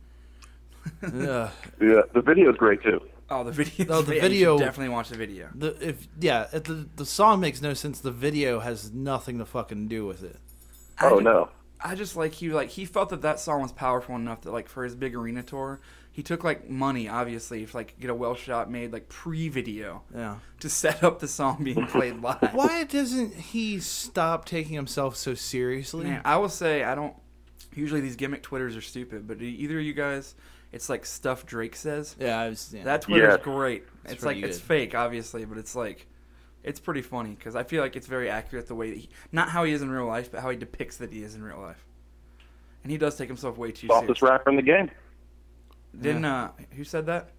[SPEAKER 2] Ugh.
[SPEAKER 5] Yeah, the video's great too.
[SPEAKER 1] Oh, the video.
[SPEAKER 2] Oh, the
[SPEAKER 1] yeah, you should
[SPEAKER 2] video-
[SPEAKER 1] definitely watch the video.
[SPEAKER 2] the if yeah, if the the song makes no sense. The video has nothing to fucking do with it.
[SPEAKER 1] I
[SPEAKER 5] Oh
[SPEAKER 1] ju-
[SPEAKER 5] no.
[SPEAKER 1] I just like he like he felt that that song was powerful enough that like for his big arena tour, he took like money obviously to like get a well shot made like pre video
[SPEAKER 2] Yeah.
[SPEAKER 1] to set up the song being played live.
[SPEAKER 2] Why doesn't he stop taking himself so seriously?
[SPEAKER 1] Man, I will say I don't. Usually these gimmick twitters are stupid, but do either of you guys, it's like stuff Drake says.
[SPEAKER 2] yeah, I was. Yeah.
[SPEAKER 1] That Twitter's
[SPEAKER 5] Yeah.
[SPEAKER 1] great. It's, like
[SPEAKER 2] pretty
[SPEAKER 1] it's
[SPEAKER 2] good.
[SPEAKER 1] fake, obviously, but it's like it's pretty funny because I feel like it's very accurate the way that he, not how he is in real life, but how he depicts that he is in real life. And he does take himself way too
[SPEAKER 5] Softest
[SPEAKER 1] seriously.
[SPEAKER 5] rapper in the game.
[SPEAKER 1] Didn't uh, who said that?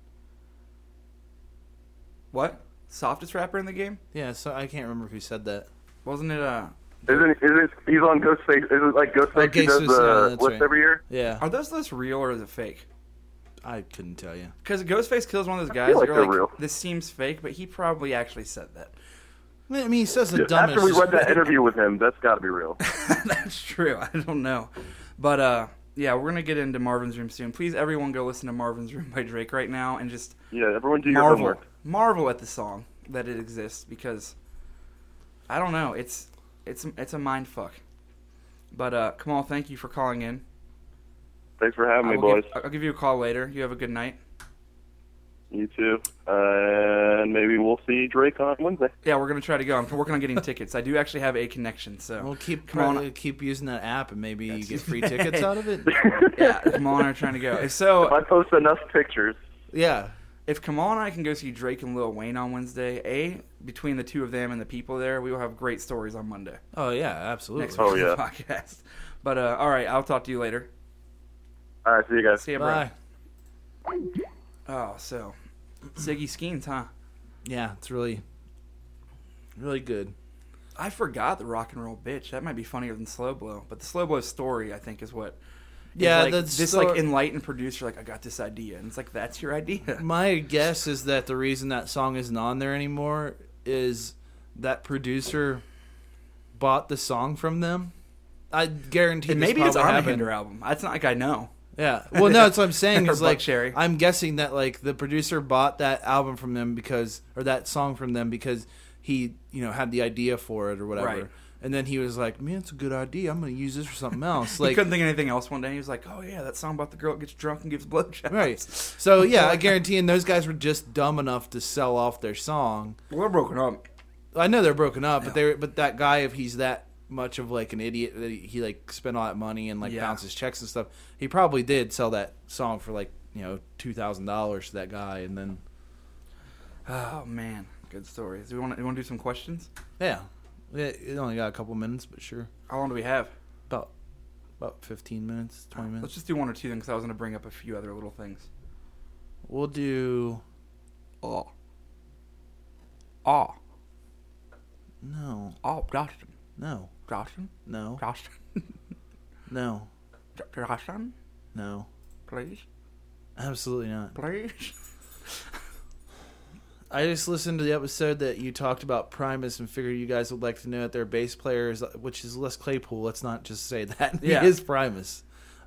[SPEAKER 1] What softest rapper in the game?
[SPEAKER 2] yeah. So I can't remember who said that.
[SPEAKER 1] Wasn't it? Uh,
[SPEAKER 5] Isn't isn't he's on Ghostface? Isn't like Ghostface?
[SPEAKER 2] Okay,
[SPEAKER 5] he
[SPEAKER 2] so-
[SPEAKER 5] does the
[SPEAKER 2] uh, that's
[SPEAKER 5] list
[SPEAKER 2] right.
[SPEAKER 5] every year.
[SPEAKER 2] Yeah,
[SPEAKER 1] are those lists real or is it fake?
[SPEAKER 2] I couldn't tell you.
[SPEAKER 1] Because Ghostface kills one of those
[SPEAKER 5] I
[SPEAKER 1] guys.
[SPEAKER 5] feel like
[SPEAKER 1] you're
[SPEAKER 5] they're
[SPEAKER 1] like,
[SPEAKER 5] real.
[SPEAKER 1] this seems fake, but he probably actually said that.
[SPEAKER 2] I mean, he says the dumbest.
[SPEAKER 5] After we read that interview with him, that's got to be real.
[SPEAKER 1] That's true. I don't know. But uh yeah, we're gonna get into Marvin's Room soon. Please everyone go listen to Marvin's Room by Drake right now and just
[SPEAKER 5] Yeah, everyone do your
[SPEAKER 1] marvel
[SPEAKER 5] homework.
[SPEAKER 1] marvel at the song that it exists because I don't know, it's it's it's a mind fuck. But uh Kamal, thank you for calling in.
[SPEAKER 5] Thanks for having
[SPEAKER 1] I
[SPEAKER 5] me,
[SPEAKER 1] will
[SPEAKER 5] boys.
[SPEAKER 1] give- I'll give you a call later. You have a good night.
[SPEAKER 5] You too. Uh, And maybe we'll see Drake on Wednesday.
[SPEAKER 1] Yeah, we're gonna try to go. I'm working on getting tickets. I do actually have a connection, so
[SPEAKER 2] We'll keep
[SPEAKER 1] Come on.
[SPEAKER 2] uh, keep using that app, and maybe you get free tickets out of it.
[SPEAKER 1] yeah, Kamal and I are trying to go. If so
[SPEAKER 5] If I post enough pictures,
[SPEAKER 2] Yeah,
[SPEAKER 1] if Kamal and I can go see Drake and Lil Wayne on Wednesday, a between the two of them and the people there, we will have great stories on Monday.
[SPEAKER 2] Oh yeah, absolutely.
[SPEAKER 1] Next
[SPEAKER 5] Oh,
[SPEAKER 1] week's
[SPEAKER 5] yeah.
[SPEAKER 1] podcast. But uh, all right, I'll talk to you later.
[SPEAKER 5] all right. See you guys.
[SPEAKER 1] See you, bro.
[SPEAKER 2] Bye.
[SPEAKER 1] Oh, so Siggy Skeens, huh?
[SPEAKER 2] Yeah, it's really, really good.
[SPEAKER 1] I forgot the rock and roll bitch. That might be funnier than slow blow, but the slow blow story I think is what. is
[SPEAKER 2] Yeah,
[SPEAKER 1] like,
[SPEAKER 2] that's
[SPEAKER 1] this
[SPEAKER 2] so-
[SPEAKER 1] like enlightened producer. Like I got this idea, and it's like that's your idea.
[SPEAKER 2] My guess is that the reason that song isn't on there anymore is that producer bought the song from them. I guarantee.
[SPEAKER 1] And
[SPEAKER 2] this
[SPEAKER 1] maybe it's
[SPEAKER 2] probably
[SPEAKER 1] on the
[SPEAKER 2] happened.
[SPEAKER 1] Hinder album. It's not like I know.
[SPEAKER 2] Yeah. Well, no, that's what I'm saying.
[SPEAKER 1] Or
[SPEAKER 2] Is like
[SPEAKER 1] Buckcherry.
[SPEAKER 2] I'm guessing that like the producer bought that album from them because, or that song from them because he, you know, had the idea for it or whatever.
[SPEAKER 1] Right.
[SPEAKER 2] And then he was like, "Man, it's a good idea. I'm going to use this for something else."
[SPEAKER 1] he
[SPEAKER 2] Like,
[SPEAKER 1] couldn't think of anything else one day. He was like, "Oh yeah, that song about the girl that gets drunk and gives blowjobs."
[SPEAKER 2] right. So yeah, I guarantee. And those guys were just dumb enough to sell off their song.
[SPEAKER 1] We're broken up.
[SPEAKER 2] I know they're broken up, but they but that guy, if he's that much of like an idiot that he, he like spent all that money and like
[SPEAKER 1] Yeah.
[SPEAKER 2] bounced his checks and stuff, he probably did sell that song for like you know two thousand dollars to that guy, and then
[SPEAKER 1] Oh man, good stories. Do we want to, want to do some questions?
[SPEAKER 2] Yeah. Yeah, It only got a couple minutes, but sure.
[SPEAKER 1] How long do we have?
[SPEAKER 2] About about 15 minutes, 20
[SPEAKER 1] Let's
[SPEAKER 2] minutes.
[SPEAKER 1] just do one or two then, because I was going to bring up a few other little things.
[SPEAKER 2] We'll do
[SPEAKER 1] Oh. Oh.
[SPEAKER 2] no.
[SPEAKER 1] Oh, Justin.
[SPEAKER 2] No.
[SPEAKER 1] Justin.
[SPEAKER 2] No.
[SPEAKER 1] Justin.
[SPEAKER 2] No.
[SPEAKER 1] Justin.
[SPEAKER 2] No.
[SPEAKER 1] Please.
[SPEAKER 2] Absolutely not.
[SPEAKER 1] Please.
[SPEAKER 2] I just listened to the episode that you talked about Primus and figured you guys would like to know that their bass player is, which is Les Claypool. Let's not just say that
[SPEAKER 1] Yeah.
[SPEAKER 2] he is Primus.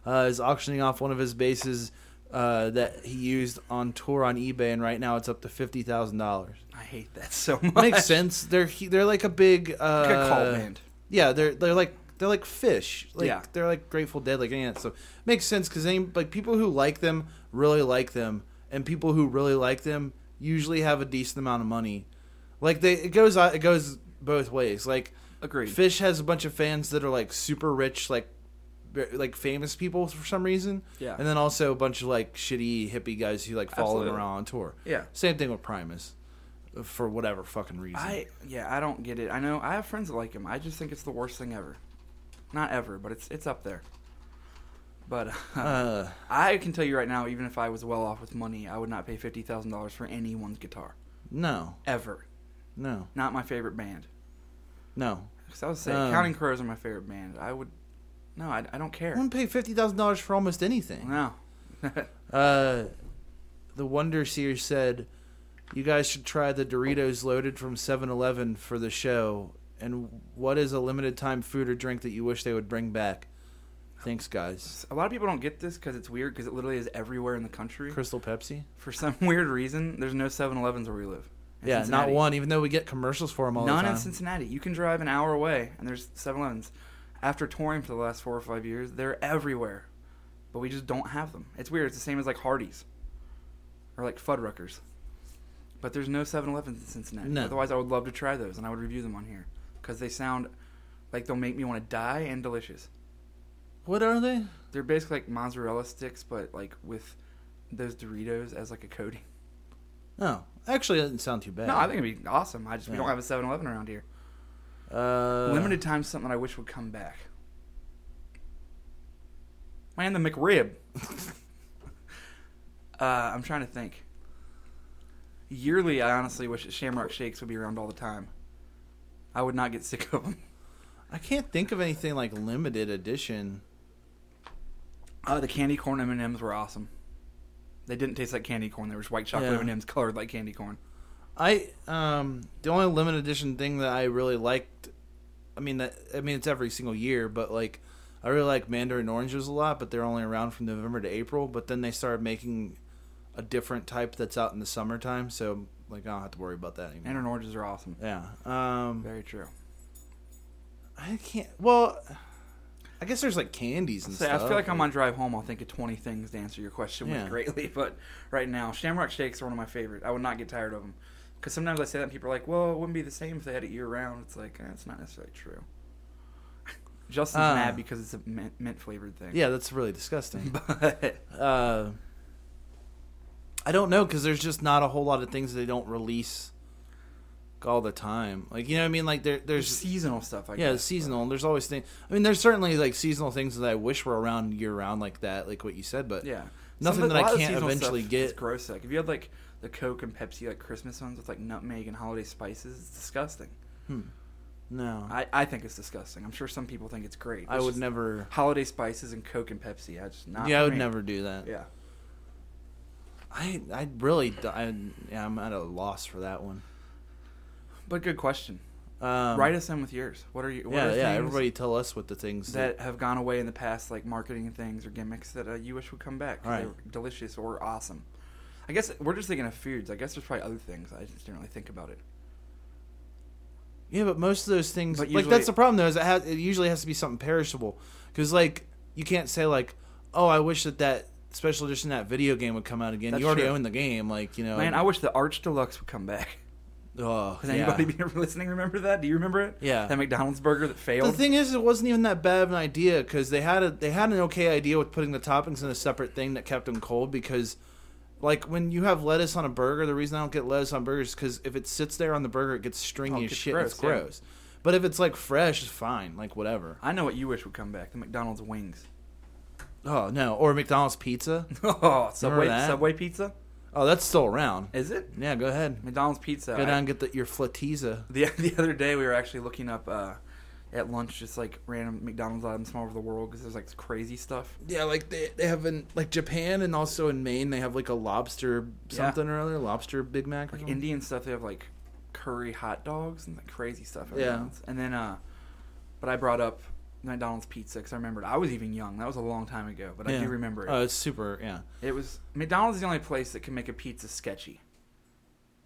[SPEAKER 2] Uh, is auctioning off one of his basses uh, that he used on tour on eBay, and right now it's up to fifty thousand dollars.
[SPEAKER 1] I hate that so much.
[SPEAKER 2] Makes sense. They're he- they're like a big uh,
[SPEAKER 1] Like a cult band.
[SPEAKER 2] Yeah, they're they're like they're like fish. Like,
[SPEAKER 1] Yeah.
[SPEAKER 2] they're like Grateful Dead, like ants. So makes sense because they like people who like them really like them, and people who really like them usually have a decent amount of money. Like they, it goes out- it goes both ways. Like
[SPEAKER 1] Agreed.
[SPEAKER 2] Fish has a bunch of fans that are like super rich, like ve- like famous people for some reason.
[SPEAKER 1] Yeah.
[SPEAKER 2] and then also a bunch of like shitty hippie guys who like follow them
[SPEAKER 1] Absolutely.
[SPEAKER 2] around on tour.
[SPEAKER 1] Yeah.
[SPEAKER 2] same thing with Primus, uh, for whatever fucking reason.
[SPEAKER 1] I yeah, I don't get it. I know I have friends that like him. I just think it's the worst thing ever. Not ever, but it's it's up there. But
[SPEAKER 2] uh,
[SPEAKER 1] I can tell you right now, even if I was well off with money, I would not pay fifty thousand dollars for anyone's guitar
[SPEAKER 2] no,
[SPEAKER 1] ever.
[SPEAKER 2] no,
[SPEAKER 1] Not my favorite band.
[SPEAKER 2] no.
[SPEAKER 1] 'Cause I was saying,
[SPEAKER 2] Um,
[SPEAKER 1] Counting Crows are my favorite band. I would, no, I, I don't
[SPEAKER 2] I
[SPEAKER 1] care.
[SPEAKER 2] wouldn't pay fifty thousand dollars for almost anything.
[SPEAKER 1] No,
[SPEAKER 2] Uh, the Wonder Seer said, "You guys should try the Doritos loaded from 7-Eleven for the show." And what is a limited time food or drink that you wish they would bring back? Thanks, guys.
[SPEAKER 1] a lot of people don't get this because it's weird because it literally is everywhere in the country.
[SPEAKER 2] Crystal Pepsi.
[SPEAKER 1] For some weird reason, there's no 7-Elevens where we live. In
[SPEAKER 2] yeah,
[SPEAKER 1] Cincinnati.
[SPEAKER 2] not one. Even though we get commercials for them all
[SPEAKER 1] None
[SPEAKER 2] the
[SPEAKER 1] in
[SPEAKER 2] time.
[SPEAKER 1] Cincinnati. You can drive an hour away, and there's 7-Elevens. After touring for the last four or five years, they're everywhere, but we just don't have them. It's weird. It's the same as like Hardee's or like Fuddruckers, but there's no 7-Elevens in Cincinnati.
[SPEAKER 2] No.
[SPEAKER 1] Otherwise, I would love to try those, and I would review them on here because they sound like they'll make me want to die and delicious.
[SPEAKER 2] what are they?
[SPEAKER 1] They're basically like mozzarella sticks, but like with those Doritos as like a coating.
[SPEAKER 2] Oh, actually, it doesn't sound too bad.
[SPEAKER 1] No, I think it'd be awesome. I just we
[SPEAKER 2] Yeah.
[SPEAKER 1] don't have a 7-Eleven around here.
[SPEAKER 2] uh,
[SPEAKER 1] Limited time, something that I wish would come back. Man, the McRib. uh, I'm trying to think. Yearly, I honestly wish that Shamrock Shakes would be around all the time. I would not get sick of them.
[SPEAKER 2] I can't think of anything like limited edition.
[SPEAKER 1] Uh, the candy corn M and M's were awesome. They didn't taste like candy corn. They were just white chocolate
[SPEAKER 2] Yeah.
[SPEAKER 1] M and M's colored like candy corn.
[SPEAKER 2] I um the only limited edition thing that I really liked I mean that I mean it's every single year, but like I really like Mandarin oranges a lot, but they're only around from November to April, but then they started making a different type that's out in the summertime, so like I don't have to worry about that anymore.
[SPEAKER 1] And oranges are awesome.
[SPEAKER 2] yeah. Um
[SPEAKER 1] Very true.
[SPEAKER 2] I can't well I guess there's like candies and
[SPEAKER 1] Say, I
[SPEAKER 2] stuff.
[SPEAKER 1] feel like on my drive home, I'll think of 20 things to answer your question with
[SPEAKER 2] Yeah.
[SPEAKER 1] greatly. But right now, Shamrock Shakes are one of my favorite. I would not get tired of them. Because sometimes I say that and people are like, well, it wouldn't be the same if they had it year round. It's like, eh, it's not necessarily true. Justin's
[SPEAKER 2] Uh.
[SPEAKER 1] mad because it's a mint, mint flavored thing.
[SPEAKER 2] Yeah, that's really disgusting.
[SPEAKER 1] But
[SPEAKER 2] uh I don't know because there's just not a whole lot of things they don't release all the time. Like you know what I mean? Like there
[SPEAKER 1] there's
[SPEAKER 2] there's
[SPEAKER 1] seasonal stuff, I guess.
[SPEAKER 2] yeah it's seasonal. And there's always things. I mean, there's certainly like seasonal things that I wish were around year round like that, like what you said. But
[SPEAKER 1] Yeah.
[SPEAKER 2] nothing
[SPEAKER 1] Some of the-
[SPEAKER 2] that
[SPEAKER 1] a lot
[SPEAKER 2] I
[SPEAKER 1] of
[SPEAKER 2] can't
[SPEAKER 1] seasonal
[SPEAKER 2] eventually
[SPEAKER 1] stuff
[SPEAKER 2] get.
[SPEAKER 1] is gross. Like, if you had, like, the Coke and Pepsi, like, Christmas ones with, like, nutmeg and holiday spices, it's disgusting.
[SPEAKER 2] No, I,
[SPEAKER 1] I, I think it's disgusting. I'm sure some people think it's great. It's
[SPEAKER 2] would
[SPEAKER 1] just-
[SPEAKER 2] never.
[SPEAKER 1] holiday spices and Coke and Pepsi. I just not.
[SPEAKER 2] Yeah, I
[SPEAKER 1] for
[SPEAKER 2] would
[SPEAKER 1] me.
[SPEAKER 2] never do that.
[SPEAKER 1] Yeah.
[SPEAKER 2] I I really d- I, yeah, I'm at a loss for that one.
[SPEAKER 1] But good question.
[SPEAKER 2] Um,
[SPEAKER 1] Write us in with yours. What are you? What
[SPEAKER 2] Yeah,
[SPEAKER 1] are
[SPEAKER 2] yeah.
[SPEAKER 1] things
[SPEAKER 2] Everybody tell us what the things that,
[SPEAKER 1] that have gone away in the past, like marketing things or gimmicks that uh, you wish would come back. 'cause
[SPEAKER 2] All
[SPEAKER 1] They
[SPEAKER 2] right.
[SPEAKER 1] were delicious or awesome. I guess we're just thinking of foods. I guess there's probably other things. I just didn't really think about it.
[SPEAKER 2] Yeah, but most of those things,
[SPEAKER 1] But
[SPEAKER 2] like
[SPEAKER 1] usually-
[SPEAKER 2] that's the problem though. Is it, has, it usually has to be something perishable, because like you can't say like, oh, I wish that that special edition of that video game would come out again.
[SPEAKER 1] That's
[SPEAKER 2] you already
[SPEAKER 1] true.
[SPEAKER 2] own the game, like you know.
[SPEAKER 1] Man, I wish the Arch Deluxe would come back.
[SPEAKER 2] oh,
[SPEAKER 1] Does
[SPEAKER 2] yeah.
[SPEAKER 1] anybody be listening remember that? Do you remember it?
[SPEAKER 2] Yeah.
[SPEAKER 1] That McDonald's burger that
[SPEAKER 2] The
[SPEAKER 1] failed.
[SPEAKER 2] thing is, it wasn't even that bad of an idea because they had a they had an okay idea with putting the toppings in a separate thing that kept them cold because like when you have lettuce on a burger, the reason I don't get lettuce on burgers is because if it sits there on the burger, it gets stringy
[SPEAKER 1] Oh, it
[SPEAKER 2] as
[SPEAKER 1] gets
[SPEAKER 2] shit. and it's
[SPEAKER 1] gross, yeah.
[SPEAKER 2] gross. But if it's like fresh, it's fine. Like whatever.
[SPEAKER 1] I know what you wish would come back: the McDonald's wings.
[SPEAKER 2] Oh no, or McDonald's pizza.
[SPEAKER 1] Oh, Subway
[SPEAKER 2] that?
[SPEAKER 1] Subway pizza?
[SPEAKER 2] Oh, that's still around.
[SPEAKER 1] Is it
[SPEAKER 2] Yeah, go ahead.
[SPEAKER 1] McDonald's pizza?
[SPEAKER 2] Go
[SPEAKER 1] I-
[SPEAKER 2] down and get the, your flatiza.
[SPEAKER 1] the the other day we were actually looking up uh, at lunch just like random McDonald's items from all over the world because there's like crazy stuff.
[SPEAKER 2] Yeah, like they, they have in like Japan and also in Maine they have like a lobster something or other, lobster Big Mac. Or
[SPEAKER 1] Like
[SPEAKER 2] something.
[SPEAKER 1] Indian stuff, they have like curry hot dogs and like crazy stuff.
[SPEAKER 2] Yeah.
[SPEAKER 1] else. And then, uh, but I brought up McDonald's pizza because I remembered I was even young. That was a long time ago, but I
[SPEAKER 2] Yeah.
[SPEAKER 1] do remember it.
[SPEAKER 2] Oh, it's super. Yeah.
[SPEAKER 1] it was McDonald's is the only place that can make a pizza sketchy.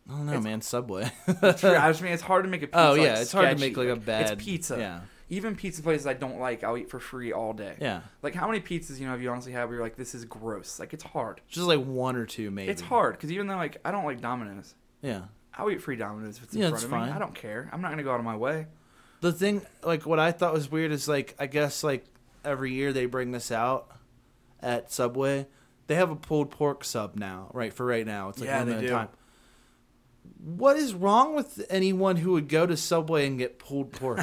[SPEAKER 2] I don't know, man. Subway.
[SPEAKER 1] True. I just mean, it's hard to make a pizza.
[SPEAKER 2] Oh,
[SPEAKER 1] like,
[SPEAKER 2] yeah, it's hard to
[SPEAKER 1] sketchy.
[SPEAKER 2] make, like, a bad-
[SPEAKER 1] It's pizza.
[SPEAKER 2] yeah.
[SPEAKER 1] Even pizza places I don't like, I'll eat for free all day.
[SPEAKER 2] Yeah.
[SPEAKER 1] Like how many pizzas you know have you honestly had where you're like, this is gross. Like it's hard.
[SPEAKER 2] Just like one or two, maybe.
[SPEAKER 1] It's hard because even though like I don't like Domino's,
[SPEAKER 2] Yeah.
[SPEAKER 1] I'll eat free Domino's if it's in
[SPEAKER 2] Yeah,
[SPEAKER 1] front
[SPEAKER 2] it's
[SPEAKER 1] of
[SPEAKER 2] fine.
[SPEAKER 1] me. I don't care. I'm not gonna go out of my way.
[SPEAKER 2] The thing, like, what I thought was weird is like, I guess like every year they bring this out at Subway. They have a pulled pork sub now, right? For right now, it's like
[SPEAKER 1] Yeah,
[SPEAKER 2] one
[SPEAKER 1] they
[SPEAKER 2] at a
[SPEAKER 1] do.
[SPEAKER 2] time. What is wrong with anyone who would go to Subway and get pulled pork?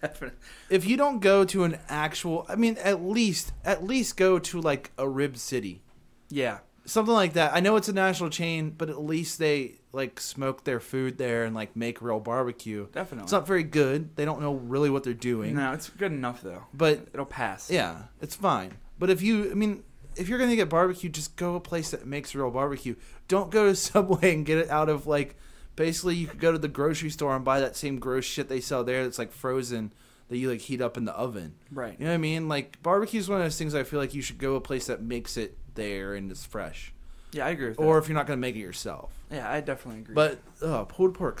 [SPEAKER 1] Definitely.
[SPEAKER 2] if you don't go to an actual, I mean, at least at least go to like a Rib City.
[SPEAKER 1] Yeah.
[SPEAKER 2] something like that. I know it's a national chain, but at least they like smoke their food there and like make real barbecue.
[SPEAKER 1] Definitely.
[SPEAKER 2] it's not very good. They don't know really what they're doing.
[SPEAKER 1] No, it's good enough though.
[SPEAKER 2] But-
[SPEAKER 1] it'll pass.
[SPEAKER 2] Yeah, it's fine. But if you, I mean, if you're gonna get barbecue, just go to a place that makes real barbecue. Don't go to Subway and get it out of like. Basically, you could go to the grocery store and buy that same gross shit they sell there that's like frozen that you like heat up in the oven.
[SPEAKER 1] Right.
[SPEAKER 2] You know what I mean? Like barbecue is one of those things I feel like you should go to a place that makes it there and it's fresh.
[SPEAKER 1] Yeah, I agree with that.
[SPEAKER 2] Or if you're not gonna make it yourself.
[SPEAKER 1] yeah, I definitely agree.
[SPEAKER 2] But eh. uh, pulled pork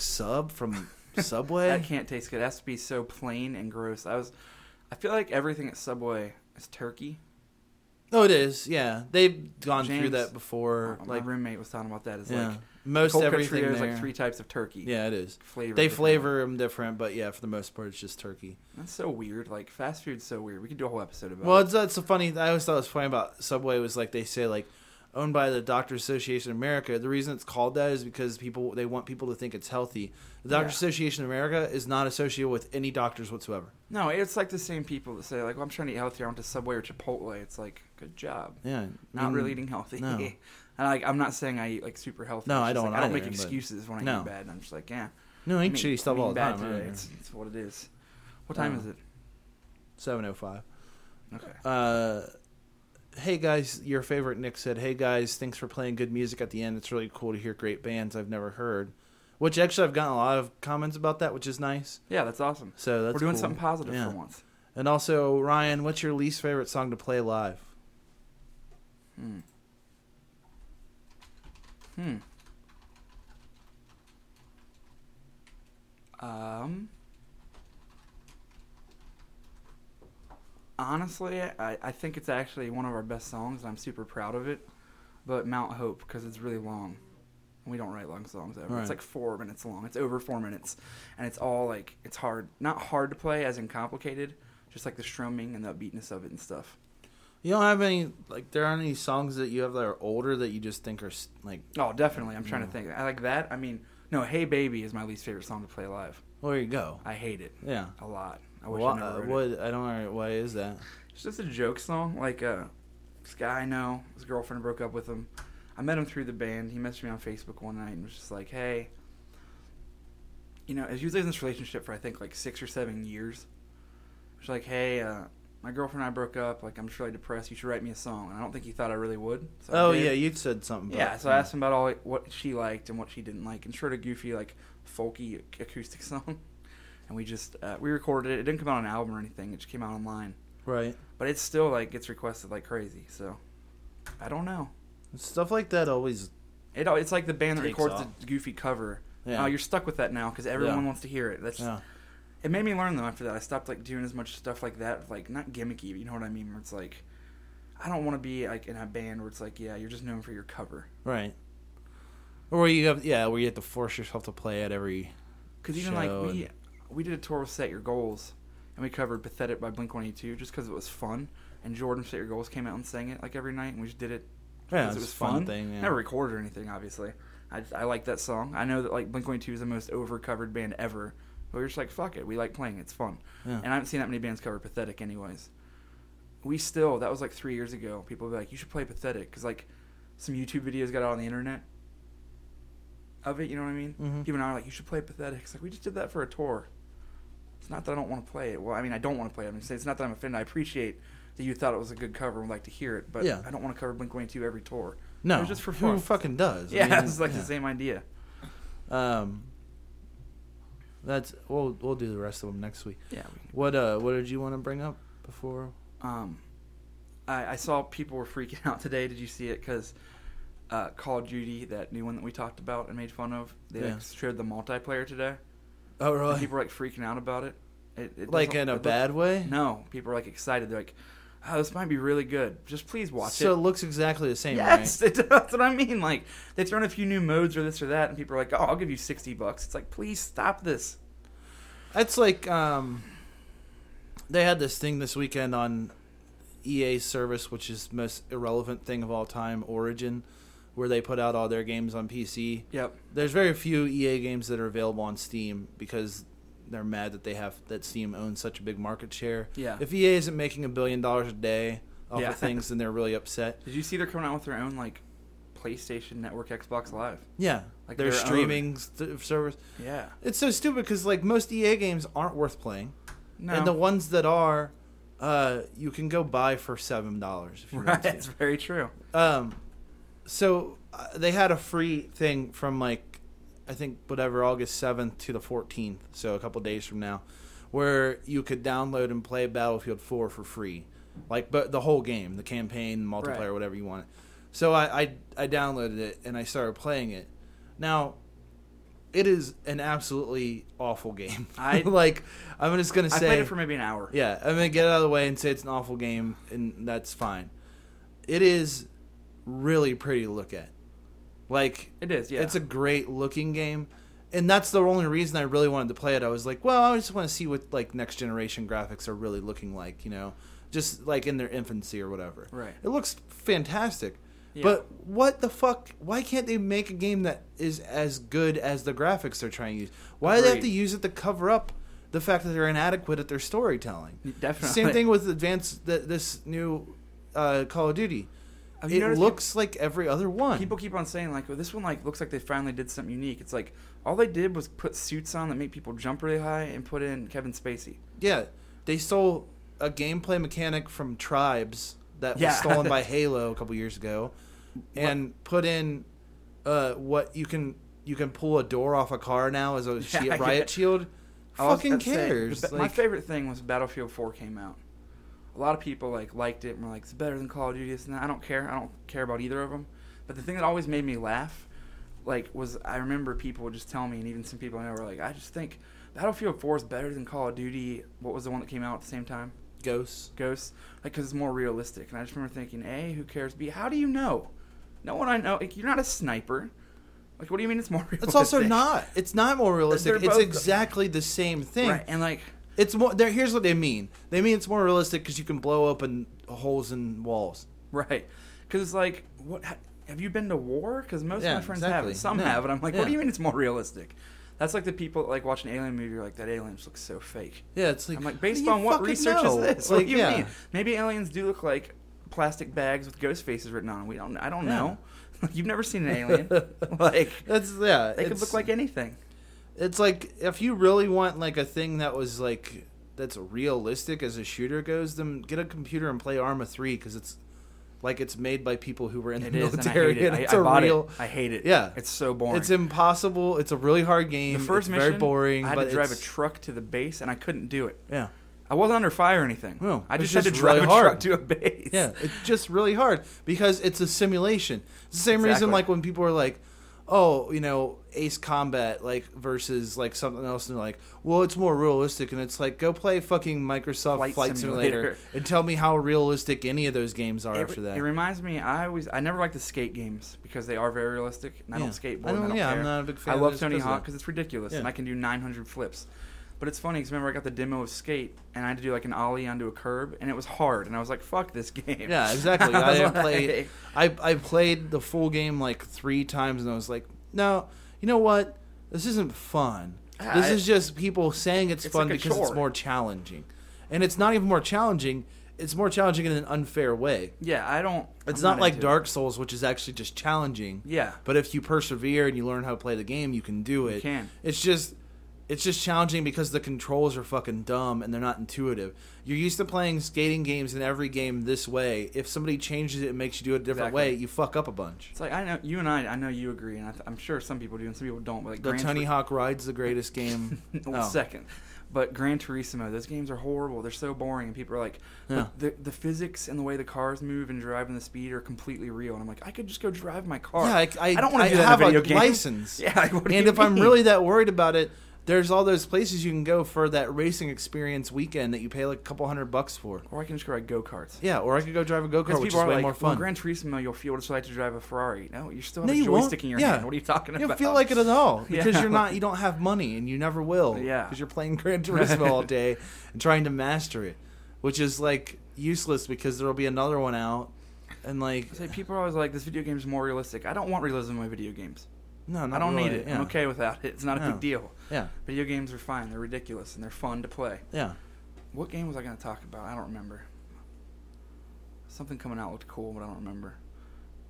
[SPEAKER 2] sub from Subway.
[SPEAKER 1] that can't taste good. It has to be so plain and gross. I was, I feel like everything at Subway is turkey.
[SPEAKER 2] oh, it is. Yeah, they've gone through
[SPEAKER 1] James-
[SPEAKER 2] that before.
[SPEAKER 1] Oh,
[SPEAKER 2] like
[SPEAKER 1] my roommate was talking about that. Is
[SPEAKER 2] yeah,
[SPEAKER 1] like
[SPEAKER 2] most
[SPEAKER 1] cold cut
[SPEAKER 2] everything
[SPEAKER 1] There's
[SPEAKER 2] there.
[SPEAKER 1] like three types of turkey.
[SPEAKER 2] yeah, it is.
[SPEAKER 1] flavor.
[SPEAKER 2] They
[SPEAKER 1] different.
[SPEAKER 2] flavor them different, but yeah, for the most part, it's just turkey.
[SPEAKER 1] That's so weird. Like fast food's so weird. We could do a whole episode about.
[SPEAKER 2] Well,
[SPEAKER 1] it.
[SPEAKER 2] it's that's a funny. I always thought it was funny about Subway was like they say like owned by the Doctors Association of America. The reason it's called that is because people they want people to think it's healthy. The Doctors
[SPEAKER 1] Yeah.
[SPEAKER 2] Association of America is not associated with any doctors whatsoever.
[SPEAKER 1] no, it's like the same people that say like, well, "I'm trying to eat healthier. I went to Subway or Chipotle." It's like, good job.
[SPEAKER 2] Yeah,
[SPEAKER 1] Not
[SPEAKER 2] Mm.
[SPEAKER 1] really eating healthy.
[SPEAKER 2] no.
[SPEAKER 1] and like, I'm not saying I eat like super healthy.
[SPEAKER 2] No,
[SPEAKER 1] It's
[SPEAKER 2] I
[SPEAKER 1] just, Like,
[SPEAKER 2] don't
[SPEAKER 1] I don't
[SPEAKER 2] either,
[SPEAKER 1] make
[SPEAKER 2] but-
[SPEAKER 1] excuses when I
[SPEAKER 2] No.
[SPEAKER 1] eat bad. And I'm just like, yeah.
[SPEAKER 2] No,
[SPEAKER 1] I
[SPEAKER 2] ain't
[SPEAKER 1] mean-
[SPEAKER 2] shitty stuff
[SPEAKER 1] I'm
[SPEAKER 2] all the
[SPEAKER 1] eating
[SPEAKER 2] time.
[SPEAKER 1] bad
[SPEAKER 2] I don't
[SPEAKER 1] today.
[SPEAKER 2] know.
[SPEAKER 1] It's, it's what it is. What time
[SPEAKER 2] Yeah.
[SPEAKER 1] is it?
[SPEAKER 2] 705.
[SPEAKER 1] Okay.
[SPEAKER 2] Uh, hey guys, your favorite Nick said, "Hey guys, thanks for playing good music at the end. It's really cool to hear great bands I've never heard." Which actually I've gotten a lot of comments about that, which is nice.
[SPEAKER 1] Yeah, that's awesome.
[SPEAKER 2] So that's
[SPEAKER 1] We're doing
[SPEAKER 2] cool.
[SPEAKER 1] something positive
[SPEAKER 2] Yeah.
[SPEAKER 1] for once.
[SPEAKER 2] And also, Ryan, what's your least favorite song to play live?
[SPEAKER 1] Um. Honestly, I, I think it's actually one of our best songs, and I'm super proud of it. But Mount Hope, because it's really long. And We don't write long songs ever.
[SPEAKER 2] Right.
[SPEAKER 1] It's like four minutes long. It's over four minutes, and it's all like it's hard, not hard to play, as in complicated, just like the strumming and the upbeatness of it and stuff.
[SPEAKER 2] You don't have any like there aren't any songs that you have that are older that you just think are s- like
[SPEAKER 1] Oh, definitely. I'm trying to think. I like that. I mean, no, Hey Baby is my least favorite song to play live.
[SPEAKER 2] well, there you go.
[SPEAKER 1] I hate it
[SPEAKER 2] Yeah.
[SPEAKER 1] a lot. I wish
[SPEAKER 2] What,
[SPEAKER 1] I never
[SPEAKER 2] uh,
[SPEAKER 1] wrote it.
[SPEAKER 2] what I don't know why is that?
[SPEAKER 1] It's just a joke song. Like uh, this guy I know, his girlfriend broke up with him. I met him through the band. He messaged me on Facebook one night and was just like, "Hey, you know, as usually in this relationship for I think like six or seven years." She's like, "Hey, uh, my girlfriend and I broke up. Like, I'm just really depressed. You should write me a song." And I don't think he thought I really would. So I
[SPEAKER 2] Oh
[SPEAKER 1] did.
[SPEAKER 2] yeah, you said something. About,
[SPEAKER 1] Yeah, so I asked him about all like, what she liked and what she didn't like, and sort of goofy like folky ac- acoustic song. And we just uh, we recorded it. It didn't come out on an album or anything. It just came out online
[SPEAKER 2] right.
[SPEAKER 1] but it still like gets requested like crazy. So I don't know.
[SPEAKER 2] Stuff like that always
[SPEAKER 1] It al- it's like the band that
[SPEAKER 2] Takes
[SPEAKER 1] records
[SPEAKER 2] off.
[SPEAKER 1] the goofy cover.
[SPEAKER 2] Yeah.
[SPEAKER 1] Oh, you're stuck with that now because everyone
[SPEAKER 2] Yeah.
[SPEAKER 1] wants to hear it. That's
[SPEAKER 2] yeah.
[SPEAKER 1] it made me learn though. After that, I stopped like doing as much stuff like that, like not gimmicky, but you know what I mean. Where it's like I don't want to be like in a band where it's like, yeah, you're just known for your cover.
[SPEAKER 2] Right. Or where you have yeah, where you have to force yourself to play at every
[SPEAKER 1] Because even
[SPEAKER 2] Show
[SPEAKER 1] like we we did a tour with Set Your Goals, and we covered "Pathetic" by Blink One Eighty Two just because it was fun. And Jordan Set Your Goals came out and sang it like every night, and we just did it
[SPEAKER 2] Yeah,
[SPEAKER 1] 'cause
[SPEAKER 2] it's
[SPEAKER 1] it was
[SPEAKER 2] a fun
[SPEAKER 1] fun.
[SPEAKER 2] thing, yeah.
[SPEAKER 1] Never recorded or anything, obviously. I just, I like that song. I know that like Blink One Two is the most over covered band ever. But we were just like, fuck it, we like playing. It's fun.
[SPEAKER 2] Yeah.
[SPEAKER 1] And I haven't seen that many bands cover Pathetic, anyways. We still that was like three years ago. People were like, you should play Pathetic because like some YouTube videos got out on the internet of it. You know what I mean?
[SPEAKER 2] Mhm.
[SPEAKER 1] People now are like, you should play Pathetic. It's like we just did that for a tour. It's not that I don't want to play it. Well, I mean, I don't want to play it. I'm just saying it's not that I'm offended. I appreciate that you thought it was a good cover and would like to hear it, but
[SPEAKER 2] Yeah.
[SPEAKER 1] I don't want to cover Blink 182 every tour.
[SPEAKER 2] No,
[SPEAKER 1] it was just for
[SPEAKER 2] Who
[SPEAKER 1] fun.
[SPEAKER 2] fucking does? I
[SPEAKER 1] yeah,
[SPEAKER 2] mean,
[SPEAKER 1] it's like
[SPEAKER 2] yeah.
[SPEAKER 1] the same idea.
[SPEAKER 2] Um, that's we'll we'll do the rest of them next week.
[SPEAKER 1] Yeah.
[SPEAKER 2] What uh what did you want to bring up before?
[SPEAKER 1] Um, I, I saw people were freaking out today. Did you see it? Because uh, Call of Duty, that new one that we talked about and made fun of, they
[SPEAKER 2] Yeah.
[SPEAKER 1] like, shared the multiplayer today.
[SPEAKER 2] Oh
[SPEAKER 1] And
[SPEAKER 2] really?
[SPEAKER 1] people are like freaking out about it. it, it
[SPEAKER 2] Like
[SPEAKER 1] doesn't-
[SPEAKER 2] in
[SPEAKER 1] it
[SPEAKER 2] a
[SPEAKER 1] look-
[SPEAKER 2] bad way?
[SPEAKER 1] No, people are like excited. They're like, "Oh, this might be really good. Just please watch
[SPEAKER 2] so
[SPEAKER 1] it."
[SPEAKER 2] it looks exactly the same,
[SPEAKER 1] Yes, it- that's what I mean. Like they throw in a few new modes or this or that, and people are like, "Oh, I'll give you sixty bucks." It's like, please stop this.
[SPEAKER 2] right? That's like um they had this thing this weekend on EA service, which is most irrelevant thing of all time, Origin, where they put out all their games on PC.
[SPEAKER 1] Yep.
[SPEAKER 2] There's very few EA games that are available on Steam because they're mad that they have that Steam owns such a big market share.
[SPEAKER 1] Yeah.
[SPEAKER 2] If EA isn't making a billion dollars a day off
[SPEAKER 1] Yeah.
[SPEAKER 2] of things, then they're really upset.
[SPEAKER 1] Did you see they're coming out with their own like PlayStation Network, Xbox Live?
[SPEAKER 2] Yeah.
[SPEAKER 1] Like
[SPEAKER 2] their
[SPEAKER 1] their own.
[SPEAKER 2] streaming st- service.
[SPEAKER 1] Yeah.
[SPEAKER 2] It's so stupid because like most EA games aren't worth playing,
[SPEAKER 1] No.
[SPEAKER 2] and the ones that are, uh, you can go buy for seven dollars if you
[SPEAKER 1] right.
[SPEAKER 2] want
[SPEAKER 1] That's
[SPEAKER 2] to.
[SPEAKER 1] very true.
[SPEAKER 2] Um, so uh, they had a free thing from like I think whatever August seventh to the fourteenth, so a couple days from now, where you could download and play Battlefield Four for free, like but the whole game, the campaign, multiplayer,
[SPEAKER 1] Right.
[SPEAKER 2] whatever you want. So I, I I downloaded it and I started playing it. Now. It is an absolutely awful game.
[SPEAKER 1] I-
[SPEAKER 2] like. I'm just gonna
[SPEAKER 1] I
[SPEAKER 2] say
[SPEAKER 1] played it for maybe an hour.
[SPEAKER 2] yeah, I'm gonna get it out of the way and say it's an awful game, and that's fine. It is really pretty to look at. Like
[SPEAKER 1] It is. Yeah.
[SPEAKER 2] it's a great looking game, and that's the only reason I really wanted to play it. I was like, well, I just want to see what like next generation graphics are really looking like, you know, just like in their infancy or whatever.
[SPEAKER 1] Right.
[SPEAKER 2] It looks fantastic.
[SPEAKER 1] Yeah.
[SPEAKER 2] But what the fuck? Why can't they make a game that is as good as the graphics they're trying to use? Why do they have to
[SPEAKER 1] Agreed.
[SPEAKER 2] use it to cover up the fact that they're inadequate at their storytelling?
[SPEAKER 1] definitely.
[SPEAKER 2] Same thing with advanced th- this new uh, Call of Duty.
[SPEAKER 1] Have you
[SPEAKER 2] It
[SPEAKER 1] noticed
[SPEAKER 2] looks like every other one.
[SPEAKER 1] People keep on saying like, well, this one like looks like they finally did something unique. It's like all they did was put suits on that make people jump really high and put in Kevin Spacey.
[SPEAKER 2] Yeah, they stole a gameplay mechanic from Tribes that
[SPEAKER 1] Yeah.
[SPEAKER 2] was stolen by Halo a couple years ago, and put in uh, what you can you can pull a door off a car now as a shi-
[SPEAKER 1] I
[SPEAKER 2] riot
[SPEAKER 1] get-
[SPEAKER 2] shield.
[SPEAKER 1] I was
[SPEAKER 2] Fucking
[SPEAKER 1] gonna say,
[SPEAKER 2] cares.
[SPEAKER 1] the be- my
[SPEAKER 2] like-
[SPEAKER 1] favorite thing was Battlefield 4 came out. A lot of people like liked it and were like, "It's better than Call of Duty." This and that. I don't care. I don't care about either of them. But the thing that always made me laugh, like, was I remember people would just tell me, and even some people I know were like, "I just think Battlefield 4 is better than Call of Duty." What was the one that came out at the same time?
[SPEAKER 2] ghosts.
[SPEAKER 1] Ghosts, like, because it's more realistic. And I just remember thinking, A, who cares? B, how do you know? No one I know. Like, you're not a sniper. Like, what do you mean it's more realistic?
[SPEAKER 2] It's also not. It's not more realistic.
[SPEAKER 1] They're
[SPEAKER 2] It's
[SPEAKER 1] both-
[SPEAKER 2] exactly the same thing.
[SPEAKER 1] right. And like,
[SPEAKER 2] It's more. There. Here's what they mean. They mean it's more realistic because you can blow open holes in walls.
[SPEAKER 1] Right. Because it's like, what? ha- Have you been to war? Because most of
[SPEAKER 2] Yeah,
[SPEAKER 1] my friends
[SPEAKER 2] exactly.
[SPEAKER 1] haven't. Some
[SPEAKER 2] Yeah.
[SPEAKER 1] have, and I'm like, what
[SPEAKER 2] Yeah.
[SPEAKER 1] do you mean it's more realistic? That's like the people that, like watch an alien movie. are Like that alien just looks so fake.
[SPEAKER 2] Yeah, it's like
[SPEAKER 1] I'm like,
[SPEAKER 2] how do
[SPEAKER 1] based
[SPEAKER 2] you
[SPEAKER 1] on what
[SPEAKER 2] fucking
[SPEAKER 1] research
[SPEAKER 2] know?
[SPEAKER 1] is this? Like, what do you
[SPEAKER 2] yeah.
[SPEAKER 1] mean? Maybe aliens do look like plastic bags with ghost faces written on. 'em. We don't. I don't
[SPEAKER 2] Yeah.
[SPEAKER 1] know. Like, you've never seen an alien. like
[SPEAKER 2] That's yeah.
[SPEAKER 1] they could
[SPEAKER 2] it's-
[SPEAKER 1] look like anything.
[SPEAKER 2] it's like if you really want like a thing that was like that's realistic as a shooter goes, then get a computer and play Arma Three because it's like it's made by people who were in the
[SPEAKER 1] It is. And I
[SPEAKER 2] military.
[SPEAKER 1] hate it.
[SPEAKER 2] and
[SPEAKER 1] I,
[SPEAKER 2] it's
[SPEAKER 1] I
[SPEAKER 2] a
[SPEAKER 1] bought
[SPEAKER 2] real-
[SPEAKER 1] it. I hate it.
[SPEAKER 2] Yeah,
[SPEAKER 1] It's so boring.
[SPEAKER 2] It's impossible. It's a really hard
[SPEAKER 1] the
[SPEAKER 2] game.
[SPEAKER 1] first
[SPEAKER 2] it's
[SPEAKER 1] mission.
[SPEAKER 2] very boring.
[SPEAKER 1] I had
[SPEAKER 2] but
[SPEAKER 1] to drive a
[SPEAKER 2] it's-
[SPEAKER 1] truck to the base, and I couldn't do it.
[SPEAKER 2] Yeah,
[SPEAKER 1] I wasn't under fire or anything.
[SPEAKER 2] No,
[SPEAKER 1] I
[SPEAKER 2] it's
[SPEAKER 1] just, had
[SPEAKER 2] just
[SPEAKER 1] to drive
[SPEAKER 2] really
[SPEAKER 1] a
[SPEAKER 2] hard.
[SPEAKER 1] truck to a base.
[SPEAKER 2] yeah. It's just really hard because it's a simulation. It's the same reason
[SPEAKER 1] Exactly.
[SPEAKER 2] like when people are like. Oh, you know, Ace Combat like versus like something else, and they're like, well, it's more realistic, and it's like, go play fucking Microsoft Flight,
[SPEAKER 1] Flight
[SPEAKER 2] Simulator.
[SPEAKER 1] Simulator.
[SPEAKER 2] and tell me how realistic any of those games are
[SPEAKER 1] It,
[SPEAKER 2] after that.
[SPEAKER 1] it reminds me. I always, I never like the skate games because they are very realistic, and I
[SPEAKER 2] Yeah.
[SPEAKER 1] don't skateboard.
[SPEAKER 2] I
[SPEAKER 1] and I
[SPEAKER 2] don't-
[SPEAKER 1] don't
[SPEAKER 2] yeah, I'm
[SPEAKER 1] care.
[SPEAKER 2] not a big fan
[SPEAKER 1] I
[SPEAKER 2] of
[SPEAKER 1] love
[SPEAKER 2] this
[SPEAKER 1] Tony
[SPEAKER 2] because of
[SPEAKER 1] Hawk
[SPEAKER 2] that.
[SPEAKER 1] because it's ridiculous, and
[SPEAKER 2] Yeah.
[SPEAKER 1] I can do 900 flips. But it's funny because remember I got the demo of Skate and I had to do like an ollie onto a curb and it was hard and I was like, "Fuck this game."
[SPEAKER 2] Yeah, exactly. I
[SPEAKER 1] was
[SPEAKER 2] didn't
[SPEAKER 1] like-
[SPEAKER 2] play. I I played the full game like three times, and I was like, no, you know what? This isn't fun.
[SPEAKER 1] Yeah,
[SPEAKER 2] This
[SPEAKER 1] Ah, I-
[SPEAKER 2] is just people saying it's,
[SPEAKER 1] It's
[SPEAKER 2] fun
[SPEAKER 1] like a
[SPEAKER 2] because it's
[SPEAKER 1] chore.
[SPEAKER 2] more challenging, and it's not even more challenging. It's more challenging in an unfair way.
[SPEAKER 1] Yeah, I don't.
[SPEAKER 2] It's
[SPEAKER 1] I'm
[SPEAKER 2] not, like
[SPEAKER 1] into it.
[SPEAKER 2] Dark Souls, which is actually just challenging.
[SPEAKER 1] Yeah.
[SPEAKER 2] But if you persevere and you learn how to play the game, you can do it.
[SPEAKER 1] can.
[SPEAKER 2] It's just it's just challenging because the controls are fucking dumb and they're not intuitive. You're used to playing skating games in every game this way. If somebody changes it and makes you do it a different
[SPEAKER 1] Exactly.
[SPEAKER 2] way, you fuck up a bunch.
[SPEAKER 1] It's like I know you and I. I know you agree, and I th- I'm sure some people do, and some people don't. But like
[SPEAKER 2] The
[SPEAKER 1] Gran
[SPEAKER 2] Tony
[SPEAKER 1] Tur-
[SPEAKER 2] Hawk Ride's the greatest game.
[SPEAKER 1] Well,
[SPEAKER 2] Oh.
[SPEAKER 1] second. But Gran Turismo, those games are horrible. They're so boring, and people are like, "But
[SPEAKER 2] Yeah.
[SPEAKER 1] the the physics and the way the cars move and drive and the speed are completely real. And I'm like, I could just go drive my car.
[SPEAKER 2] Yeah, I, I,
[SPEAKER 1] don't want to
[SPEAKER 2] I
[SPEAKER 1] do that in
[SPEAKER 2] have
[SPEAKER 1] a video
[SPEAKER 2] a
[SPEAKER 1] game.
[SPEAKER 2] license.
[SPEAKER 1] Yeah, like, what do
[SPEAKER 2] and
[SPEAKER 1] you
[SPEAKER 2] if I'm
[SPEAKER 1] mean?
[SPEAKER 2] really that worried about it, there's all those places you can go for that racing experience weekend that you pay like a couple hundred bucks for.
[SPEAKER 1] or I can just go ride go karts.
[SPEAKER 2] Yeah, or I could go drive a go
[SPEAKER 1] Because
[SPEAKER 2] kart, which is
[SPEAKER 1] people are
[SPEAKER 2] way
[SPEAKER 1] like,
[SPEAKER 2] more
[SPEAKER 1] Well,
[SPEAKER 2] fun.
[SPEAKER 1] Gran Turismo, you'll feel what it's like to drive a Ferrari. No, you still have
[SPEAKER 2] No,
[SPEAKER 1] a
[SPEAKER 2] you
[SPEAKER 1] joystick
[SPEAKER 2] won't.
[SPEAKER 1] in your
[SPEAKER 2] Yeah.
[SPEAKER 1] hand. What are you talking
[SPEAKER 2] you
[SPEAKER 1] about?
[SPEAKER 2] don't feel like it at all
[SPEAKER 1] Yeah.
[SPEAKER 2] because you're not, you don't have money, and you never will.
[SPEAKER 1] Yeah.
[SPEAKER 2] because you're playing Gran Turismo all day and trying to master it, which is like useless because there'll be another one out, and like,
[SPEAKER 1] Say people are always like, this video game's more realistic. I don't want realism in my video games.
[SPEAKER 2] no, not
[SPEAKER 1] I don't
[SPEAKER 2] really.
[SPEAKER 1] need it.
[SPEAKER 2] Yeah.
[SPEAKER 1] I'm okay without it. It's not a
[SPEAKER 2] Yeah.
[SPEAKER 1] big deal.
[SPEAKER 2] Yeah,
[SPEAKER 1] Video games are fine. They're ridiculous and they're fun to play.
[SPEAKER 2] yeah.
[SPEAKER 1] What game was I going to talk about? I don't remember. Something coming out looked cool, but I don't remember.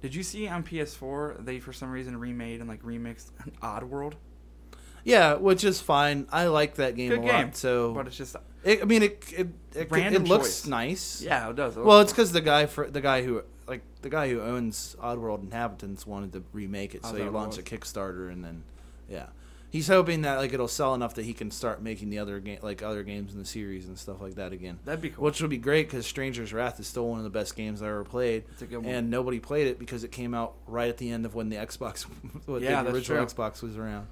[SPEAKER 1] Did you see on PS4 they for some reason remade and like remixed an Odd World?
[SPEAKER 2] Yeah, which is fine. I like that game
[SPEAKER 1] Good
[SPEAKER 2] a
[SPEAKER 1] game.
[SPEAKER 2] lot. So,
[SPEAKER 1] but it's just
[SPEAKER 2] it, I mean, it it, it,
[SPEAKER 1] Random
[SPEAKER 2] it looks
[SPEAKER 1] choice.
[SPEAKER 2] nice.
[SPEAKER 1] yeah, it does. It
[SPEAKER 2] Well,
[SPEAKER 1] looks-
[SPEAKER 2] it's because the guy for the guy who like the guy who owns Oddworld Inhabitants wanted to remake it,
[SPEAKER 1] Oh,
[SPEAKER 2] so
[SPEAKER 1] is
[SPEAKER 2] he
[SPEAKER 1] that what it
[SPEAKER 2] launched a
[SPEAKER 1] was?
[SPEAKER 2] Kickstarter, and then yeah, he's hoping that like it'll sell enough that he can start making the other game like other games in the series and stuff like that again.
[SPEAKER 1] that'd be cool.
[SPEAKER 2] Which would be great because Stranger's Wrath is still one of the best games I ever played,
[SPEAKER 1] It's a good one.
[SPEAKER 2] and nobody played it because it came out right at the end of when the Xbox, when
[SPEAKER 1] Yeah,
[SPEAKER 2] the
[SPEAKER 1] that's
[SPEAKER 2] original
[SPEAKER 1] true.
[SPEAKER 2] Xbox was around.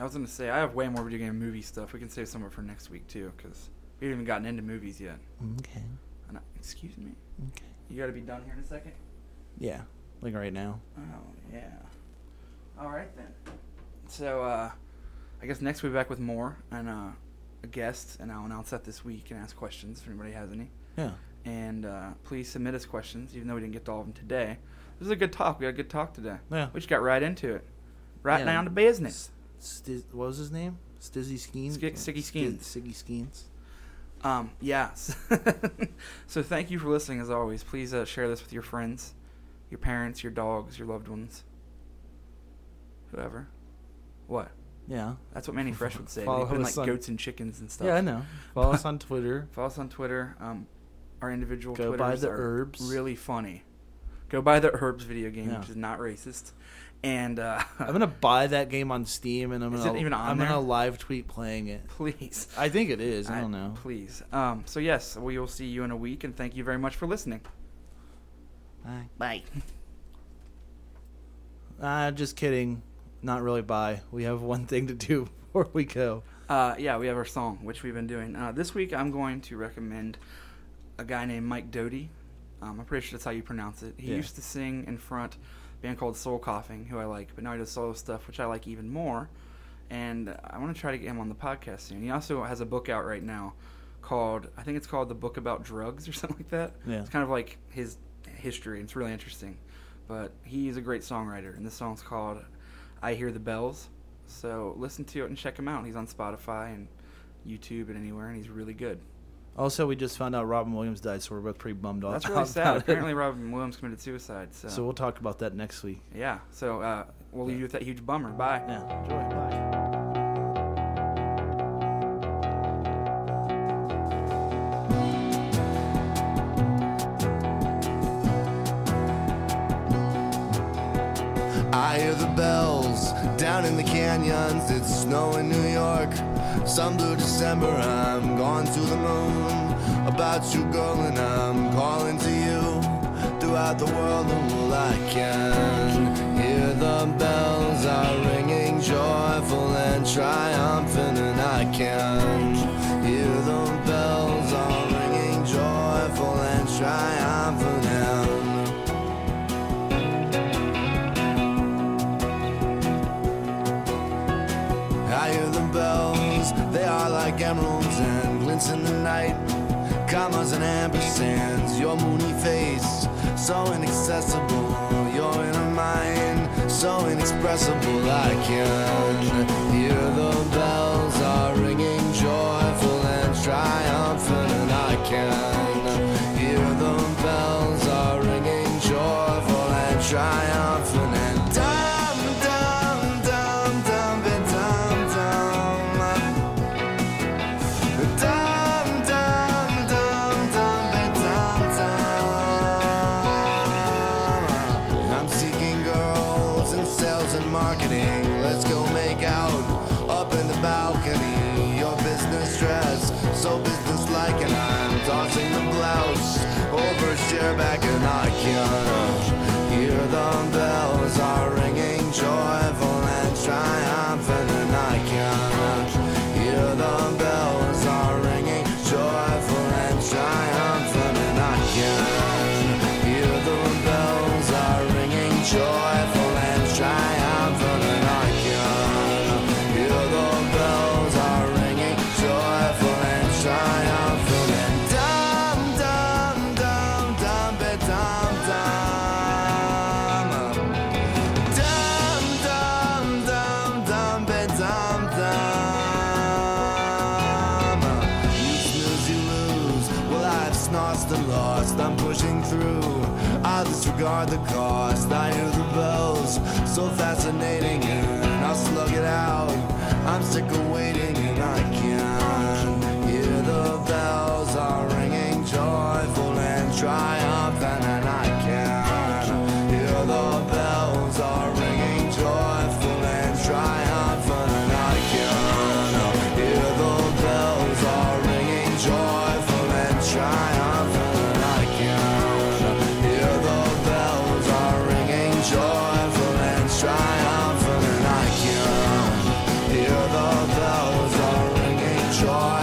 [SPEAKER 1] I was going to say I have way more video game movie stuff. We can save some of it for next week too, because we haven't even gotten into movies yet.
[SPEAKER 2] Okay,
[SPEAKER 1] And I, excuse me,
[SPEAKER 2] okay,
[SPEAKER 1] you got to be done here in a second.
[SPEAKER 2] yeah, like right now.
[SPEAKER 1] Oh yeah. All right then. So uh, I guess next we'll be back with more and uh, a guest, and I'll announce that this week and ask questions if anybody has any.
[SPEAKER 2] Yeah,
[SPEAKER 1] And uh, please submit us questions, even though we didn't get to all of them today. This is a good talk. We had a good talk today.
[SPEAKER 2] Yeah.
[SPEAKER 1] We just got right into it. Right
[SPEAKER 2] Yeah.
[SPEAKER 1] down to business.
[SPEAKER 2] Stiz, what was his name? Stizzy Skeens.
[SPEAKER 1] Ski- Siggy Skeens.
[SPEAKER 2] Stiz- Siggy Skeens.
[SPEAKER 1] Um, yeah. so thank you for listening, as always. Please uh, share this with your friends, your parents, your dogs, your loved ones, whoever. What?
[SPEAKER 2] Yeah.
[SPEAKER 1] That's what Manny Fresh would say.
[SPEAKER 2] Follow
[SPEAKER 1] They put in
[SPEAKER 2] us
[SPEAKER 1] like
[SPEAKER 2] on-
[SPEAKER 1] goats and chickens and stuff.
[SPEAKER 2] Yeah, I know. Follow us on Twitter.
[SPEAKER 1] Follow us on Twitter. Um, our individual
[SPEAKER 2] Go
[SPEAKER 1] Twitters
[SPEAKER 2] buy the
[SPEAKER 1] are
[SPEAKER 2] herbs.
[SPEAKER 1] really funny. Go buy the herbs video game,
[SPEAKER 2] Yeah.
[SPEAKER 1] which is not racist. And uh,
[SPEAKER 2] I'm gonna buy that game on Steam, and I'm
[SPEAKER 1] Is
[SPEAKER 2] gonna
[SPEAKER 1] it even on
[SPEAKER 2] I'm
[SPEAKER 1] there?
[SPEAKER 2] gonna live tweet playing it.
[SPEAKER 1] please.
[SPEAKER 2] I think it is. I don't know.
[SPEAKER 1] Please. Um, so yes, we will see you in a week, and thank you very much for listening.
[SPEAKER 2] Bye.
[SPEAKER 3] Bye.
[SPEAKER 2] Ah, just kidding. Not really. Bye. We have one thing to do before we go.
[SPEAKER 1] Uh, yeah, we have our song, which we've been doing. Uh, this week, I'm going to recommend a guy named Mike Doty. Um, I'm pretty sure that's how you pronounce it. He
[SPEAKER 2] Yeah.
[SPEAKER 1] used to sing in front a band called Soul Coughing, who I like, but now he does solo stuff, which I like even more. And I want to try to get him on the podcast soon. He also has a book out right now called, I think it's called The Book About Drugs or something like that.
[SPEAKER 2] Yeah.
[SPEAKER 1] It's kind of like his history, and it's really interesting. But he is a great songwriter, and this song's called I Hear the Bells. So listen to it and check him out. He's on Spotify and YouTube and anywhere, and he's really good.
[SPEAKER 2] Also, we just found out Robin Williams died, so we're both pretty bummed off.
[SPEAKER 1] That's really sad.
[SPEAKER 2] about it.
[SPEAKER 1] Apparently, Robin Williams committed suicide. So,
[SPEAKER 2] So we'll talk about that next week.
[SPEAKER 1] yeah. So uh, we'll leave you with that huge bummer. Bye.
[SPEAKER 2] Yeah. Enjoy. Bye.
[SPEAKER 6] I hear the bells down in the canyons. It's snow in New York. Some blue December, I'm gone to the moon. About you, girl, and I'm calling to you. Throughout the world, all I can hear the bells are ringing, joyful and triumphant, and I can hear the bells are ringing, joyful and triumphant. And I hear the bells words, they are like emeralds and glints in the night. Commas and ampersands, your moony face, so inaccessible. Your inner mind, so inexpressible. I can hear the bells are ringing, joyful and triumphant, and I can hear the bells are ringing, joyful and triumphant, and dum dum dum dum dum dum dum. Dum, dum, dum, dum, ba- dum, dum. I'm seeking girls in sales and marketing. Let's go make out up in the balcony. Your business dress, so businesslike, and I'm tossing the blouse over his chair back, and I can hear the bells are ringing, joyful and triumphant, and I can Hear the bells are ringing, joyful and triumphant, and I can hear the bells are ringing, joyful and triumphant, and I can hear the bells are ringing, joyful and triumphant, and dum dum dum dum ba dum dum. Dum dum dum dum ba dum dum. You snooze, you lose. Well, I've snarched and lost. I'm pushing through. I disregard the cost. I hear the bells, so fascinating, and I'll slug it out. I'm sick of waiting, and I can hear the bells are ringing, joyful and triumphant, and I can hear the bells are ringing, joyful and triumphant, and I can hear the bells are ringing, joyful and triumphant, and I can hear the bells are ringing, joyful and triumphant, and I can hear the bells are ringing, joyful.